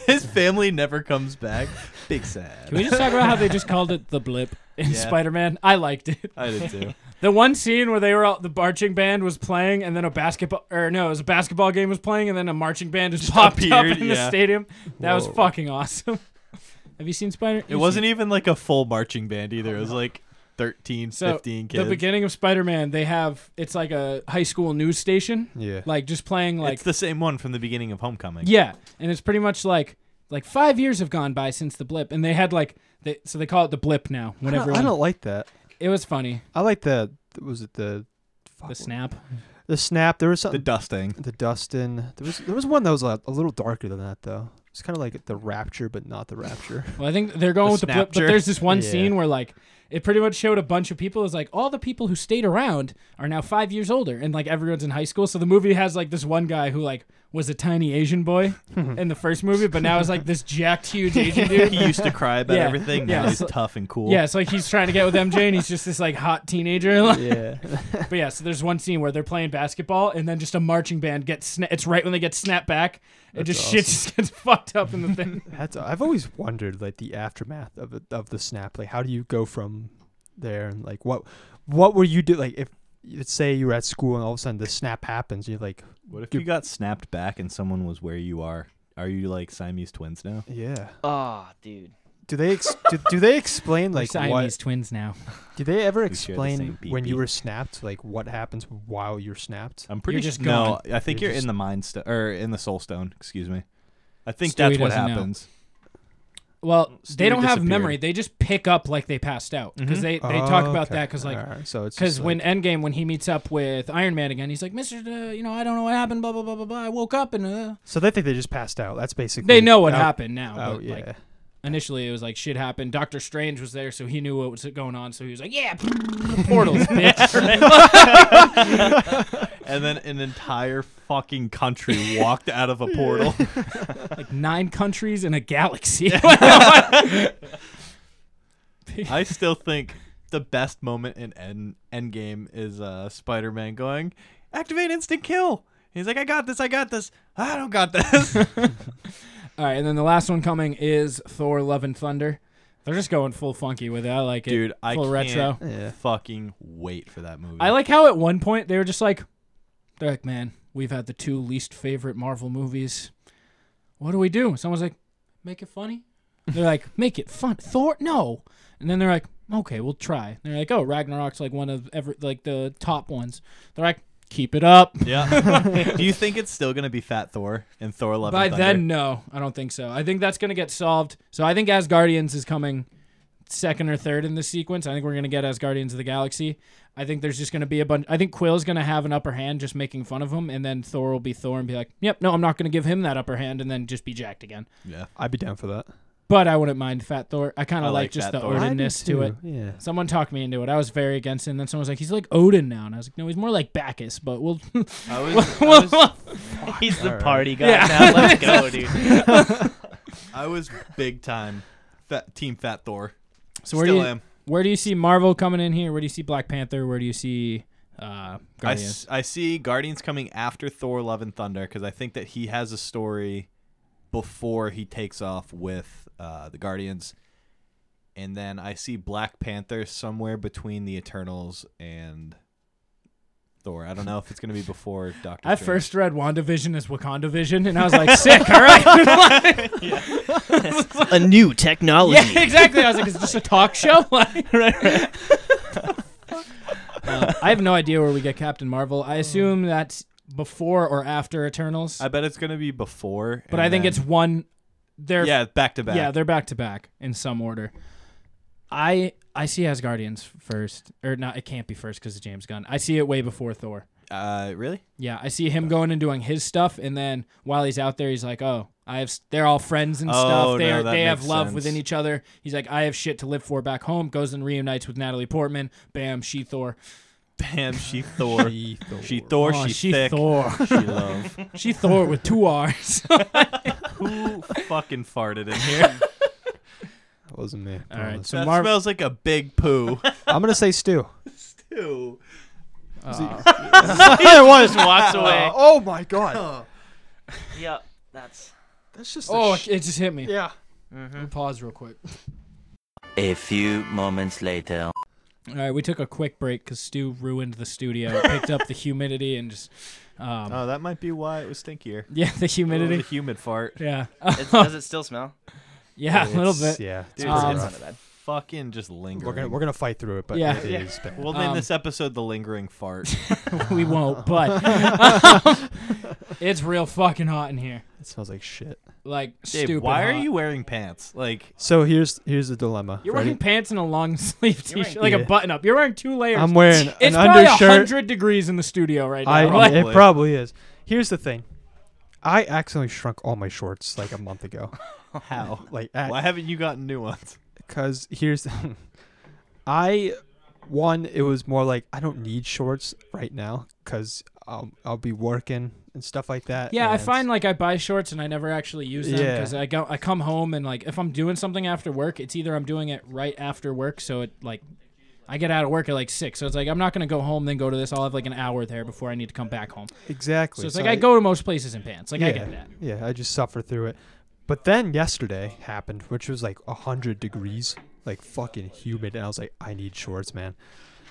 [SPEAKER 6] His family never comes back. Big sad.
[SPEAKER 8] can we
[SPEAKER 6] <laughs>
[SPEAKER 8] just talk about how they just called it the blip in
[SPEAKER 6] Yeah.
[SPEAKER 8] Spider-Man? I liked it.
[SPEAKER 6] I
[SPEAKER 8] <laughs>
[SPEAKER 6] did too.
[SPEAKER 8] The one scene where they were all, the marching band was playing, and then a basketball or no, it was a basketball game was playing, and then a marching band just, popped up
[SPEAKER 6] appeared,
[SPEAKER 8] in the
[SPEAKER 6] yeah.
[SPEAKER 8] stadium. That was
[SPEAKER 9] Whoa.
[SPEAKER 8] fucking awesome. <laughs> Have you seen Spider?
[SPEAKER 6] It wasn't even like a full marching band either. It was like 13,
[SPEAKER 8] Oh, So,
[SPEAKER 6] 15
[SPEAKER 8] the
[SPEAKER 6] kids.
[SPEAKER 8] beginning of Spider-Man. They have it's like a high school news station,
[SPEAKER 9] Yeah.
[SPEAKER 8] like just playing like
[SPEAKER 6] it's the same one from the beginning of Homecoming.
[SPEAKER 8] yeah, and it's pretty much like like five years have gone by since the blip, and they had like they, so they call it the blip now.
[SPEAKER 9] I
[SPEAKER 8] When
[SPEAKER 9] don't, I
[SPEAKER 8] everyone
[SPEAKER 9] don't like that.
[SPEAKER 8] it was funny
[SPEAKER 9] I like the was it the fuck,
[SPEAKER 8] the snap.
[SPEAKER 9] The snap. There was
[SPEAKER 6] The
[SPEAKER 9] something.
[SPEAKER 8] <laughs>
[SPEAKER 6] dusting.
[SPEAKER 9] The, Dustin. There was there was one that was a, a little darker than that though. It's kind of like the Rapture, but not
[SPEAKER 8] <laughs>
[SPEAKER 9] the Rapture.
[SPEAKER 8] Well, I think they're going
[SPEAKER 6] The
[SPEAKER 8] with the blip, but
[SPEAKER 6] Snapchat.
[SPEAKER 8] there's this one
[SPEAKER 9] Yeah.
[SPEAKER 8] scene where like it pretty much showed a bunch of people. It's like all the people who stayed around are now five years older, and like everyone's in high school. So the movie has like this one guy who like was a tiny Asian boy in the first movie, but now is like this jacked, huge Asian dude.
[SPEAKER 6] <laughs> He used to cry about
[SPEAKER 8] Yeah.
[SPEAKER 6] everything. Now
[SPEAKER 8] Yeah.
[SPEAKER 6] he's tough and cool.
[SPEAKER 8] Yeah, it's like he's trying to get with MJ, and he's just this like hot teenager. <laughs> Like,
[SPEAKER 9] <laughs> yeah.
[SPEAKER 8] But yeah, so there's one scene where they're playing basketball, and then just a marching band gets. Sna- it's right when they get snapped back, and
[SPEAKER 9] That's
[SPEAKER 8] just shit just gets <laughs> fucked up in the thing.
[SPEAKER 9] That's I've always wondered like the aftermath of it of the snap. Like how do you go from there and like what what were you do like if let's say you were at school and all of a sudden the snap happens you're like
[SPEAKER 6] What if you got snapped back and someone was where you are? Are you like Siamese twins now?
[SPEAKER 9] yeah
[SPEAKER 5] Oh, dude.
[SPEAKER 9] do they ex- do, do they explain like
[SPEAKER 8] Siamese
[SPEAKER 9] what
[SPEAKER 8] twins now.
[SPEAKER 9] do they ever
[SPEAKER 6] We share the
[SPEAKER 9] explain
[SPEAKER 6] same beep
[SPEAKER 9] when you
[SPEAKER 6] beep.
[SPEAKER 9] were snapped like what happens while you're snapped
[SPEAKER 6] I'm pretty
[SPEAKER 8] You're just
[SPEAKER 6] sure. No, I think
[SPEAKER 9] You're
[SPEAKER 6] you're,
[SPEAKER 9] just-
[SPEAKER 6] in the mind stone or in the soul stone. Excuse me. I think
[SPEAKER 8] Stewie
[SPEAKER 6] that's what
[SPEAKER 8] doesn't know.
[SPEAKER 6] happens.
[SPEAKER 8] Well, they
[SPEAKER 6] Mm, Stewie
[SPEAKER 8] don't have
[SPEAKER 6] disappeared.
[SPEAKER 8] memory. They just pick up like they passed out because
[SPEAKER 6] Mhm.
[SPEAKER 8] they, they
[SPEAKER 9] Oh,
[SPEAKER 8] talk about
[SPEAKER 6] Okay.
[SPEAKER 8] that because like
[SPEAKER 6] Alright,
[SPEAKER 8] because
[SPEAKER 6] so it's just
[SPEAKER 8] when Endgame when he meets up with Iron Man again, he's like, Mister, uh, you know, I don't know what happened. Blah blah blah blah blah. I woke up and uh,
[SPEAKER 9] So they think they just passed out. That's basically.
[SPEAKER 8] they know what
[SPEAKER 9] Oh.
[SPEAKER 8] happened now.
[SPEAKER 9] Oh
[SPEAKER 8] but,
[SPEAKER 9] yeah.
[SPEAKER 8] Like, initially, it was like shit happened. Doctor Strange was there, so he knew what was going on. So he was like, yeah,
[SPEAKER 9] <laughs>
[SPEAKER 8] portals, bitch.
[SPEAKER 6] and then an entire fucking country walked out of
[SPEAKER 8] <laughs>
[SPEAKER 6] a portal.
[SPEAKER 8] <laughs> like nine countries in a galaxy.
[SPEAKER 6] I still think the best moment in End Endgame is uh, Spider-Man going, "Activate instant kill." He's like, "I got this. I got this. I don't
[SPEAKER 8] <laughs>
[SPEAKER 6] got this."
[SPEAKER 8] <laughs> All right, and then the last one coming is Thor: Love and Thunder. They're just going full funky with it. I like it,
[SPEAKER 6] Dude, I
[SPEAKER 8] full
[SPEAKER 6] can't
[SPEAKER 8] retro.
[SPEAKER 6] fucking wait for that movie.
[SPEAKER 8] I like how at one point they were just like, they're like, man, we've had the two least favorite Marvel movies. What do we do? Someone's like, make it funny. They're like, make it fun. Thor, no. And then they're like, okay, we'll try. And they're like, oh, Ragnarok's like one of ever like the top ones. They're like, keep it up. <laughs>
[SPEAKER 6] Yeah. Do you think it's still gonna be Fat Thor and Thor Love?
[SPEAKER 8] By
[SPEAKER 6] and Thunder?
[SPEAKER 8] then, no, I don't think so. I think that's gonna get solved. So I think Asgardians is coming second or third in this sequence. I think we're gonna get Asgardians of the Galaxy. I think there's just gonna be a bunch. I think Quill's gonna have an upper hand, just making fun of him, and then Thor will be Thor and be like, "Yep, no, I'm not gonna give him that upper hand," and then just be jacked again.
[SPEAKER 6] yeah.
[SPEAKER 9] I'd be down for that.
[SPEAKER 8] But I wouldn't mind Fat Thor. I kind
[SPEAKER 6] I
[SPEAKER 8] of like,
[SPEAKER 6] like
[SPEAKER 8] just
[SPEAKER 6] Fat
[SPEAKER 8] the
[SPEAKER 6] Thor.
[SPEAKER 9] I do
[SPEAKER 8] Odinness to it.
[SPEAKER 9] too, yeah.
[SPEAKER 8] Someone talked me into it. I was very against it. And then someone was like, "He's like Odin now," and I was like, "No, he's more like Bacchus." But we'll. <laughs>
[SPEAKER 11] I
[SPEAKER 8] we'll-
[SPEAKER 11] was- I
[SPEAKER 8] we'll-
[SPEAKER 11] was-
[SPEAKER 8] we'll-
[SPEAKER 5] <laughs> He's the
[SPEAKER 6] Alright.
[SPEAKER 5] party guy
[SPEAKER 8] Yeah.
[SPEAKER 5] now.
[SPEAKER 8] <laughs>
[SPEAKER 5] Let's go, dude.
[SPEAKER 6] I was big time fat, team Fat Thor.
[SPEAKER 8] So where
[SPEAKER 6] Still
[SPEAKER 8] do you
[SPEAKER 6] am.
[SPEAKER 8] where do you see Marvel coming in here? Where do you see Black Panther? Where do you see uh,
[SPEAKER 6] I,
[SPEAKER 8] Guardians?
[SPEAKER 6] s- I see Guardians coming after Thor Love and Thunder because I think that he has a story before he takes off with uh, the Guardians. And then I see Black Panther somewhere between the Eternals and Thor. I don't know if it's going to be
[SPEAKER 8] <laughs>
[SPEAKER 6] before Doctor
[SPEAKER 8] I,
[SPEAKER 6] Strange.
[SPEAKER 8] first read WandaVision as WakandaVision, and I was like, <laughs> sick. All right.
[SPEAKER 5] a new technology.
[SPEAKER 8] Yeah, exactly. I was like, is this a talk show? <laughs>
[SPEAKER 6] <laughs>
[SPEAKER 8] Like- Uh, I have no idea where we get Captain Marvel. I assume that's before or after Eternals,
[SPEAKER 6] I bet it's going to be before.
[SPEAKER 8] but
[SPEAKER 6] and
[SPEAKER 8] I think
[SPEAKER 6] then-
[SPEAKER 8] it's one. They're
[SPEAKER 6] Yeah, back to back.
[SPEAKER 8] Yeah, they're back to back in some order. I I see Asgardians first, or not? It can't be first because of James Gunn. I see it way before Thor.
[SPEAKER 6] Uh,
[SPEAKER 8] <laughs>
[SPEAKER 6] really?
[SPEAKER 8] Yeah, I see him going and doing his stuff, and then while he's out there, he's like, "Oh, I have." s- They're all friends and
[SPEAKER 6] Oh,
[SPEAKER 8] stuff. They
[SPEAKER 6] no,
[SPEAKER 8] are,
[SPEAKER 6] that
[SPEAKER 8] they have
[SPEAKER 6] makes
[SPEAKER 8] love
[SPEAKER 6] sense.
[SPEAKER 8] within each other. He's like, "I have shit to live for back home." Goes and reunites with Natalie Portman. Bam, she Thor.
[SPEAKER 6] Bam, she Thor. she Thor. She Thor.
[SPEAKER 8] Oh,
[SPEAKER 6] she,
[SPEAKER 8] she
[SPEAKER 6] thick. <laughs>
[SPEAKER 8] Thor.
[SPEAKER 6] She love.
[SPEAKER 8] She Thor with two
[SPEAKER 6] <laughs>
[SPEAKER 8] R's. <laughs> all
[SPEAKER 6] Who fucking farted in <laughs> here?
[SPEAKER 9] That wasn't me. I
[SPEAKER 8] right,
[SPEAKER 9] promise.
[SPEAKER 8] so
[SPEAKER 6] that
[SPEAKER 8] Marvel.
[SPEAKER 6] smells like a big poo.
[SPEAKER 9] I'm gonna say Stu.
[SPEAKER 6] Ew.
[SPEAKER 8] Oh,
[SPEAKER 5] <laughs>
[SPEAKER 11] <laughs>
[SPEAKER 9] it was.
[SPEAKER 5] walks <laughs> away.
[SPEAKER 9] Oh my god.
[SPEAKER 5] Yep, that's.
[SPEAKER 9] <laughs>
[SPEAKER 5] mm-hmm.
[SPEAKER 9] That's just.
[SPEAKER 8] Oh, it it just hit me.
[SPEAKER 9] yeah.
[SPEAKER 8] <laughs> Let me Pause real quick.
[SPEAKER 12] A few moments later.
[SPEAKER 8] All right, we took a quick break because Stu ruined the studio, picked
[SPEAKER 6] <laughs>
[SPEAKER 8] up the humidity, and just um,
[SPEAKER 6] <laughs> Oh, that might be why it was stinkier.
[SPEAKER 8] yeah, the
[SPEAKER 6] The
[SPEAKER 8] humidity.
[SPEAKER 6] humid fart.
[SPEAKER 8] Yeah,
[SPEAKER 5] It's, does it still smell?
[SPEAKER 8] yeah, a little bit.
[SPEAKER 9] Yeah. It's
[SPEAKER 6] Dude,
[SPEAKER 9] pretty
[SPEAKER 8] Um,
[SPEAKER 9] rough.
[SPEAKER 5] Not bad.
[SPEAKER 6] Fucking just lingering.
[SPEAKER 9] We're gonna we're gonna fight through it, but
[SPEAKER 8] Yeah.
[SPEAKER 9] it
[SPEAKER 8] Yeah.
[SPEAKER 9] is bad.
[SPEAKER 6] we'll name
[SPEAKER 8] um,
[SPEAKER 6] this episode "The
[SPEAKER 8] <laughs>
[SPEAKER 6] Lingering Fart."
[SPEAKER 8] we
[SPEAKER 9] <laughs>
[SPEAKER 8] won't, but um, it's real fucking hot in here.
[SPEAKER 9] It smells like shit.
[SPEAKER 8] Like
[SPEAKER 6] Dave,
[SPEAKER 8] stupid.
[SPEAKER 6] why are
[SPEAKER 8] hot.
[SPEAKER 6] you wearing pants? Like,
[SPEAKER 9] So here's here's the dilemma.
[SPEAKER 8] You're
[SPEAKER 9] Ready?
[SPEAKER 8] wearing pants and a long <laughs> sleeve t-shirt,
[SPEAKER 5] wearing-
[SPEAKER 8] like a
[SPEAKER 9] Yeah.
[SPEAKER 8] button up. You're wearing two layers.
[SPEAKER 9] I'm wearing
[SPEAKER 8] it's
[SPEAKER 9] an
[SPEAKER 8] probably a
[SPEAKER 9] undershirt.
[SPEAKER 8] hundred degrees in the studio right now.
[SPEAKER 9] I
[SPEAKER 8] Like,
[SPEAKER 9] it probably is. Here's the thing. I accidentally shrunk all my shorts like a
[SPEAKER 8] <laughs>
[SPEAKER 9] month ago.
[SPEAKER 6] how?
[SPEAKER 9] <laughs> Like
[SPEAKER 6] Why haven't you gotten
[SPEAKER 9] <laughs>
[SPEAKER 6] new ones?
[SPEAKER 9] because here's <laughs> the I one it was more like I don't need shorts right now because I'll I'll be working and stuff like that.
[SPEAKER 8] yeah, I
[SPEAKER 9] and-
[SPEAKER 8] find like I buy shorts and I never actually use them
[SPEAKER 9] Yeah.
[SPEAKER 8] because I go, I come home and like if I'm doing something after work, it's either I'm doing it right after work, so it like. I get out of work at like six, so it's like I'm not gonna go home, then go to this. I'll have like an hour there before I need to come back home.
[SPEAKER 9] exactly.
[SPEAKER 8] So it's like I, go to most places in pants. Like
[SPEAKER 9] yeah,
[SPEAKER 8] I get that.
[SPEAKER 9] Yeah, I just suffer through it. But then yesterday happened, which was like hundred degrees, like fucking humid, and I was like, I need shorts, man.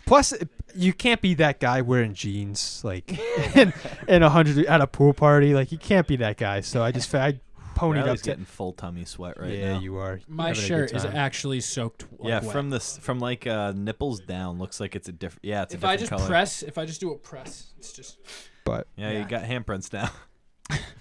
[SPEAKER 9] Plus, it- you can't be that guy wearing jeans like <laughs> in, in hundred at a pool party. Like you can't be that guy. So I just I ponied
[SPEAKER 6] Riley's
[SPEAKER 9] up to
[SPEAKER 6] getting full tummy sweat right
[SPEAKER 9] yeah,
[SPEAKER 6] now.
[SPEAKER 9] you are.
[SPEAKER 8] My
[SPEAKER 9] Having a good
[SPEAKER 8] shirt is
[SPEAKER 9] time.
[SPEAKER 8] actually soaked. Like,
[SPEAKER 6] yeah,
[SPEAKER 8] wet.
[SPEAKER 6] from the s- from like uh, nipples down, looks like it's a different. Yeah, it's a
[SPEAKER 8] if
[SPEAKER 6] different
[SPEAKER 8] I just
[SPEAKER 6] color.
[SPEAKER 8] press, if I just do a press, it's just
[SPEAKER 9] But
[SPEAKER 6] yeah, you got handprints now.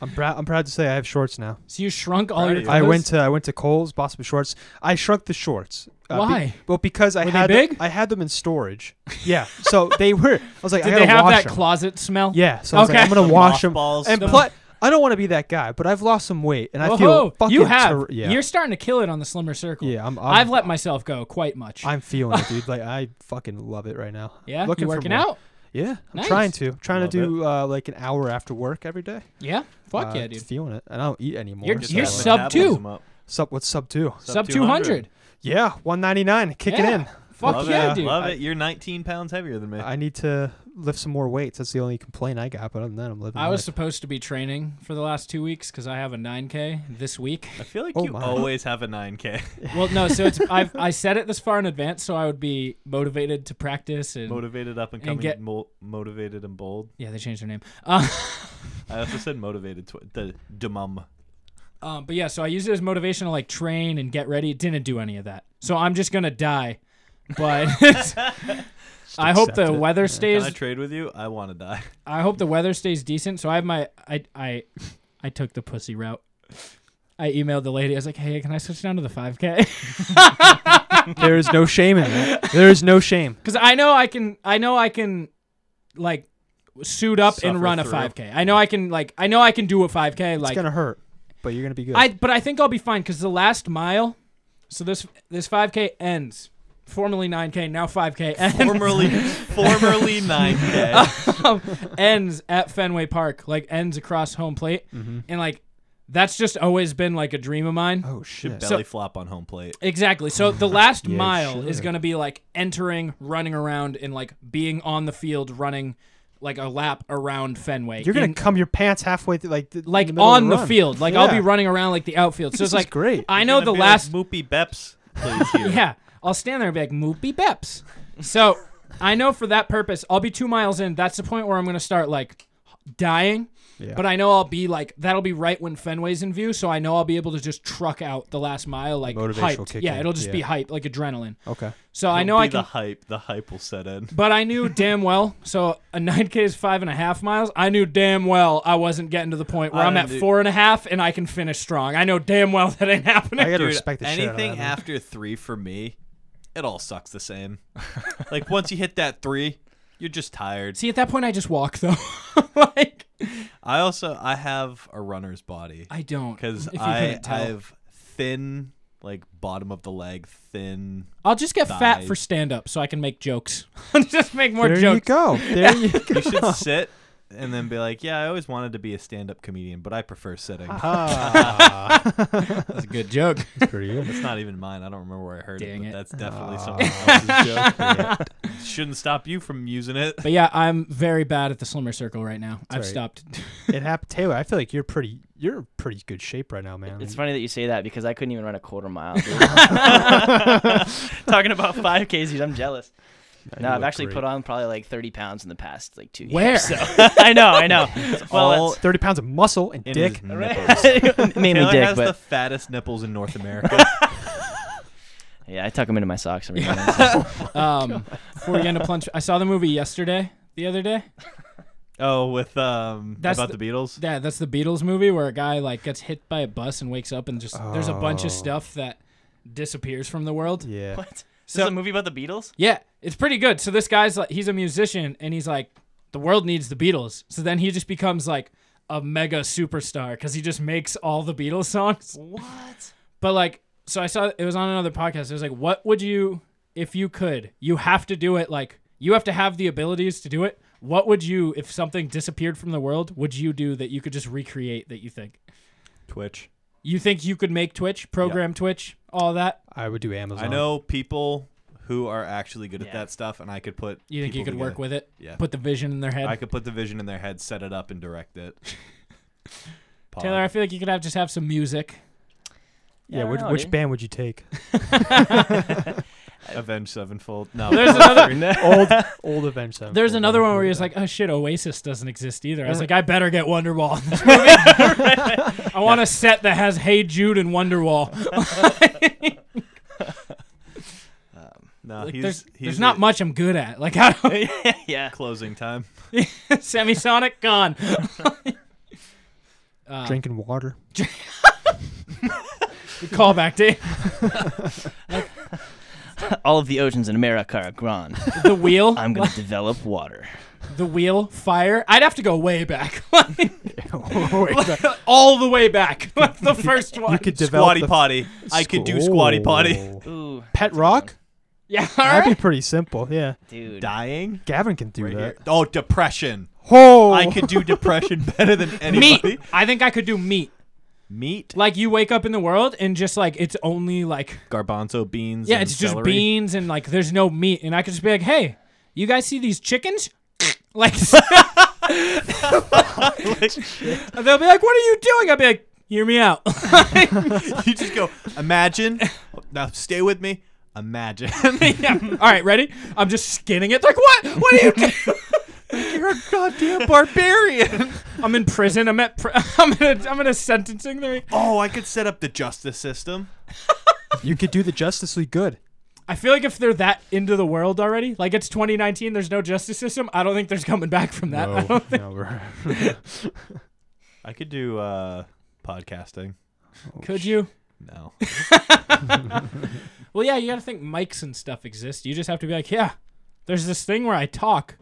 [SPEAKER 9] I'm proud. I'm proud to say I have shorts now.
[SPEAKER 8] So you shrunk all your.
[SPEAKER 9] I
[SPEAKER 8] clothes?
[SPEAKER 9] went to I went to Kohl's, bought some shorts. I shrunk the shorts. Uh, be-
[SPEAKER 8] Why?
[SPEAKER 9] well, because I
[SPEAKER 8] Were they
[SPEAKER 9] had
[SPEAKER 8] big?
[SPEAKER 9] I had them in storage. Yeah, so they were. I was like, I
[SPEAKER 8] Did
[SPEAKER 9] gotta
[SPEAKER 8] they have
[SPEAKER 9] wash
[SPEAKER 8] that
[SPEAKER 9] 'em.
[SPEAKER 8] closet smell?
[SPEAKER 9] Yeah, so I was
[SPEAKER 8] Okay.
[SPEAKER 9] like, I'm gonna
[SPEAKER 8] The
[SPEAKER 9] wash them.
[SPEAKER 8] mothballs.
[SPEAKER 9] And
[SPEAKER 8] The-
[SPEAKER 9] plus, I don't want to be that guy, but I've lost some weight and I
[SPEAKER 8] Whoa,
[SPEAKER 9] feel fucking.
[SPEAKER 8] you have.
[SPEAKER 9] ter- yeah,
[SPEAKER 8] You're starting to kill it on the slimmer circle.
[SPEAKER 9] Yeah, I'm- I'm-
[SPEAKER 8] i have let myself go quite much.
[SPEAKER 9] I'm feeling it,
[SPEAKER 8] <laughs>
[SPEAKER 9] dude. Like I fucking love it right now.
[SPEAKER 8] Yeah? You
[SPEAKER 9] looking for
[SPEAKER 8] working
[SPEAKER 9] more.
[SPEAKER 8] out?
[SPEAKER 9] Yeah, I'm
[SPEAKER 8] Nice.
[SPEAKER 9] trying to. I'm trying
[SPEAKER 8] Love
[SPEAKER 9] to do uh, like an hour after work every day.
[SPEAKER 8] Yeah? Fuck
[SPEAKER 9] Uh,
[SPEAKER 8] yeah, dude.
[SPEAKER 9] Feeling it, and I don't eat anymore.
[SPEAKER 8] You're-
[SPEAKER 9] so-
[SPEAKER 8] you're sub two. Metabolism up.
[SPEAKER 9] Sub what's sub two?
[SPEAKER 8] Sub 200.
[SPEAKER 9] Yeah, 199, kicking
[SPEAKER 8] Yeah.
[SPEAKER 9] in.
[SPEAKER 8] Fuck
[SPEAKER 6] Love
[SPEAKER 8] yeah,
[SPEAKER 6] it.
[SPEAKER 8] dude.
[SPEAKER 6] Love it. You're 19 pounds heavier than me.
[SPEAKER 9] I need to lift some more weights. That's the only complaint I got. But other than that, I'm living.
[SPEAKER 8] I was <laughs>
[SPEAKER 9] life.
[SPEAKER 8] supposed to be training for the last two weeks because I have a 9K this
[SPEAKER 9] <laughs>
[SPEAKER 8] week.
[SPEAKER 6] I feel like
[SPEAKER 9] Oh
[SPEAKER 6] you
[SPEAKER 9] my.
[SPEAKER 6] always have a 9K.
[SPEAKER 8] Well, no, so it's I've, I said it this far in advance, so I would be motivated to practice and
[SPEAKER 6] motivated up and
[SPEAKER 8] and
[SPEAKER 6] coming,
[SPEAKER 8] get-
[SPEAKER 6] mo- motivated and bold.
[SPEAKER 8] Yeah, they changed their name. Uh, <laughs>
[SPEAKER 6] I also said motivated. Tw- the dumb.
[SPEAKER 8] um, but yeah, so I used it as motivation to like train and get ready. Didn't do any of that, so I'm just gonna die. But <laughs> I hope the
[SPEAKER 6] accept it.
[SPEAKER 8] weather
[SPEAKER 6] Can
[SPEAKER 8] stays.
[SPEAKER 6] I trade with you? I want to
[SPEAKER 8] <laughs>
[SPEAKER 6] die.
[SPEAKER 8] I hope the weather stays decent. So I have my I I I took the pussy route. I emailed the lady. I was like, "Hey, can I switch down to the <laughs> 5K?"
[SPEAKER 9] There is no shame in that. There is no shame.
[SPEAKER 8] Because I know I can, I know I can, like, suit up
[SPEAKER 9] Suffer
[SPEAKER 8] and run
[SPEAKER 9] through.
[SPEAKER 8] a 5K. I know I can, like, I know I can do a 5K. Like,
[SPEAKER 9] it's gonna hurt, but you're gonna be good.
[SPEAKER 8] I, but I think I'll be fine because the last mile. So this this 5K ends, formerly 9K, now 5K. <laughs> Ends.
[SPEAKER 6] Formerly-
[SPEAKER 8] <laughs>
[SPEAKER 6] formerly 9K.
[SPEAKER 8] Um, ends at Fenway Park, like ends across home plate,
[SPEAKER 6] Mhm.
[SPEAKER 8] and like that's just always been like a dream of mine.
[SPEAKER 9] Mm-hmm. Oh
[SPEAKER 6] Should
[SPEAKER 9] shit!
[SPEAKER 6] belly flop on home plate.
[SPEAKER 8] Exactly. So
[SPEAKER 9] <laughs>
[SPEAKER 8] the last
[SPEAKER 6] Yeah,
[SPEAKER 8] mile
[SPEAKER 6] sure.
[SPEAKER 8] is going to be like entering, running around, and like being on the field running like a lap around Fenway.
[SPEAKER 9] You're gonna
[SPEAKER 8] in-
[SPEAKER 9] cum your pants halfway through, like th-
[SPEAKER 8] like
[SPEAKER 9] in middle of
[SPEAKER 8] on the
[SPEAKER 9] run.
[SPEAKER 8] field. Like I'll be
[SPEAKER 9] Yeah.
[SPEAKER 8] running around like the outfield. So
[SPEAKER 9] This
[SPEAKER 8] it's like
[SPEAKER 9] is great.
[SPEAKER 8] I know the last.
[SPEAKER 6] Like, Moopy Beps
[SPEAKER 8] <laughs>
[SPEAKER 6] plays here.
[SPEAKER 8] yeah, I'll stand there and be like moopy beps. So I know for that purpose, I'll be two miles in. That's the point where I'm gonna start like dying.
[SPEAKER 9] Yeah.
[SPEAKER 8] But I know I'll be like that'll be right when Fenway's in view, so I know I'll be able to just truck out the last mile like
[SPEAKER 9] Motivational
[SPEAKER 8] hyped.
[SPEAKER 9] kick
[SPEAKER 8] yeah,
[SPEAKER 9] in.
[SPEAKER 8] it'll just be
[SPEAKER 9] Yeah.
[SPEAKER 8] hype like adrenaline.
[SPEAKER 9] Okay.
[SPEAKER 8] So I
[SPEAKER 6] It'll
[SPEAKER 8] know I
[SPEAKER 6] be the
[SPEAKER 8] can
[SPEAKER 6] hype. The hype will set in.
[SPEAKER 8] but I knew damn well. So a nine k is five and a half miles. I knew damn well I wasn't getting to the point where
[SPEAKER 6] I
[SPEAKER 8] I'm
[SPEAKER 6] don't
[SPEAKER 8] at
[SPEAKER 6] do-
[SPEAKER 8] four and a half and I can finish strong. I know damn well that ain't <laughs> happening.
[SPEAKER 9] I gotta
[SPEAKER 6] Dude,
[SPEAKER 9] respect the shit out of
[SPEAKER 6] anything
[SPEAKER 9] that, man.
[SPEAKER 6] after three for me, it all sucks the same. like once you hit that three, you're just
[SPEAKER 8] <laughs>
[SPEAKER 6] tired.
[SPEAKER 8] See, at that point, I just walk though. <laughs> like
[SPEAKER 6] I also I have a runner's body
[SPEAKER 8] I don't
[SPEAKER 6] because
[SPEAKER 8] if you
[SPEAKER 6] I
[SPEAKER 8] couldn't
[SPEAKER 6] I
[SPEAKER 8] tell.
[SPEAKER 6] have thin like bottom of the leg
[SPEAKER 8] <laughs>
[SPEAKER 6] thin.
[SPEAKER 8] I'll just get fat for
[SPEAKER 6] thighs.
[SPEAKER 8] stand up so I can make jokes. <laughs> just make more
[SPEAKER 9] there
[SPEAKER 8] jokes.
[SPEAKER 9] you
[SPEAKER 8] <laughs>
[SPEAKER 9] go. There you go.
[SPEAKER 6] You should
[SPEAKER 9] <laughs>
[SPEAKER 6] sit and then be like, yeah, I always wanted to be a stand-up comedian, but I prefer
[SPEAKER 8] <laughs>
[SPEAKER 6] sitting.
[SPEAKER 8] Ah.
[SPEAKER 9] Ah.
[SPEAKER 8] That's a good joke.
[SPEAKER 9] pretty good.
[SPEAKER 6] That's not even mine. I don't remember where I heard
[SPEAKER 8] Dang
[SPEAKER 6] it, but
[SPEAKER 8] it. Ah.
[SPEAKER 6] that's definitely
[SPEAKER 9] Ah.
[SPEAKER 8] <laughs>
[SPEAKER 6] someone
[SPEAKER 9] <laughs>
[SPEAKER 6] else's joke. Shouldn't stop you from using it.
[SPEAKER 8] But yeah, I'm very bad at the slimmer circle right now. I've
[SPEAKER 9] right.
[SPEAKER 8] stopped.
[SPEAKER 9] <laughs> It happened, Taylor. I feel like you're pretty. You're in pretty good shape right now, man.
[SPEAKER 5] It's
[SPEAKER 9] Like,
[SPEAKER 5] funny that you say that because I couldn't even run a quarter mile. dude. Talking about 5Ks, dude, I'm jealous.
[SPEAKER 9] you
[SPEAKER 5] No, I've
[SPEAKER 9] look
[SPEAKER 5] actually
[SPEAKER 9] great.
[SPEAKER 5] put on probably like 30 pounds in the past like two
[SPEAKER 8] Where?
[SPEAKER 5] years. So. <laughs> I know, I know.
[SPEAKER 6] all
[SPEAKER 5] well,
[SPEAKER 9] Thirty pounds of muscle and
[SPEAKER 6] in his
[SPEAKER 8] <laughs>
[SPEAKER 9] dick.
[SPEAKER 6] nipples.
[SPEAKER 5] it's <laughs> mainly
[SPEAKER 6] Taylor
[SPEAKER 5] dick,
[SPEAKER 6] has the
[SPEAKER 5] but
[SPEAKER 6] fattest nipples in North
[SPEAKER 8] <laughs>
[SPEAKER 6] America.
[SPEAKER 5] yeah, I tuck them into my socks every morning.
[SPEAKER 8] <laughs> Um, before we get into plunge, I saw the movie yesterday. The other day,
[SPEAKER 6] oh, with um
[SPEAKER 8] That's
[SPEAKER 6] about
[SPEAKER 8] the-
[SPEAKER 6] the, Beatles.
[SPEAKER 8] yeah, that's the Beatles movie where a guy like gets hit by a bus and wakes up and just there's a bunch
[SPEAKER 9] Oh.
[SPEAKER 8] of stuff that disappears from the world.
[SPEAKER 9] Yeah.
[SPEAKER 5] What? Is
[SPEAKER 8] So-
[SPEAKER 5] this a movie about the Beatles?
[SPEAKER 8] Yeah, it's pretty good. So this guy's like he's a musician and he's like the world needs the Beatles. So then he just becomes like a mega superstar cuz he just makes all the Beatles <laughs> songs.
[SPEAKER 5] What?
[SPEAKER 8] But like so I saw it was on another podcast. It was like what would you if you could? You have to do it like you have to have the abilities to do it. What would you if something disappeared from the world? Would you do that you could just recreate that you think?
[SPEAKER 6] Twitch.
[SPEAKER 8] You think you could make Twitch, program Twitch, all that?
[SPEAKER 9] I would do Amazon.
[SPEAKER 6] I know people who are actually good at that stuff, and I could put.
[SPEAKER 8] You think you
[SPEAKER 6] people
[SPEAKER 8] could work
[SPEAKER 6] together.
[SPEAKER 8] with it?
[SPEAKER 6] Yeah.
[SPEAKER 8] Put the vision in their head.
[SPEAKER 6] I could put the vision in their head, set it up, and
[SPEAKER 8] <laughs>
[SPEAKER 6] direct it. Pod.
[SPEAKER 8] Taylor, I feel like you could have just have some music.
[SPEAKER 5] I
[SPEAKER 9] Yeah.
[SPEAKER 5] don't
[SPEAKER 9] Which,
[SPEAKER 5] know,
[SPEAKER 9] which
[SPEAKER 5] dude.
[SPEAKER 9] band would you take?
[SPEAKER 6] Avenge Sevenfold. No,
[SPEAKER 8] There's
[SPEAKER 6] <laughs> Paul
[SPEAKER 8] another-
[SPEAKER 6] Green.
[SPEAKER 9] <laughs>
[SPEAKER 8] <laughs>
[SPEAKER 9] old, old Avenged Sevenfold.
[SPEAKER 8] There's another one where
[SPEAKER 9] Who
[SPEAKER 8] he's
[SPEAKER 9] would
[SPEAKER 8] like, "Oh shit, Oasis doesn't exist either." I was
[SPEAKER 5] Yeah.
[SPEAKER 8] like, "I better get Wonderwall." in this
[SPEAKER 6] <laughs>
[SPEAKER 8] movie." I want a set that has Hey Jude and Wonderwall.
[SPEAKER 6] No,
[SPEAKER 8] <laughs> Like,
[SPEAKER 6] Uh, he's,
[SPEAKER 8] there's
[SPEAKER 6] he's
[SPEAKER 8] there's
[SPEAKER 6] a-
[SPEAKER 8] not much I'm good at. Like, I don't,
[SPEAKER 6] <laughs>
[SPEAKER 8] <laughs>
[SPEAKER 5] yeah.
[SPEAKER 6] closing time. <laughs>
[SPEAKER 8] semisonic gone. Uh,
[SPEAKER 9] <laughs> Drinking
[SPEAKER 8] <laughs>
[SPEAKER 9] water.
[SPEAKER 8] Callback
[SPEAKER 6] <laughs>
[SPEAKER 8] day.
[SPEAKER 5] <laughs> All of the oceans in America are gone.
[SPEAKER 8] The wheel?
[SPEAKER 5] I'm going to develop water.
[SPEAKER 8] the wheel, fire. I'd have to go way back. <laughs> Like, way
[SPEAKER 9] <laughs>
[SPEAKER 8] back. All the way back. <laughs>
[SPEAKER 6] <laughs>
[SPEAKER 8] the first one.
[SPEAKER 9] You could develop
[SPEAKER 6] Squatty
[SPEAKER 9] the-
[SPEAKER 6] potty. I could do squatty potty.
[SPEAKER 5] Ooh,
[SPEAKER 9] <laughs> Pet rock.
[SPEAKER 8] Yeah,
[SPEAKER 9] that'd be pretty simple. Yeah.
[SPEAKER 5] dude.
[SPEAKER 6] Dying?
[SPEAKER 9] Gavin can do
[SPEAKER 6] Right
[SPEAKER 9] that.
[SPEAKER 6] here. Oh, depression.
[SPEAKER 9] Oh,
[SPEAKER 6] I could
[SPEAKER 8] <laughs>
[SPEAKER 6] do depression better than anybody.
[SPEAKER 8] meat. I think I could do meat.
[SPEAKER 6] Meat?
[SPEAKER 8] Like you wake up in the world and just like it's only like
[SPEAKER 6] Garbanzo beans.
[SPEAKER 8] yeah,
[SPEAKER 6] and
[SPEAKER 8] it's just
[SPEAKER 6] celery.
[SPEAKER 8] beans and like there's no meat, and I could just be like, hey, you guys see these chickens? <laughs> like they'll be like, what are you doing? I'll be like, hear me out.
[SPEAKER 6] <laughs>
[SPEAKER 8] <laughs>
[SPEAKER 6] you just go, imagine. Now stay with me. Imagine. <laughs>
[SPEAKER 8] Yeah. All right, ready? I'm just skinning it. Like what? What are you doing? <laughs>
[SPEAKER 6] You're a goddamn barbarian.
[SPEAKER 8] I'm in prison. I'm at. Pr- <laughs> I'm in. A, I'm in a sentencing. Thing.
[SPEAKER 6] Oh, I could set up the justice system.
[SPEAKER 9] <laughs> you could do the Justice League good.
[SPEAKER 8] I feel like if they're that into the world already, like it's 2019, there's no justice system. I don't think there's coming back from <laughs> that. I <laughs> don't think.
[SPEAKER 6] I could do uh, podcasting.
[SPEAKER 8] Could you?
[SPEAKER 6] No.
[SPEAKER 8] Well, yeah, you got to think mics and stuff exist. You just have to be like, yeah, there's this thing where I talk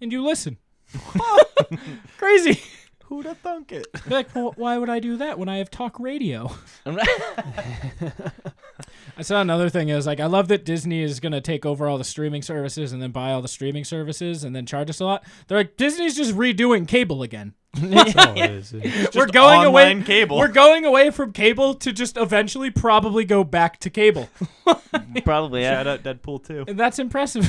[SPEAKER 8] and you listen. Crazy.
[SPEAKER 6] Who'd have thunk <laughs> it?
[SPEAKER 8] Be like, well, why would I do that when I have talk radio? I saw another thing is like I love that Disney is gonna take over all the streaming services and then buy all the streaming services and then charge us a lot. They're like Disney's just redoing cable again.
[SPEAKER 6] Oh,
[SPEAKER 8] we're going away.
[SPEAKER 6] online cable. <laughs>
[SPEAKER 8] We're going away from cable to just eventually probably go back to cable,
[SPEAKER 5] Probably, yeah.
[SPEAKER 6] Shout out Deadpool too.
[SPEAKER 8] and that's impressive.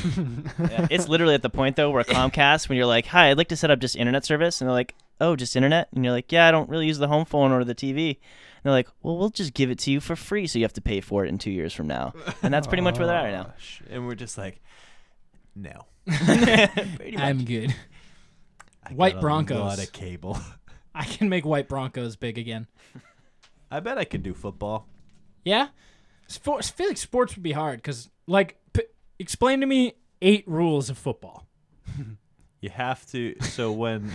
[SPEAKER 5] Yeah, <laughs> It's literally at the point though where Comcast, when you're like, "Hi, I'd like to set up just internet service," and they're like, "Oh, just internet," and you're like, "Yeah, I don't really use the home phone or the TV." And they're like, "Well, we'll just give it to you for free, so you have to pay for it in two years from now." And that's pretty much where they are
[SPEAKER 6] <laughs>
[SPEAKER 5] now.
[SPEAKER 6] Oh, And we're just like,
[SPEAKER 8] <laughs>
[SPEAKER 6] no.
[SPEAKER 5] Pretty much.
[SPEAKER 8] I'm good.
[SPEAKER 6] I
[SPEAKER 8] White
[SPEAKER 6] got
[SPEAKER 8] Broncos.
[SPEAKER 6] A lot of cable.
[SPEAKER 8] I can make white Broncos big again.
[SPEAKER 6] I bet I could do football.
[SPEAKER 8] Yeah, sports. I feel like sports would be hard because, like, p- explain to me eight rules of football.
[SPEAKER 6] You have to. So when
[SPEAKER 8] <laughs>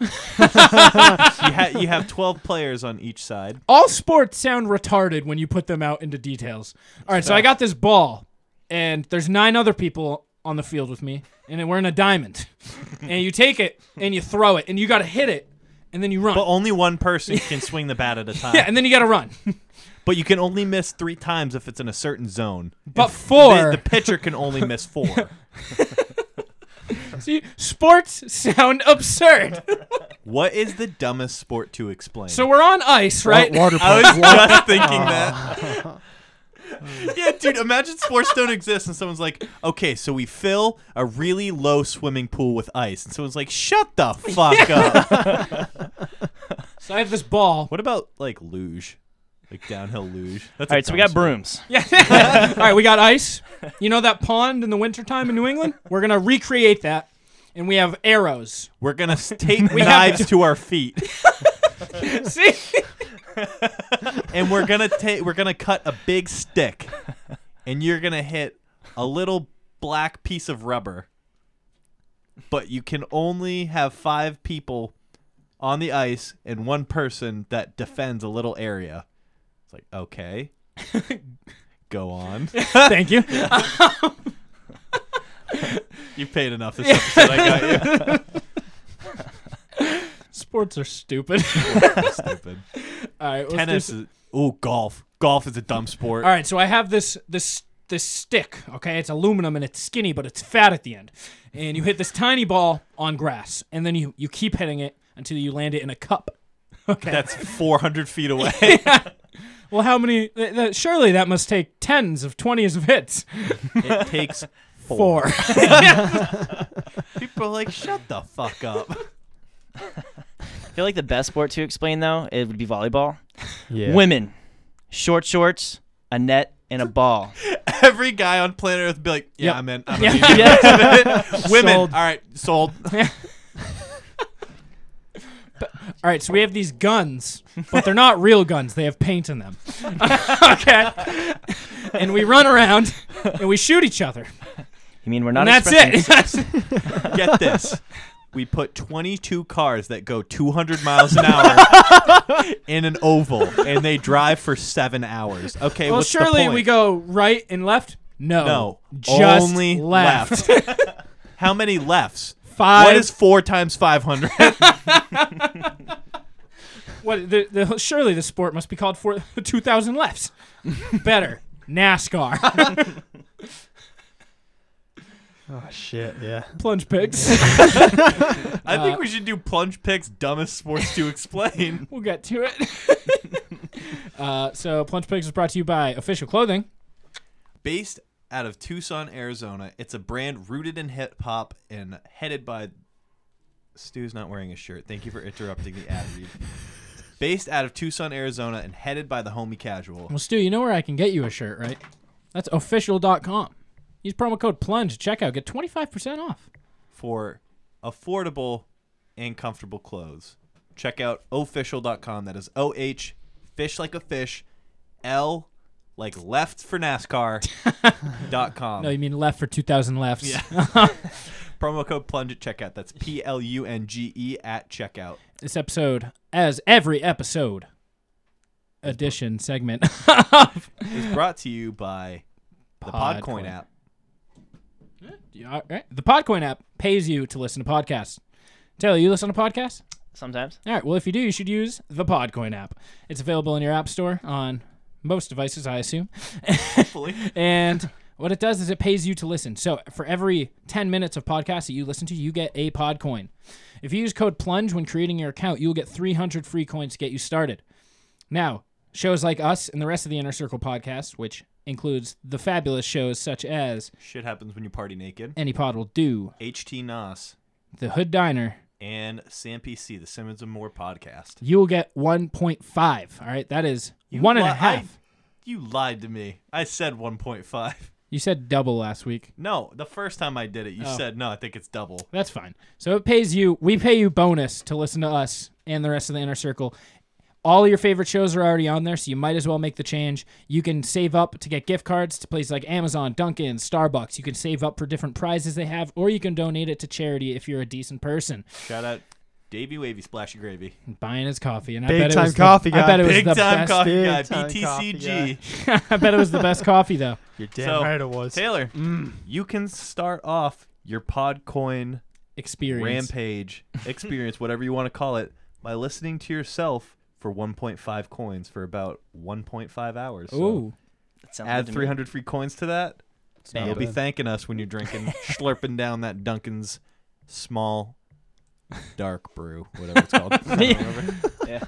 [SPEAKER 6] you, ha- you have twelve players on each side.
[SPEAKER 8] All sports sound retarded when you put them out into details. All right, so I got this ball, and there's nine other people on the field with me, and we're in a
[SPEAKER 6] <laughs>
[SPEAKER 8] diamond. and you take it and you throw it, and you got to hit it, and then you run.
[SPEAKER 6] But only one person
[SPEAKER 8] <laughs>
[SPEAKER 6] can swing the bat at a time.
[SPEAKER 8] yeah, and then you got to
[SPEAKER 6] <laughs>
[SPEAKER 8] run.
[SPEAKER 6] But you can only miss three times if it's in a certain zone.
[SPEAKER 8] But
[SPEAKER 6] The,
[SPEAKER 8] four.
[SPEAKER 6] the pitcher can only
[SPEAKER 8] <laughs>
[SPEAKER 6] miss four.
[SPEAKER 8] See, sports sound
[SPEAKER 6] <laughs>
[SPEAKER 8] absurd.
[SPEAKER 6] what is the dumbest sport to explain?
[SPEAKER 8] so we're on ice, right?
[SPEAKER 9] Water
[SPEAKER 6] I
[SPEAKER 9] park.
[SPEAKER 6] was just thinking that.
[SPEAKER 5] <laughs> Oh.
[SPEAKER 6] <laughs> yeah, dude, imagine sports don't exist and someone's like, okay, so we fill a really low swimming pool with ice. And someone's like, shut
[SPEAKER 5] <laughs>
[SPEAKER 6] the fuck up.
[SPEAKER 8] So I have this ball.
[SPEAKER 6] What about like luge? Like downhill luge? That's
[SPEAKER 5] All right, so we got brooms.
[SPEAKER 8] Yeah. All right, we got ice. You know that pond in the wintertime in New England? We're going to recreate that. And we have arrows.
[SPEAKER 6] We're going to
[SPEAKER 5] <laughs>
[SPEAKER 6] take
[SPEAKER 8] We have
[SPEAKER 6] knives to our feet
[SPEAKER 8] <laughs> See?
[SPEAKER 6] and we're going to take we're going to cut a big stick and you're going to hit a little black piece of rubber. But you can only have 5 people on the ice and one person that defends a little area. It's like,
[SPEAKER 8] <laughs>
[SPEAKER 6] okay. Go on.
[SPEAKER 8] Thank you.
[SPEAKER 6] You paid enough this episode. I got
[SPEAKER 8] <laughs>
[SPEAKER 6] you.
[SPEAKER 8] Sports are <laughs> stupid.
[SPEAKER 6] Stupid.
[SPEAKER 8] All right, let's do
[SPEAKER 6] Tennis
[SPEAKER 8] some-
[SPEAKER 6] is Ooh, golf. Golf is a dumb sport.
[SPEAKER 8] All right, so I have this this this stick. Okay, it's aluminum and it's skinny, but it's fat at the end. And you hit this tiny ball on grass, and then you you keep hitting it until you land it in a cup. Okay.
[SPEAKER 6] That's 400 feet away.
[SPEAKER 8] <laughs> well, how many? Th- th- surely that must take tens of twenties of hits.
[SPEAKER 6] It takes
[SPEAKER 8] Four. <laughs>
[SPEAKER 6] People are like, shut the fuck up.
[SPEAKER 5] I feel like the best sport to explain though it would be volleyball.
[SPEAKER 9] Yeah.
[SPEAKER 5] Women, short shorts, a net, and a ball.
[SPEAKER 6] <laughs> Every guy on planet Earth be like, yeah,
[SPEAKER 8] Yep.
[SPEAKER 6] I'm in. I'm
[SPEAKER 5] Yeah.
[SPEAKER 6] in. <laughs> Women.
[SPEAKER 8] Sold.
[SPEAKER 6] All right, sold.
[SPEAKER 8] All right, so we have these guns, but they're not real guns. They have paint in them. okay. And we run around and we shoot each other.
[SPEAKER 5] You mean we're
[SPEAKER 8] And
[SPEAKER 5] not?
[SPEAKER 8] that's
[SPEAKER 5] expressing-
[SPEAKER 8] it. <laughs>
[SPEAKER 6] Get this. we put 22 cars that go 200 miles an hour
[SPEAKER 8] <laughs>
[SPEAKER 6] in an oval, and they drive for seven hours. Okay,
[SPEAKER 8] well,
[SPEAKER 6] what's the
[SPEAKER 8] surely
[SPEAKER 6] point?
[SPEAKER 8] we go right and left. No,
[SPEAKER 6] No,
[SPEAKER 8] just
[SPEAKER 6] only
[SPEAKER 8] left.
[SPEAKER 6] <laughs> How many lefts?
[SPEAKER 8] Five.
[SPEAKER 6] What is four
[SPEAKER 8] <laughs>
[SPEAKER 6] times 500?
[SPEAKER 8] what? The, the, surely the sport must be called for <laughs> the 2,000 lefts. Better
[SPEAKER 6] <laughs>
[SPEAKER 8] NASCAR.
[SPEAKER 9] Oh shit! Yeah.
[SPEAKER 8] Plunge
[SPEAKER 6] <laughs>
[SPEAKER 8] picks.
[SPEAKER 6] I think we should do plunge picks, dumbest sports to explain.
[SPEAKER 8] We'll get to it. <laughs> uh, so, Plunge Picks is brought to you by Official Clothing.
[SPEAKER 6] Based out of Tucson, Arizona, it's a brand rooted in hip hop and headed by. Stu's not wearing a shirt. Thank you for interrupting the ad read. Based out of Tucson, Arizona, and headed by the homie casual.
[SPEAKER 8] Well, Stu, you know where I can get you a shirt, right? That's official.com. Use promo code PLUNGE at checkout. Get 25% off.
[SPEAKER 6] for affordable and comfortable clothes. Check out official.com. That is O H, fish like a fish, L like left for NASCAR dot com.
[SPEAKER 8] no, Oh, you mean left for 2,000 lefts.
[SPEAKER 6] Yeah. Promo code plunge at checkout. That's P L U N G E at checkout.
[SPEAKER 8] <laughs> this episode, as every episode, edition segment <laughs> of.
[SPEAKER 6] It's brought to you by the
[SPEAKER 8] Podcoin.
[SPEAKER 6] Podcoin, app.
[SPEAKER 8] Yeah, all right. The Podcoin app pays you to listen to podcasts. Taylor, you listen to podcasts?
[SPEAKER 5] <laughs> Sometimes.
[SPEAKER 8] All right. Well, if you do, you should use the Podcoin app. It's available in your app store on most devices, I assume. Hopefully. <laughs> and what it does is it pays you to listen. So for every 10 minutes of podcasts that you listen to, you get a Podcoin. If you use code PLUNGE when creating your account, you'll get 300 free coins to get you started. Now, shows like us and the rest of the Inner Circle podcast, which includes the fabulous shows such as
[SPEAKER 6] Shit happens when you party naked.
[SPEAKER 8] Any Pod Will Do,
[SPEAKER 6] HT Nos
[SPEAKER 8] The Hood Diner,
[SPEAKER 6] and Sam PC, the Simmons and More podcast.
[SPEAKER 8] you will get 1.5. All right, that is one and a
[SPEAKER 6] li-
[SPEAKER 8] half.
[SPEAKER 6] I- you lied to me. I said 1.5.
[SPEAKER 8] You said double last week.
[SPEAKER 6] No, the first time I did it, you
[SPEAKER 8] Oh.
[SPEAKER 6] said no. I think it's double.
[SPEAKER 8] That's fine. So it pays you. We pay you bonus to listen to us and the rest of the inner circle. All your favorite shows are already on there, so you might as well make the change. You can save up to get gift cards to places like Amazon, Dunkin', Starbucks. You can save up for different prizes they have, or you can donate it to charity if you're a decent person.
[SPEAKER 6] Shout out, Davey Wavy Splashy Gravy.
[SPEAKER 8] Buying his coffee, and I
[SPEAKER 9] Big
[SPEAKER 8] bet it
[SPEAKER 9] time
[SPEAKER 8] was
[SPEAKER 9] coffee
[SPEAKER 8] the,
[SPEAKER 9] guy.
[SPEAKER 8] I bet it was
[SPEAKER 6] Big
[SPEAKER 8] the
[SPEAKER 6] time
[SPEAKER 8] best.
[SPEAKER 6] coffee
[SPEAKER 9] big
[SPEAKER 6] guy,
[SPEAKER 9] time coffee
[SPEAKER 6] BTCG.
[SPEAKER 8] <laughs> I bet it was the
[SPEAKER 6] <laughs>
[SPEAKER 8] best coffee though.
[SPEAKER 9] You're damn
[SPEAKER 6] So,
[SPEAKER 9] right it was. Mm.
[SPEAKER 6] Taylor, you can start off your Podcoin
[SPEAKER 8] Experience.
[SPEAKER 6] rampage experience, whatever you want to call it, by listening to yourself for 1.5 coins for about 1.5 hours. So
[SPEAKER 8] Ooh,
[SPEAKER 5] That sounds good
[SPEAKER 6] add
[SPEAKER 5] to me.
[SPEAKER 6] 300 free coins to that.
[SPEAKER 8] not
[SPEAKER 6] You'll be
[SPEAKER 9] bad.
[SPEAKER 6] thanking us when you're drinking, slurping down that Duncan's small dark brew, whatever it's called. Uh, I don't remember.
[SPEAKER 5] Yeah.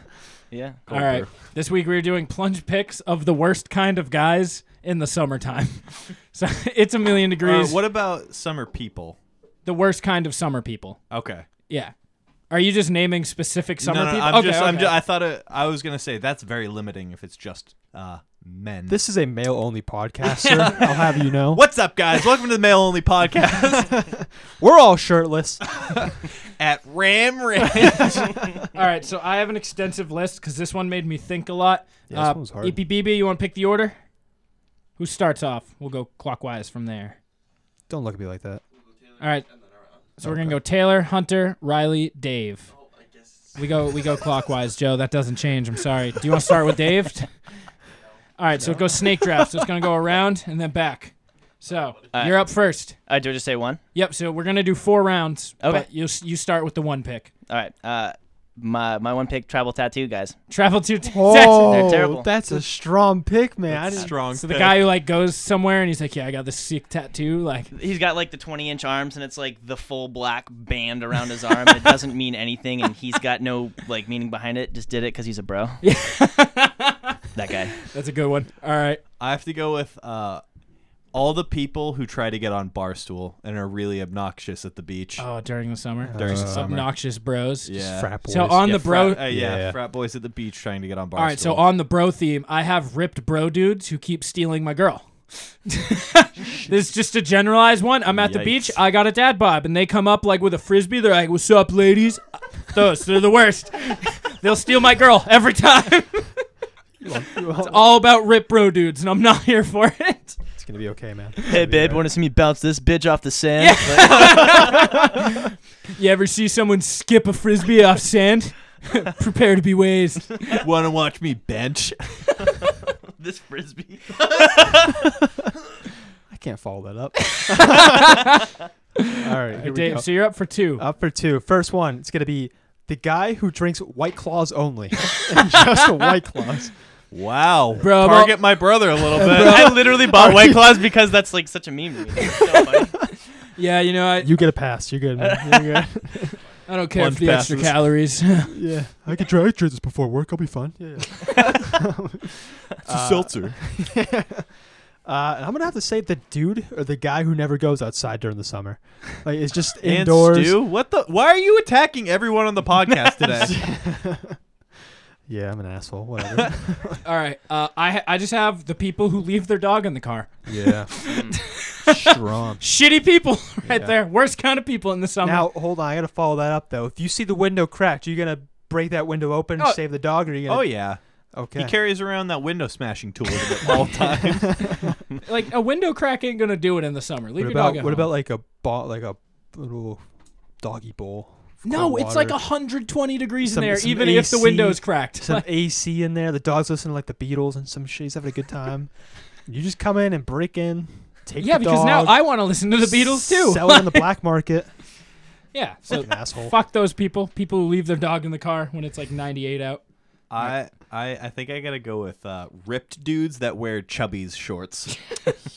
[SPEAKER 5] Yeah.
[SPEAKER 8] all right.
[SPEAKER 6] Cold
[SPEAKER 8] This week we are doing plunge picks of the worst kind of guys in the
[SPEAKER 6] <laughs>
[SPEAKER 8] summertime. so it's a million
[SPEAKER 6] brew. Uh,
[SPEAKER 8] degrees.
[SPEAKER 6] what about summer people?
[SPEAKER 8] the worst kind of summer people.
[SPEAKER 6] Okay.
[SPEAKER 8] Yeah. Are you just naming specific summer
[SPEAKER 6] no, no,
[SPEAKER 8] people?
[SPEAKER 6] I'm
[SPEAKER 8] okay,
[SPEAKER 6] just, I'm
[SPEAKER 8] okay.
[SPEAKER 6] ju- I thought it, I was gonna say that's very limiting if it's just uh, men.
[SPEAKER 9] This is a male only podcast,
[SPEAKER 6] <laughs>
[SPEAKER 9] sir. I'll have you know.
[SPEAKER 6] What's up, guys? Welcome to the Male Only Podcast
[SPEAKER 9] We're all shirtless.
[SPEAKER 6] at Ram Ram.
[SPEAKER 8] All right, so I have an extensive list because this one made me think a lot. Uh, E
[SPEAKER 9] Yeah, this one was hard.
[SPEAKER 8] EPBB, you want to pick the order? Who starts off? We'll go clockwise from there.
[SPEAKER 9] Don't look at me like that.
[SPEAKER 8] All right. So we're gonna go Taylor, Hunter, Riley, Dave. We go we go clockwise, Joe. That doesn't change. I'm sorry. Do you want to start with Dave? All right. So it goes snake draft. So it's gonna go around and then back. So
[SPEAKER 5] right.
[SPEAKER 8] you're up first.
[SPEAKER 5] I do I just say one.
[SPEAKER 8] Yep. So we're gonna do four rounds.
[SPEAKER 5] Okay.
[SPEAKER 8] But you you start with the one pick.
[SPEAKER 5] All right. Uh, my my one pick travel tattoo guys.
[SPEAKER 8] Travel to <laughs> Texas.
[SPEAKER 9] Oh,
[SPEAKER 5] terrible.
[SPEAKER 9] that's a strong pick, man. I didn't.
[SPEAKER 6] Strong.
[SPEAKER 8] So the
[SPEAKER 6] pick.
[SPEAKER 8] guy who like goes somewhere and he's like, yeah, I got this sick tattoo. Like,
[SPEAKER 5] He's got like the 20 inch arms and it's like the full black band around his arm. it doesn't mean anything and he's got no like meaning behind it. Just did it because he's a bro. that guy.
[SPEAKER 8] that's a good one. All right.
[SPEAKER 6] I have to go with uh, all the people who try to get on Barstool and are really obnoxious at the beach
[SPEAKER 8] Oh, during the summer.
[SPEAKER 6] during the summer.
[SPEAKER 8] Obnoxious bros.
[SPEAKER 6] yeah.
[SPEAKER 9] Frat boys.
[SPEAKER 8] So
[SPEAKER 9] <laughs>
[SPEAKER 8] on
[SPEAKER 6] Yeah,
[SPEAKER 8] the bro.
[SPEAKER 6] frat, uh, yeah,
[SPEAKER 9] Yeah.
[SPEAKER 6] frat boys at the beach trying to get on Barstool.
[SPEAKER 8] All right, so on the bro theme, I have ripped bro dudes who keep stealing my girl. <laughs> this is just a generalized one. I'm at the beach.
[SPEAKER 6] Yikes.
[SPEAKER 8] I got a dad bob, and they come up like with a frisbee. They're like, "What's up, ladies?" Uh, Those they're the worst. <laughs> They'll steal my girl every <laughs> time. it's all about rip bro dudes, and I'm not here for it.
[SPEAKER 9] it's gonna be okay, <laughs> man.
[SPEAKER 5] Hey, babe, want to see me bounce this bitch off the sand? Like-
[SPEAKER 8] You ever see someone skip a frisbee off sand? <laughs> Prepare to be wazed.
[SPEAKER 6] <laughs> Want to watch me bench?
[SPEAKER 5] this frisbee.
[SPEAKER 9] I can't follow that <laughs> up. All right, here we
[SPEAKER 8] Dave,
[SPEAKER 9] go. Uh,
[SPEAKER 8] so you're up for two.
[SPEAKER 9] Up for two. First one, it's gonna be the guy who drinks White Claws <laughs> only, and just the White Claws.
[SPEAKER 6] Wow,
[SPEAKER 8] Bro, I'm
[SPEAKER 6] target my brother
[SPEAKER 8] <laughs>
[SPEAKER 6] a little bit.
[SPEAKER 5] I literally bought White Claws because that's like such a meme to me. It's so funny.
[SPEAKER 8] Yeah, you know, I,
[SPEAKER 9] You get a pass. You're good, man. You're <laughs> good.
[SPEAKER 8] I don't care
[SPEAKER 6] Lunch
[SPEAKER 8] for the extra
[SPEAKER 6] passes.
[SPEAKER 9] <laughs>
[SPEAKER 8] calories. <laughs>
[SPEAKER 9] yeah, I could try. I tried this before work. I'll be fine. Yeah.
[SPEAKER 6] It's a seltzer.
[SPEAKER 9] <laughs> uh, and I'm gonna have to say the dude or the guy who never goes outside during the summer, like it's <laughs> just
[SPEAKER 6] And
[SPEAKER 9] indoors.
[SPEAKER 6] Stu, what the? Why are you attacking everyone on the
[SPEAKER 8] <laughs>
[SPEAKER 6] podcast today?
[SPEAKER 9] Yeah, I'm an asshole. Whatever.
[SPEAKER 8] All right, uh, I I just have the people who leave their dog in the car.
[SPEAKER 9] <laughs> yeah. Strong.
[SPEAKER 8] <laughs> Shitty people, right
[SPEAKER 9] Yeah.
[SPEAKER 8] there. Worst kind of people in the summer.
[SPEAKER 9] Now hold on, I gotta follow that up though. If you see the window cracked, are you gonna break that window open and
[SPEAKER 6] Oh.
[SPEAKER 9] save the dog, or are you gonna?
[SPEAKER 6] oh yeah,
[SPEAKER 9] Okay.
[SPEAKER 6] he carries around that window smashing tool with him at all
[SPEAKER 8] <laughs>
[SPEAKER 6] times.
[SPEAKER 8] <laughs> like a window crack ain't gonna do it in the summer. Leave
[SPEAKER 9] what
[SPEAKER 8] your
[SPEAKER 9] about
[SPEAKER 8] dog at
[SPEAKER 9] what
[SPEAKER 8] home.
[SPEAKER 9] about like a bo- like a little doggy bowl? of
[SPEAKER 8] No,
[SPEAKER 9] cold
[SPEAKER 8] it's
[SPEAKER 9] water,
[SPEAKER 8] like 120 degrees
[SPEAKER 9] Some-
[SPEAKER 8] in there,
[SPEAKER 9] some
[SPEAKER 8] even if the
[SPEAKER 9] AC.
[SPEAKER 8] window's cracked.
[SPEAKER 9] some AC in there. The dog's listening to like the Beatles and some shit. He's having a good time. you just come in and break in, take
[SPEAKER 8] yeah,
[SPEAKER 9] the
[SPEAKER 8] because now
[SPEAKER 9] dog,
[SPEAKER 8] I want to listen to the Beatles too.
[SPEAKER 9] Sell it on the
[SPEAKER 8] <laughs>
[SPEAKER 9] black market.
[SPEAKER 8] yeah, so
[SPEAKER 9] Fucking asshole.
[SPEAKER 8] fuck those people. People who leave their dog in the car when it's like 98 out.
[SPEAKER 6] <laughs> I, I I think I gotta go with uh, ripped dudes that wear chubbies shorts.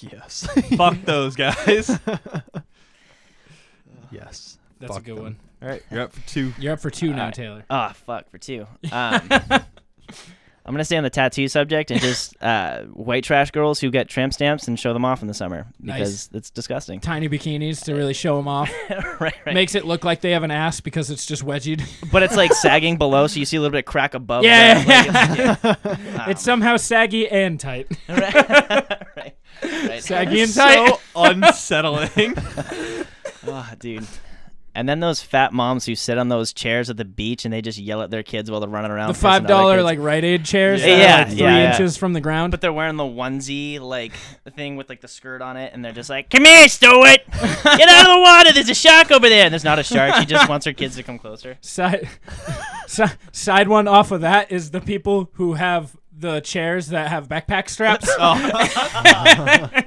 [SPEAKER 9] Yes.
[SPEAKER 8] <laughs>
[SPEAKER 6] Fuck those guys.
[SPEAKER 9] yes.
[SPEAKER 8] That's
[SPEAKER 9] Fuck
[SPEAKER 8] a good
[SPEAKER 9] them.
[SPEAKER 8] one.
[SPEAKER 6] All right, you're up for two.
[SPEAKER 8] You're up for two now,
[SPEAKER 5] right.
[SPEAKER 8] Taylor.
[SPEAKER 5] Ah, fuck for two. Um, I'm gonna stay on the tattoo subject and just uh, white trash girls who get tramp stamps and show them off in the summer
[SPEAKER 8] Nice.
[SPEAKER 5] because it's
[SPEAKER 8] <laughs>
[SPEAKER 5] disgusting. <laughs>
[SPEAKER 8] Tiny bikinis to really show them off.
[SPEAKER 5] right, right.
[SPEAKER 8] Makes it look like they have an ass because it's just
[SPEAKER 9] <laughs>
[SPEAKER 8] wedgied.
[SPEAKER 5] but it's like sagging below, so you see a little bit of crack above.
[SPEAKER 8] Yeah,
[SPEAKER 5] there, like,
[SPEAKER 8] yeah,
[SPEAKER 5] it's-
[SPEAKER 8] <laughs>
[SPEAKER 5] yeah.
[SPEAKER 8] it's somehow saggy and
[SPEAKER 9] <laughs>
[SPEAKER 8] tight. <laughs>
[SPEAKER 5] Um, right, <laughs> right, right.
[SPEAKER 8] Saggy and tight.
[SPEAKER 6] So unsettling.
[SPEAKER 5] Ah, dude. And then those fat moms who sit on those chairs at the beach and they just yell at their kids while they're running around.
[SPEAKER 8] the
[SPEAKER 5] pissing other
[SPEAKER 8] five dollar
[SPEAKER 5] kids.
[SPEAKER 8] like Rite Aid chairs,
[SPEAKER 5] Yeah.
[SPEAKER 8] that are,
[SPEAKER 5] Yeah,
[SPEAKER 8] like three
[SPEAKER 5] yeah, yeah.
[SPEAKER 8] inches from the ground.
[SPEAKER 5] But they're wearing the onesie, like the thing with like the skirt on it, and they're just like, "Come here, Stuart! <laughs> Get out of the water! There's a shark over there!" And there's not a shark. She just wants her kids to come closer.
[SPEAKER 8] side, <laughs> si- side one off of that is the people who have the chairs that have backpack straps.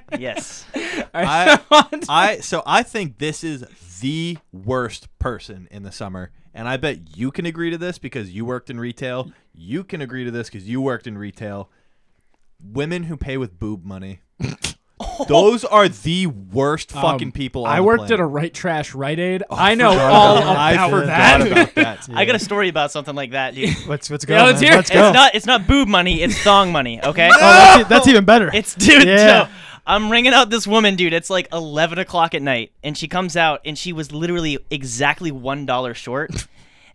[SPEAKER 8] <laughs>
[SPEAKER 5] Yes.
[SPEAKER 6] I, I so I think this is the worst person in the summer, and I bet you can agree to this because you worked in retail. You can agree to this because you worked in retail. Women who pay with
[SPEAKER 9] <laughs>
[SPEAKER 6] boob money. Those are the worst fucking
[SPEAKER 8] Um,
[SPEAKER 6] people. On
[SPEAKER 8] I
[SPEAKER 6] the
[SPEAKER 8] worked at
[SPEAKER 6] planet.
[SPEAKER 8] a right trash Rite Aid. <laughs> I know
[SPEAKER 9] forgot
[SPEAKER 8] all
[SPEAKER 9] about
[SPEAKER 8] about,
[SPEAKER 9] that. I
[SPEAKER 8] that. <laughs>
[SPEAKER 9] forgot
[SPEAKER 6] about
[SPEAKER 9] <laughs>
[SPEAKER 6] that. <laughs>
[SPEAKER 5] I got a story about something like that, dude.
[SPEAKER 9] Let's let's go.
[SPEAKER 8] Yeah, let's
[SPEAKER 9] man.
[SPEAKER 8] hear it.
[SPEAKER 9] Let's go.
[SPEAKER 5] It's not it's not boob money, it's thong money, okay?
[SPEAKER 9] oh, that's, e- that's even better.
[SPEAKER 5] It's <laughs> dude,
[SPEAKER 9] Yeah.
[SPEAKER 5] so I'm ringing out this woman, dude. It's like 11 o'clock at night, and she comes out, and she was literally exactly one dollar short.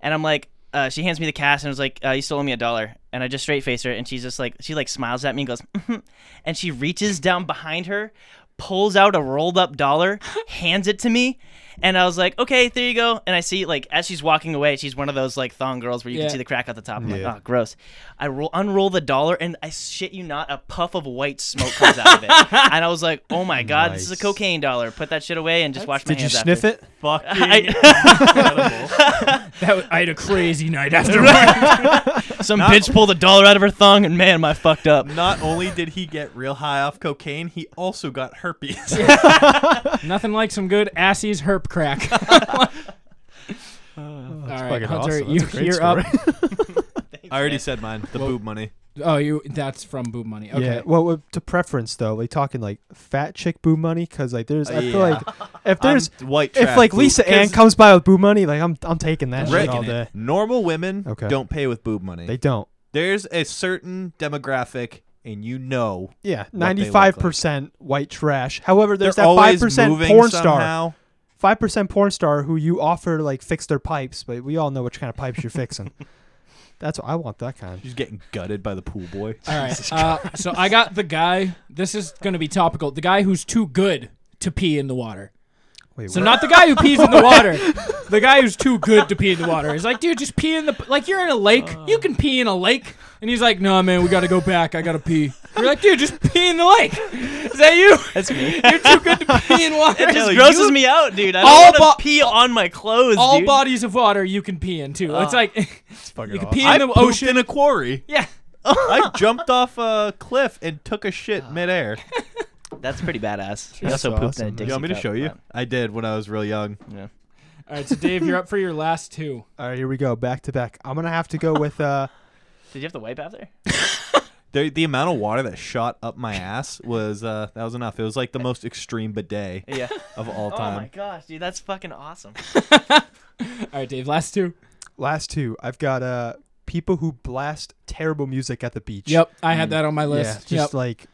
[SPEAKER 5] and I'm like, uh, she hands me the cash, and I was like, uh, "You stole me a dollar." And I just straight face her, and she's just like, she like smiles at me and goes, "Mhm." and she reaches down behind her, pulls out a rolled up dollar, hands it to me. And I was like, okay, there you go. And I see, like, as she's walking away, she's one of those like thong girls where you
[SPEAKER 8] Yeah.
[SPEAKER 5] can see the crack at the top. I'm like, oh, gross. I roll, unroll the dollar, and I shit you not, a puff of white smoke comes out of it. And I was like, oh my god, this is a
[SPEAKER 9] Nice.
[SPEAKER 5] cocaine dollar. Put that shit away and just wash my
[SPEAKER 9] Did you
[SPEAKER 5] hands. <laughs>
[SPEAKER 9] sniff it?
[SPEAKER 5] it?
[SPEAKER 8] That was, I had a crazy <laughs> night after.
[SPEAKER 5] some bitch pulled a dollar out of her thong, and man, am I fucked up.
[SPEAKER 6] Not only did he get real high off cocaine, he also got
[SPEAKER 9] <laughs>
[SPEAKER 6] herpes.
[SPEAKER 8] Nothing like some good assy's herp <laughs> crack. all right,
[SPEAKER 9] fucking
[SPEAKER 8] Hunter,
[SPEAKER 9] awesome. That's a
[SPEAKER 8] you
[SPEAKER 9] great
[SPEAKER 8] you're up.
[SPEAKER 6] I already said mine. The boob money.
[SPEAKER 8] Oh, you. That's from Boob Money. Okay.
[SPEAKER 9] Yeah. Well, well, to preference though, like talking like fat chick boo money, because like there's, I feel
[SPEAKER 6] Yeah.
[SPEAKER 9] like if there's,
[SPEAKER 6] I'm white trash
[SPEAKER 9] if like
[SPEAKER 6] boob-
[SPEAKER 9] Lisa
[SPEAKER 6] 'cause
[SPEAKER 9] Ann comes by with boo money, like I'm, I'm taking that shit
[SPEAKER 6] Rick,
[SPEAKER 9] all day.
[SPEAKER 6] normal women
[SPEAKER 9] Okay.
[SPEAKER 6] don't pay with boob money.
[SPEAKER 9] They don't.
[SPEAKER 6] There's a certain demographic, and you know
[SPEAKER 9] Yeah,
[SPEAKER 6] What they look
[SPEAKER 9] ninety-five percent white trash. However, there's
[SPEAKER 6] they're
[SPEAKER 9] that
[SPEAKER 6] always
[SPEAKER 9] five percent
[SPEAKER 6] moving
[SPEAKER 9] porn star,
[SPEAKER 6] somehow.
[SPEAKER 9] five percent porn star who you offer to like fix their pipes, but we all know which kind of pipes you're
[SPEAKER 6] <laughs>
[SPEAKER 9] fixing. That's what I want. That kind.
[SPEAKER 6] She's getting gutted by the pool boy.
[SPEAKER 8] All right. Uh, so I got the guy. This is going to be topical. The guy who's too good to pee in the water.
[SPEAKER 9] Wait,
[SPEAKER 8] So not the guy who pees in the water. The guy who's too good to pee in the water is like, dude, just
[SPEAKER 5] Uh.
[SPEAKER 8] pee in the like. You're in a lake. You can pee in a lake. And he's like, no, man, we got to go back. I got to pee. We're like, dude, just pee in the lake. Is that you?
[SPEAKER 5] <laughs> That's me.
[SPEAKER 8] You're too good to pee in water.
[SPEAKER 5] It just grosses me out, dude. I don't
[SPEAKER 8] All
[SPEAKER 5] wanna
[SPEAKER 8] bo-
[SPEAKER 5] pee on my clothes,
[SPEAKER 8] All
[SPEAKER 5] dude.
[SPEAKER 8] bodies of water you can pee in too. it's
[SPEAKER 5] Oh.
[SPEAKER 8] like <laughs>
[SPEAKER 6] fucking
[SPEAKER 8] you can
[SPEAKER 6] awful.
[SPEAKER 8] pee
[SPEAKER 6] I
[SPEAKER 8] in the
[SPEAKER 6] pooped
[SPEAKER 8] ocean
[SPEAKER 6] in
[SPEAKER 8] <laughs>
[SPEAKER 6] a quarry.
[SPEAKER 8] Yeah.
[SPEAKER 6] I jumped off a cliff and took a shit
[SPEAKER 5] Ah. <laughs>
[SPEAKER 6] midair.
[SPEAKER 5] That's pretty <laughs> badass. I
[SPEAKER 6] That's
[SPEAKER 5] also pooped
[SPEAKER 6] awesome.
[SPEAKER 5] in a Dixie
[SPEAKER 6] You want me to
[SPEAKER 5] cup,
[SPEAKER 6] show you?
[SPEAKER 5] but-
[SPEAKER 6] I did when I was real young.
[SPEAKER 5] Yeah.
[SPEAKER 8] All right, so Dave, you're up for your last two.
[SPEAKER 9] All right, here we go. Back to back. I'm gonna have to go with uh.
[SPEAKER 5] Did you have to wipe after?
[SPEAKER 6] The, the amount of water that shot up my ass was uh, that was enough. It was like the most extreme bidet
[SPEAKER 5] <laughs> Yeah.
[SPEAKER 6] of all
[SPEAKER 5] Oh my
[SPEAKER 6] time.
[SPEAKER 5] gosh, dude, that's fucking awesome. <sighs>
[SPEAKER 8] All right, Dave, last two.
[SPEAKER 9] Last two. I've got uh people who blast terrible music at the beach.
[SPEAKER 8] Yep, I had that on my
[SPEAKER 9] Yeah,
[SPEAKER 8] list.
[SPEAKER 9] just
[SPEAKER 8] Yep.
[SPEAKER 9] like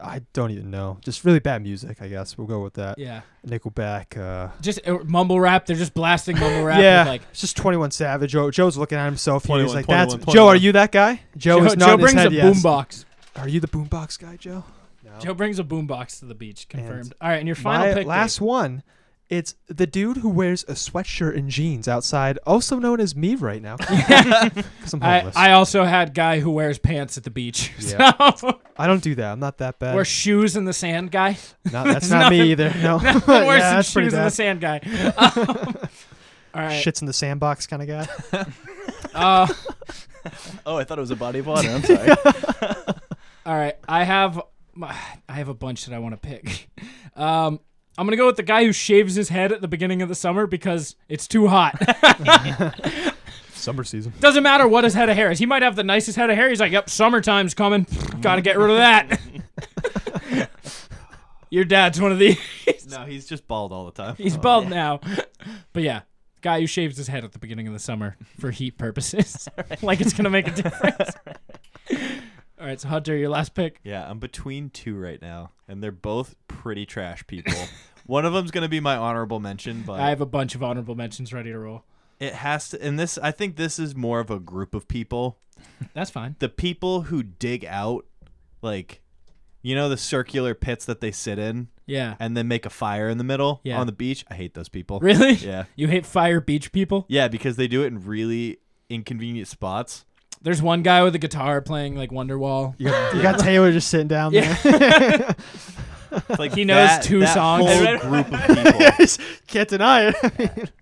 [SPEAKER 9] I don't even know. Just really bad music, I guess. We'll go with that.
[SPEAKER 8] Yeah.
[SPEAKER 9] Nickelback. Uh,
[SPEAKER 8] Just uh, mumble rap. They're just blasting mumble rap.
[SPEAKER 9] yeah,
[SPEAKER 8] With like
[SPEAKER 9] it's just Twenty One Savage. Joe, Joe's looking at himself. here.
[SPEAKER 6] 21,
[SPEAKER 9] He's like, "That's
[SPEAKER 6] 21,
[SPEAKER 9] Joe. Are
[SPEAKER 6] 21.
[SPEAKER 9] you that guy? Joe,
[SPEAKER 8] Joe,
[SPEAKER 9] is not
[SPEAKER 8] Joe
[SPEAKER 9] in his
[SPEAKER 8] brings
[SPEAKER 9] head
[SPEAKER 8] a
[SPEAKER 9] yes.
[SPEAKER 8] boombox.
[SPEAKER 9] Are you the boombox guy, Joe? No.
[SPEAKER 8] Joe brings a boombox to the beach.
[SPEAKER 9] And
[SPEAKER 8] Confirmed. All right, and your final
[SPEAKER 9] my
[SPEAKER 8] pick.
[SPEAKER 9] Last one. It's the dude who wears a sweatshirt and jeans outside, also known as me right
[SPEAKER 8] <laughs>
[SPEAKER 9] now. <laughs> Because I'm
[SPEAKER 8] Dave. I,
[SPEAKER 9] homeless.
[SPEAKER 8] I also had guy who wears pants at the beach. <laughs>
[SPEAKER 9] Yeah.
[SPEAKER 8] So
[SPEAKER 9] I don't do that. I'm not that bad.
[SPEAKER 8] wear shoes in the sand
[SPEAKER 9] <laughs>
[SPEAKER 8] guy. <laughs>
[SPEAKER 9] No, that's not me either. No.
[SPEAKER 8] nothing
[SPEAKER 9] <laughs> Yeah,
[SPEAKER 8] worse than
[SPEAKER 9] that's pretty
[SPEAKER 8] shoes in the
[SPEAKER 9] bad.
[SPEAKER 8] sand
[SPEAKER 9] <laughs>
[SPEAKER 8] guy. Um, all right.
[SPEAKER 9] Shits in the sandbox kind of guy.
[SPEAKER 8] Uh,
[SPEAKER 5] Oh, I thought it was a body of water. I'm
[SPEAKER 6] <laughs>
[SPEAKER 5] sorry.
[SPEAKER 8] All right, I have my, I have a bunch that I want to pick. <laughs> Um, I'm gonna go with the guy who shaves his head at the beginning of the summer because it's too hot.
[SPEAKER 9] Summer season.
[SPEAKER 8] Doesn't matter what his head of hair is. He might have the nicest head of hair. He's like, "Yep, summertime's coming. Got to get rid of that." Your dad's one of these.
[SPEAKER 6] No, he's just bald all the
[SPEAKER 8] <laughs>
[SPEAKER 6] time. Oh.
[SPEAKER 8] He's bald now, but yeah, guy who shaves his head at the beginning of the summer for heat purposes. like it's gonna make a difference. All right, so Hunter, your last pick.
[SPEAKER 6] Yeah, I'm between two right now, and they're both pretty trash people. <laughs> One of them's gonna be my honorable mention, but
[SPEAKER 8] I have a bunch of honorable mentions ready to roll.
[SPEAKER 6] it has to. And this, I think, this is more of a group of people.
[SPEAKER 8] That's fine.
[SPEAKER 6] The people who dig out, like, you know, the circular pits that they sit in,
[SPEAKER 8] Yeah.
[SPEAKER 6] and then make a fire in the middle
[SPEAKER 8] Yeah.
[SPEAKER 6] on the beach. I hate those people.
[SPEAKER 8] Really?
[SPEAKER 6] Yeah.
[SPEAKER 8] You hate fire beach people?
[SPEAKER 6] Yeah, because they do it in really
[SPEAKER 8] <laughs>
[SPEAKER 6] inconvenient spots.
[SPEAKER 8] There's one guy with a guitar playing like Wonderwall.
[SPEAKER 9] You got, you got Taylor just sitting down <laughs>
[SPEAKER 8] Yeah.
[SPEAKER 9] there.
[SPEAKER 6] It's like
[SPEAKER 8] He knows
[SPEAKER 6] that-
[SPEAKER 8] two
[SPEAKER 6] that
[SPEAKER 8] songs.
[SPEAKER 6] whole group of
[SPEAKER 8] <laughs>
[SPEAKER 6] people.
[SPEAKER 9] Can't deny it. <laughs>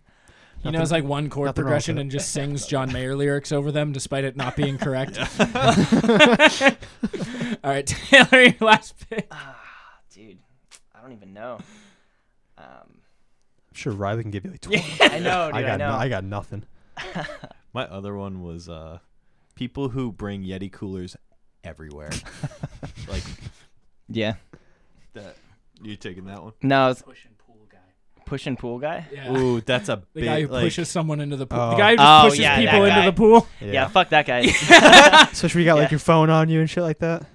[SPEAKER 8] He knows like one chord
[SPEAKER 9] nothing wrong with
[SPEAKER 8] progression
[SPEAKER 9] it.
[SPEAKER 8] and just sings John Mayer lyrics over them despite it not being correct. <laughs> All right, Taylor, your last pick.
[SPEAKER 5] dude, I don't even know. Um,
[SPEAKER 9] I'm sure Riley can give you like 20.
[SPEAKER 5] I know,
[SPEAKER 6] <laughs>
[SPEAKER 5] dude.
[SPEAKER 9] I,
[SPEAKER 5] I,
[SPEAKER 9] got
[SPEAKER 5] know.
[SPEAKER 9] no- I got nothing.
[SPEAKER 6] My other one was uh, people who bring Yeti coolers <laughs> everywhere. like
[SPEAKER 5] yeah.
[SPEAKER 6] that. You taking that one?
[SPEAKER 5] No, it's push and pool guy.
[SPEAKER 8] Yeah.
[SPEAKER 6] Ooh, that's a
[SPEAKER 8] the
[SPEAKER 6] big.
[SPEAKER 8] guy who
[SPEAKER 6] like,
[SPEAKER 8] pushes someone into the pool.
[SPEAKER 9] Oh.
[SPEAKER 8] The guy who just
[SPEAKER 5] Oh,
[SPEAKER 8] pushes
[SPEAKER 5] yeah,
[SPEAKER 8] people
[SPEAKER 5] that
[SPEAKER 8] into
[SPEAKER 5] guy.
[SPEAKER 8] the pool.
[SPEAKER 5] <laughs> Yeah. fuck that guy.
[SPEAKER 9] Especially when you got like
[SPEAKER 5] Yeah.
[SPEAKER 9] your phone on you and shit like that.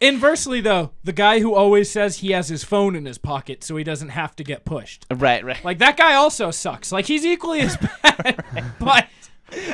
[SPEAKER 8] Inversely though, the guy who always says he has his phone in his pocket so he doesn't have to get pushed.
[SPEAKER 5] right, right.
[SPEAKER 8] Like that guy also sucks. Like he's equally as bad. <laughs> but
[SPEAKER 5] <laughs>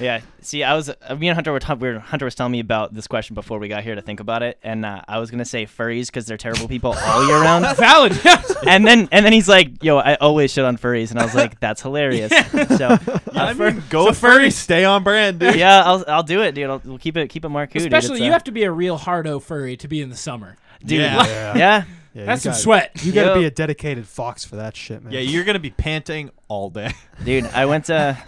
[SPEAKER 5] Yeah. See, I was uh, me and Hunter were, t- we were Hunter was telling me about this question before we got here to think about it, and uh, I was gonna say furries because they're terrible people all year
[SPEAKER 8] <laughs>
[SPEAKER 5] round.
[SPEAKER 8] valid.
[SPEAKER 5] and then and then he's like, "Yo, I always shit on furries," and I was like,
[SPEAKER 8] <laughs>
[SPEAKER 5] "That's hilarious." So uh,
[SPEAKER 6] I mean, go furry, stay on brand, dude.
[SPEAKER 5] yeah, I'll, I'll do it, dude. I'll, we'll keep it keep it Marku. dude.
[SPEAKER 8] Especially,
[SPEAKER 5] It's,
[SPEAKER 8] you
[SPEAKER 5] uh,
[SPEAKER 8] have to be a real hardo furry to be in the summer.
[SPEAKER 5] dude.
[SPEAKER 6] <laughs> Yeah.
[SPEAKER 5] <laughs> Yeah.
[SPEAKER 9] Yeah,
[SPEAKER 8] That's
[SPEAKER 9] you
[SPEAKER 8] some
[SPEAKER 9] got-
[SPEAKER 8] sweat.
[SPEAKER 9] You gotta
[SPEAKER 5] Yep.
[SPEAKER 9] be a dedicated fox for that shit, man.
[SPEAKER 6] Yeah, you're gonna be panting all day.
[SPEAKER 5] dude. I went to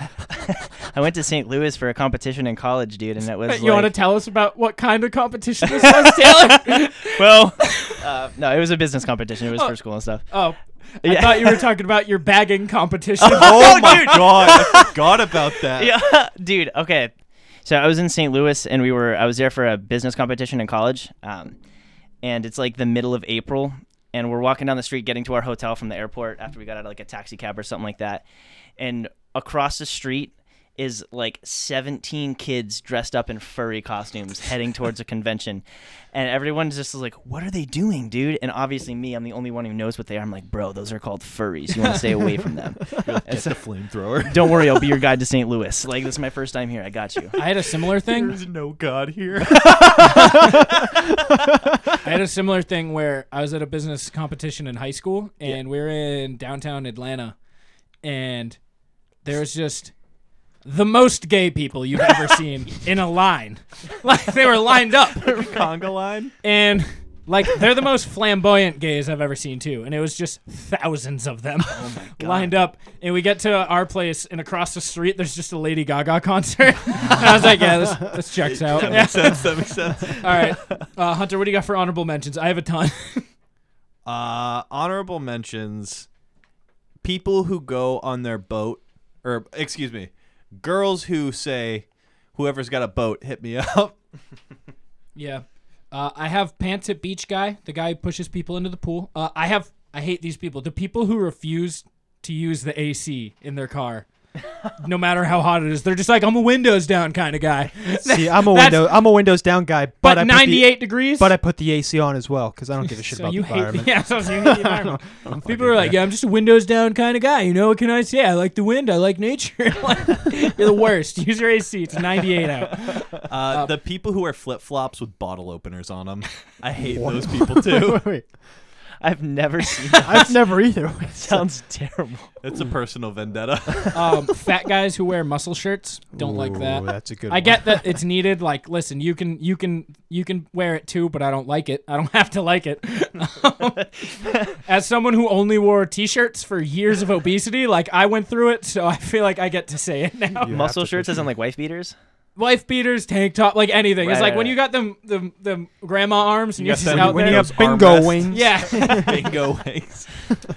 [SPEAKER 5] <laughs> I went to St. Louis for a competition in college, dude, and it was
[SPEAKER 8] You want to
[SPEAKER 5] like,
[SPEAKER 8] tell us about what kind of competition this was, Taylor? <laughs>
[SPEAKER 5] well, uh, no, it was a business competition. It was
[SPEAKER 8] Oh.
[SPEAKER 5] for school and stuff.
[SPEAKER 8] oh, I
[SPEAKER 5] Yeah.
[SPEAKER 8] thought you were talking about your bagging competition.
[SPEAKER 6] <laughs> oh my god, I forgot about
[SPEAKER 5] <laughs>
[SPEAKER 6] that.
[SPEAKER 5] yeah, dude. Okay, so I was in St. Louis, and we were I was there for a business competition in college, um, and it's like the middle of April, and we're walking down the street getting to our hotel from the airport after we got out of like a taxi cab or something like that, and across the street is like 17 kids dressed up in furry costumes heading towards a convention and everyone's just like what are they doing dude and obviously me i'm the only one who knows what they are i'm like bro those are called furries you want to stay away from them
[SPEAKER 6] Get the flamethrower.
[SPEAKER 5] don't worry, I'll be your guide to St. Louis. Like this is my first time here. I got you.
[SPEAKER 8] I had a similar thing.
[SPEAKER 6] There's no god here.
[SPEAKER 8] I had a similar thing where I was at a business competition in high school, and we were in downtown Atlanta, and there was just the most gay people you've ever <laughs> seen in a line. Like they were lined <laughs> up.
[SPEAKER 6] <laughs> Conga <laughs> line?
[SPEAKER 8] And like they're the most flamboyant gays I've ever seen too. And it was just thousands of them
[SPEAKER 6] Oh
[SPEAKER 8] <laughs> lined up. And we get to our place and across the street there's just a Lady Gaga concert. <laughs> and I was like, yeah, this, this checks out. <laughs>
[SPEAKER 6] That makes sense, that makes sense.
[SPEAKER 8] All right. Uh, Hunter, what do you got for honorable mentions? I have a ton. <laughs>
[SPEAKER 6] Uh, honorable mentions: people who go on their boat, or excuse me, girls who say, "Whoever's got a boat, hit me <laughs> up."
[SPEAKER 8] Yeah. Uh, I have pants at beach guy, the guy who pushes people into the pool. Uh, I have I hate these people. The people who refuse to use the AC in their car. no matter how hot it is, they're just like I'm a windows down kind of guy.
[SPEAKER 9] <laughs> See, I'm
[SPEAKER 8] <laughs>
[SPEAKER 9] a
[SPEAKER 8] That's-
[SPEAKER 9] window. I'm a Windows down guy, but,
[SPEAKER 8] But
[SPEAKER 9] I put the-
[SPEAKER 8] 98 degrees?
[SPEAKER 9] But I put the AC on as well because I don't give
[SPEAKER 8] <laughs>
[SPEAKER 9] a shit
[SPEAKER 8] So
[SPEAKER 9] about
[SPEAKER 8] you
[SPEAKER 9] the
[SPEAKER 8] hate the-
[SPEAKER 9] environment.
[SPEAKER 8] yeah, so you
[SPEAKER 9] <laughs>
[SPEAKER 8] hate the environment. People are like, yeah, I'm just a windows down kind of guy. You know what can I say? I like the wind. I like nature. <laughs> Like, you're the worst. <laughs> Use your AC. It's 98 out.
[SPEAKER 6] Uh, the people who wear flip flops with bottle openers on them, I hate
[SPEAKER 8] <laughs>
[SPEAKER 6] those people too.
[SPEAKER 9] <laughs>
[SPEAKER 5] I've never seen.
[SPEAKER 9] I've never
[SPEAKER 8] <laughs>
[SPEAKER 9] either.
[SPEAKER 5] Sounds terrible.
[SPEAKER 6] It's a personal vendetta. <laughs>
[SPEAKER 8] um, fat guys who wear muscle shirts don't like
[SPEAKER 6] Ooh,
[SPEAKER 8] that.
[SPEAKER 6] that's a good
[SPEAKER 8] I
[SPEAKER 6] one.
[SPEAKER 8] get that it's needed. Like, listen, you can you can you can wear it too, but I don't like it. I don't <laughs> have to like it. As someone who only wore t-shirts for years of obesity, like I went through it, so I feel like I get to say it now.
[SPEAKER 5] Muscle shirts isn't like wife beaters.
[SPEAKER 8] Wife beaters, tank top, like anything. it's
[SPEAKER 5] Right,
[SPEAKER 8] like
[SPEAKER 5] right,
[SPEAKER 8] when you got them, the the grandma arms and you
[SPEAKER 6] You
[SPEAKER 8] are just
[SPEAKER 6] got them-
[SPEAKER 8] out
[SPEAKER 6] when
[SPEAKER 8] there.
[SPEAKER 6] you got Those arm bingo rests.
[SPEAKER 8] <laughs>
[SPEAKER 6] wings.
[SPEAKER 8] Yeah, <laughs>
[SPEAKER 6] Bingo wings.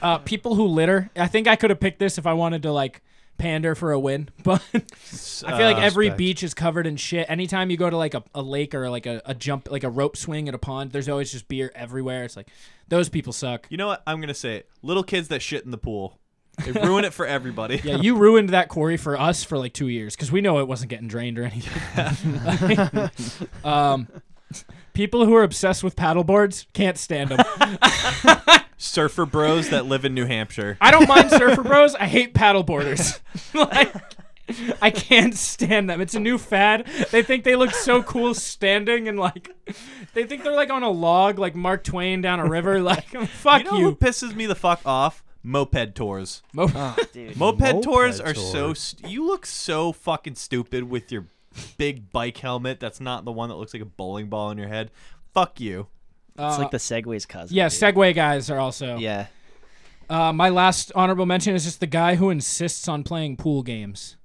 [SPEAKER 8] uh, people who litter. I think I could have picked this if I wanted to like pander for a win, <laughs> but <laughs> I feel
[SPEAKER 6] Ah,
[SPEAKER 8] like every
[SPEAKER 6] Suspect.
[SPEAKER 8] beach is covered in shit. Anytime you go to like a, a lake or like a, a jump, like a rope swing at a pond, there's always just beer everywhere. It's like those people suck.
[SPEAKER 6] You know what? I'm gonna say it. Little kids that shit in the pool,
[SPEAKER 8] <laughs>
[SPEAKER 6] they ruin it for everybody.
[SPEAKER 8] Yeah, you ruined that quarry for us for like two years because we know it wasn't getting drained or anything. <laughs> um, people who are obsessed with paddleboards can't stand them.
[SPEAKER 6] surfer bros that live in New Hampshire.
[SPEAKER 8] I don't mind surfer bros. I hate paddleboarders. <laughs> like, I can't stand them. It's a new fad. They think they look so cool standing and like, they think they're like on a log, like Mark Twain down a river. <laughs> Like, fuck
[SPEAKER 6] you know who pisses me the fuck off? Moped tours.
[SPEAKER 8] Mo-
[SPEAKER 5] <laughs>
[SPEAKER 6] Moped,
[SPEAKER 8] Moped
[SPEAKER 6] tours are so.
[SPEAKER 8] tours.
[SPEAKER 6] St- you look so fucking stupid with your big bike helmet. That's not the one that looks like a bowling ball on your head. Fuck you.
[SPEAKER 8] It's like Uh, the
[SPEAKER 5] Segway's cousin.
[SPEAKER 8] Yeah, Segway guys are also.
[SPEAKER 5] Yeah.
[SPEAKER 8] Uh, my last honorable mention is just the guy who insists on playing pool games.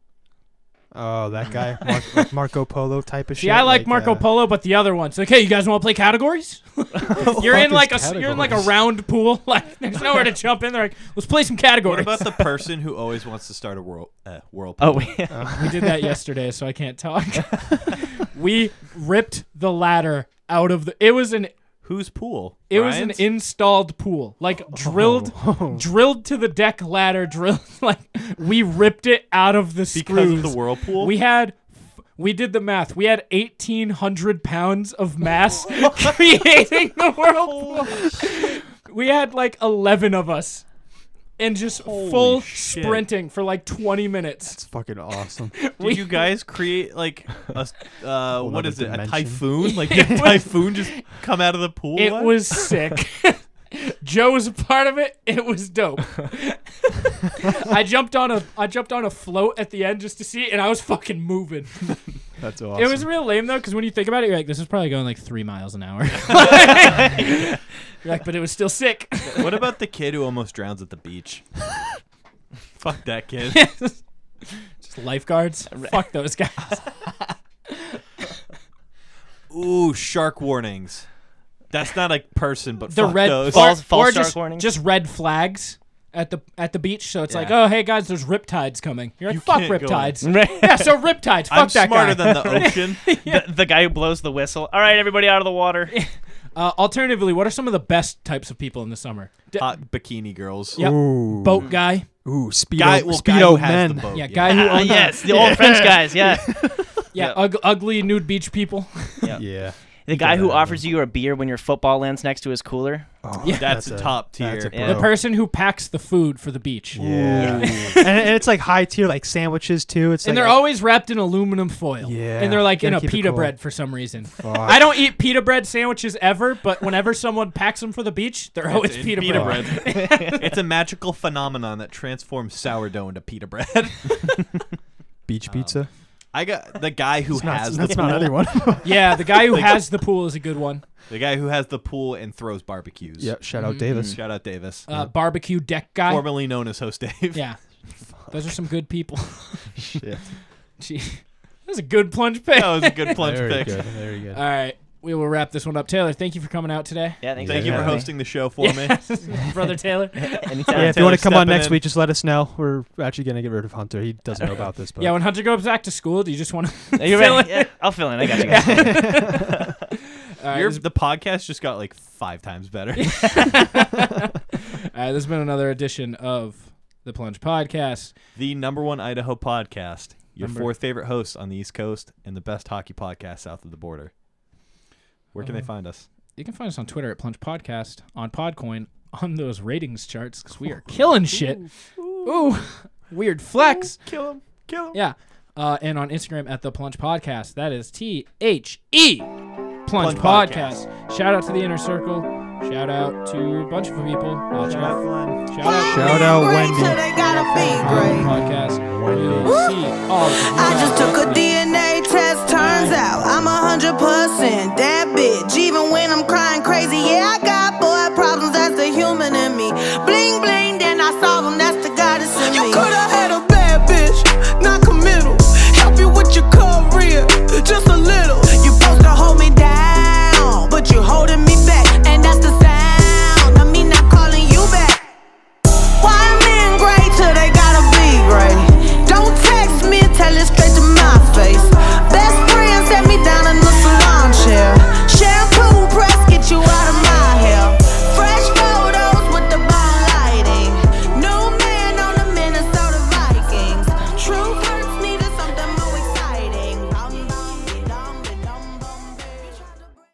[SPEAKER 9] Oh, that guy, Mar- like Marco Polo type of
[SPEAKER 8] See,
[SPEAKER 9] shit. uh,
[SPEAKER 8] I like, Marco Polo, but the other one's like, hey, you guys want to play categories? <laughs> you're
[SPEAKER 9] fuck
[SPEAKER 8] in
[SPEAKER 9] is
[SPEAKER 8] like a s- you're in like a
[SPEAKER 9] categories?
[SPEAKER 8] round pool. <laughs> Like, there's nowhere to jump in. They're like, let's play some categories.
[SPEAKER 6] What
[SPEAKER 8] <laughs>
[SPEAKER 6] about the person who always wants to start a whirl? Uh, whirlpool.
[SPEAKER 8] Oh, <laughs> we- we did that yesterday, so I can't talk. <laughs> we ripped the ladder out of the. It was an
[SPEAKER 6] whose pool?
[SPEAKER 8] It was
[SPEAKER 6] Ryan's?
[SPEAKER 8] an installed pool,
[SPEAKER 6] Oh.
[SPEAKER 8] like drilled,
[SPEAKER 6] <laughs>
[SPEAKER 8] drilled to the deck ladder. Drilled <laughs> like we ripped it out of the screws.
[SPEAKER 6] Because of the whirlpool?
[SPEAKER 8] We had. We did the math. We had 1,800 pounds of
[SPEAKER 6] <laughs>
[SPEAKER 8] mass <laughs> creating the whirlpool. We had like 11 of us and just full
[SPEAKER 6] shit.
[SPEAKER 8] sprinting for like 20 minutes. That's
[SPEAKER 9] fucking awesome.
[SPEAKER 8] <laughs>
[SPEAKER 6] Did you guys create like a uh, what
[SPEAKER 9] other
[SPEAKER 6] is it? A
[SPEAKER 8] <laughs>
[SPEAKER 9] dimension.
[SPEAKER 6] typhoon? Like
[SPEAKER 8] It
[SPEAKER 6] did
[SPEAKER 8] was-
[SPEAKER 6] a typhoon just come out of the pool?
[SPEAKER 8] It
[SPEAKER 6] one?
[SPEAKER 8] was
[SPEAKER 5] <laughs>
[SPEAKER 8] sick. Joe was a part of it. It was dope. I jumped on a I jumped on a float at the end just to see, it, and I was fucking moving.
[SPEAKER 9] That's
[SPEAKER 8] It was real lame though, because when you think about it, you're like, this is probably going like three miles an
[SPEAKER 5] <laughs>
[SPEAKER 8] hour. you're like, but it was still
[SPEAKER 5] <laughs>
[SPEAKER 8] sick.
[SPEAKER 6] what about the kid who almost drowns at
[SPEAKER 8] <laughs>
[SPEAKER 6] the beach? Fuck that kid.
[SPEAKER 8] just lifeguards? Fuck those
[SPEAKER 5] <laughs>
[SPEAKER 8] guys. <laughs>
[SPEAKER 6] Ooh, shark warnings. That's not a person, but
[SPEAKER 8] the
[SPEAKER 6] fuck
[SPEAKER 8] red
[SPEAKER 6] those.
[SPEAKER 8] or, or just, just red flags at the at the beach. So it's like,
[SPEAKER 6] Yeah.
[SPEAKER 8] oh hey guys, there's riptides coming. You're like, fuck
[SPEAKER 5] can't go
[SPEAKER 8] riptides.
[SPEAKER 5] in. Right. <laughs>
[SPEAKER 8] yeah, so riptides. Fuck
[SPEAKER 5] I'm
[SPEAKER 8] that
[SPEAKER 5] smarter
[SPEAKER 8] guy. <laughs>
[SPEAKER 5] than the ocean. <laughs> The, the guy who blows the whistle. All right, everybody out of
[SPEAKER 8] <laughs>
[SPEAKER 5] the water.
[SPEAKER 8] Uh, alternatively, what are some of the best types of people in the summer? D-
[SPEAKER 6] Hot bikini girls.
[SPEAKER 8] Yep.
[SPEAKER 9] Ooh.
[SPEAKER 8] Boat guy.
[SPEAKER 9] Ooh, speedo,
[SPEAKER 6] Guy- well, guy who
[SPEAKER 9] speedo
[SPEAKER 6] has the
[SPEAKER 9] men.
[SPEAKER 6] boat,
[SPEAKER 8] Yeah, guy who
[SPEAKER 5] Ah, <laughs>
[SPEAKER 8] owns
[SPEAKER 5] yes, the old French guys, <laughs> yeah.
[SPEAKER 8] yeah, ug- ugly nude beach people.
[SPEAKER 9] Yeah.
[SPEAKER 5] The guy who offers you a beer when your football lands next to his cooler.
[SPEAKER 9] <laughs>
[SPEAKER 8] Yeah.
[SPEAKER 6] Oh, That's, a, top tier.
[SPEAKER 9] that's a
[SPEAKER 5] Yeah.
[SPEAKER 8] The person who packs the food for the beach.
[SPEAKER 9] Yeah. <laughs> and, and it's like high tier, like sandwiches too. It's
[SPEAKER 8] And
[SPEAKER 9] like
[SPEAKER 8] they're always wrapped in aluminum foil.
[SPEAKER 9] Yeah,
[SPEAKER 8] And they're like in
[SPEAKER 9] gotta
[SPEAKER 8] a
[SPEAKER 9] keep it
[SPEAKER 8] pita
[SPEAKER 9] cool.
[SPEAKER 8] bread for some reason. I don't eat pita bread sandwiches ever, but whenever someone packs them for the beach, they're always
[SPEAKER 6] It's
[SPEAKER 8] pita, bread. <laughs>
[SPEAKER 6] it's a magical phenomenon that transforms sourdough into pita bread.
[SPEAKER 9] Beach pizza.
[SPEAKER 6] <laughs> I got the guy Um, who
[SPEAKER 9] It's not-
[SPEAKER 6] has
[SPEAKER 9] that's
[SPEAKER 6] the pool.
[SPEAKER 9] not
[SPEAKER 6] <laughs>
[SPEAKER 9] anyone. <laughs>
[SPEAKER 8] Yeah, the guy who
[SPEAKER 6] Like,
[SPEAKER 8] has the pool is a good one.
[SPEAKER 6] the guy who has the pool and throws barbecues. Mm,
[SPEAKER 9] Yeah, shout
[SPEAKER 6] Mm-hmm.
[SPEAKER 9] out
[SPEAKER 8] Mhm.
[SPEAKER 9] Davis.
[SPEAKER 6] Shout out Davis. Mm.
[SPEAKER 8] Uh, Barbecue deck guy.
[SPEAKER 6] Formerly known as Host Dave.
[SPEAKER 8] Yeah, those are some good
[SPEAKER 9] <laughs>
[SPEAKER 8] people.
[SPEAKER 6] Shit.
[SPEAKER 8] <laughs> Gee, that was a good plunge pick.
[SPEAKER 6] <laughs> That was
[SPEAKER 8] <laughs>
[SPEAKER 6] a good plunge
[SPEAKER 8] All
[SPEAKER 6] Very pick. good,
[SPEAKER 7] very
[SPEAKER 6] <laughs>
[SPEAKER 7] good.
[SPEAKER 8] right, we will wrap this one up. Taylor, thank you for coming out today.
[SPEAKER 5] Yeah, thanks
[SPEAKER 6] Thank
[SPEAKER 5] for
[SPEAKER 6] you for
[SPEAKER 5] having me.
[SPEAKER 6] hosting the show for me.
[SPEAKER 8] me, <laughs> brother Taylor.
[SPEAKER 5] <laughs> Anytime. <laughs>
[SPEAKER 9] Yeah, if you
[SPEAKER 6] Taylor
[SPEAKER 9] want to come on
[SPEAKER 6] stepping
[SPEAKER 9] next
[SPEAKER 6] in.
[SPEAKER 9] week, just let us know. We're actually gonna get rid of Hunter. He doesn't know about <laughs> this, but
[SPEAKER 8] Yeah, when Hunter goes back to school, do you just want
[SPEAKER 6] <laughs>
[SPEAKER 8] to?
[SPEAKER 5] Are you ready? Yeah, I'll fill in. I got you.
[SPEAKER 8] <laughs>
[SPEAKER 5] Guys.
[SPEAKER 6] <laughs> Your, the podcast just got like five times better. <laughs>
[SPEAKER 8] <laughs> All right, this has been another edition of the Plunge Podcast.
[SPEAKER 6] the number one Idaho podcast, your
[SPEAKER 8] Number-
[SPEAKER 6] fourth favorite host on the East Coast, and the best hockey podcast south of the border. Where can they
[SPEAKER 8] Uh,
[SPEAKER 6] find us?
[SPEAKER 8] You can find us on Twitter at Plunge Podcast, on Podcoin, <laughs> on those ratings charts because we are killing shit. Ooh, <laughs> weird flex.
[SPEAKER 6] Kill him. Kill him.
[SPEAKER 8] Yeah. Uh, and on Instagram at the Plunge Podcast. That is T H E Plunge
[SPEAKER 6] Plunge
[SPEAKER 8] Podcast. Shout out to the inner circle. Shout out to a bunch of people. Uh, shout out, shout out,
[SPEAKER 9] Shout out Wendy.
[SPEAKER 13] They gotta be
[SPEAKER 8] Plunge Podcast. We'll see all of you
[SPEAKER 13] I
[SPEAKER 8] guys
[SPEAKER 13] just took a DNA test, turns out I'm a hundred percent that bitch. Even when I'm crying crazy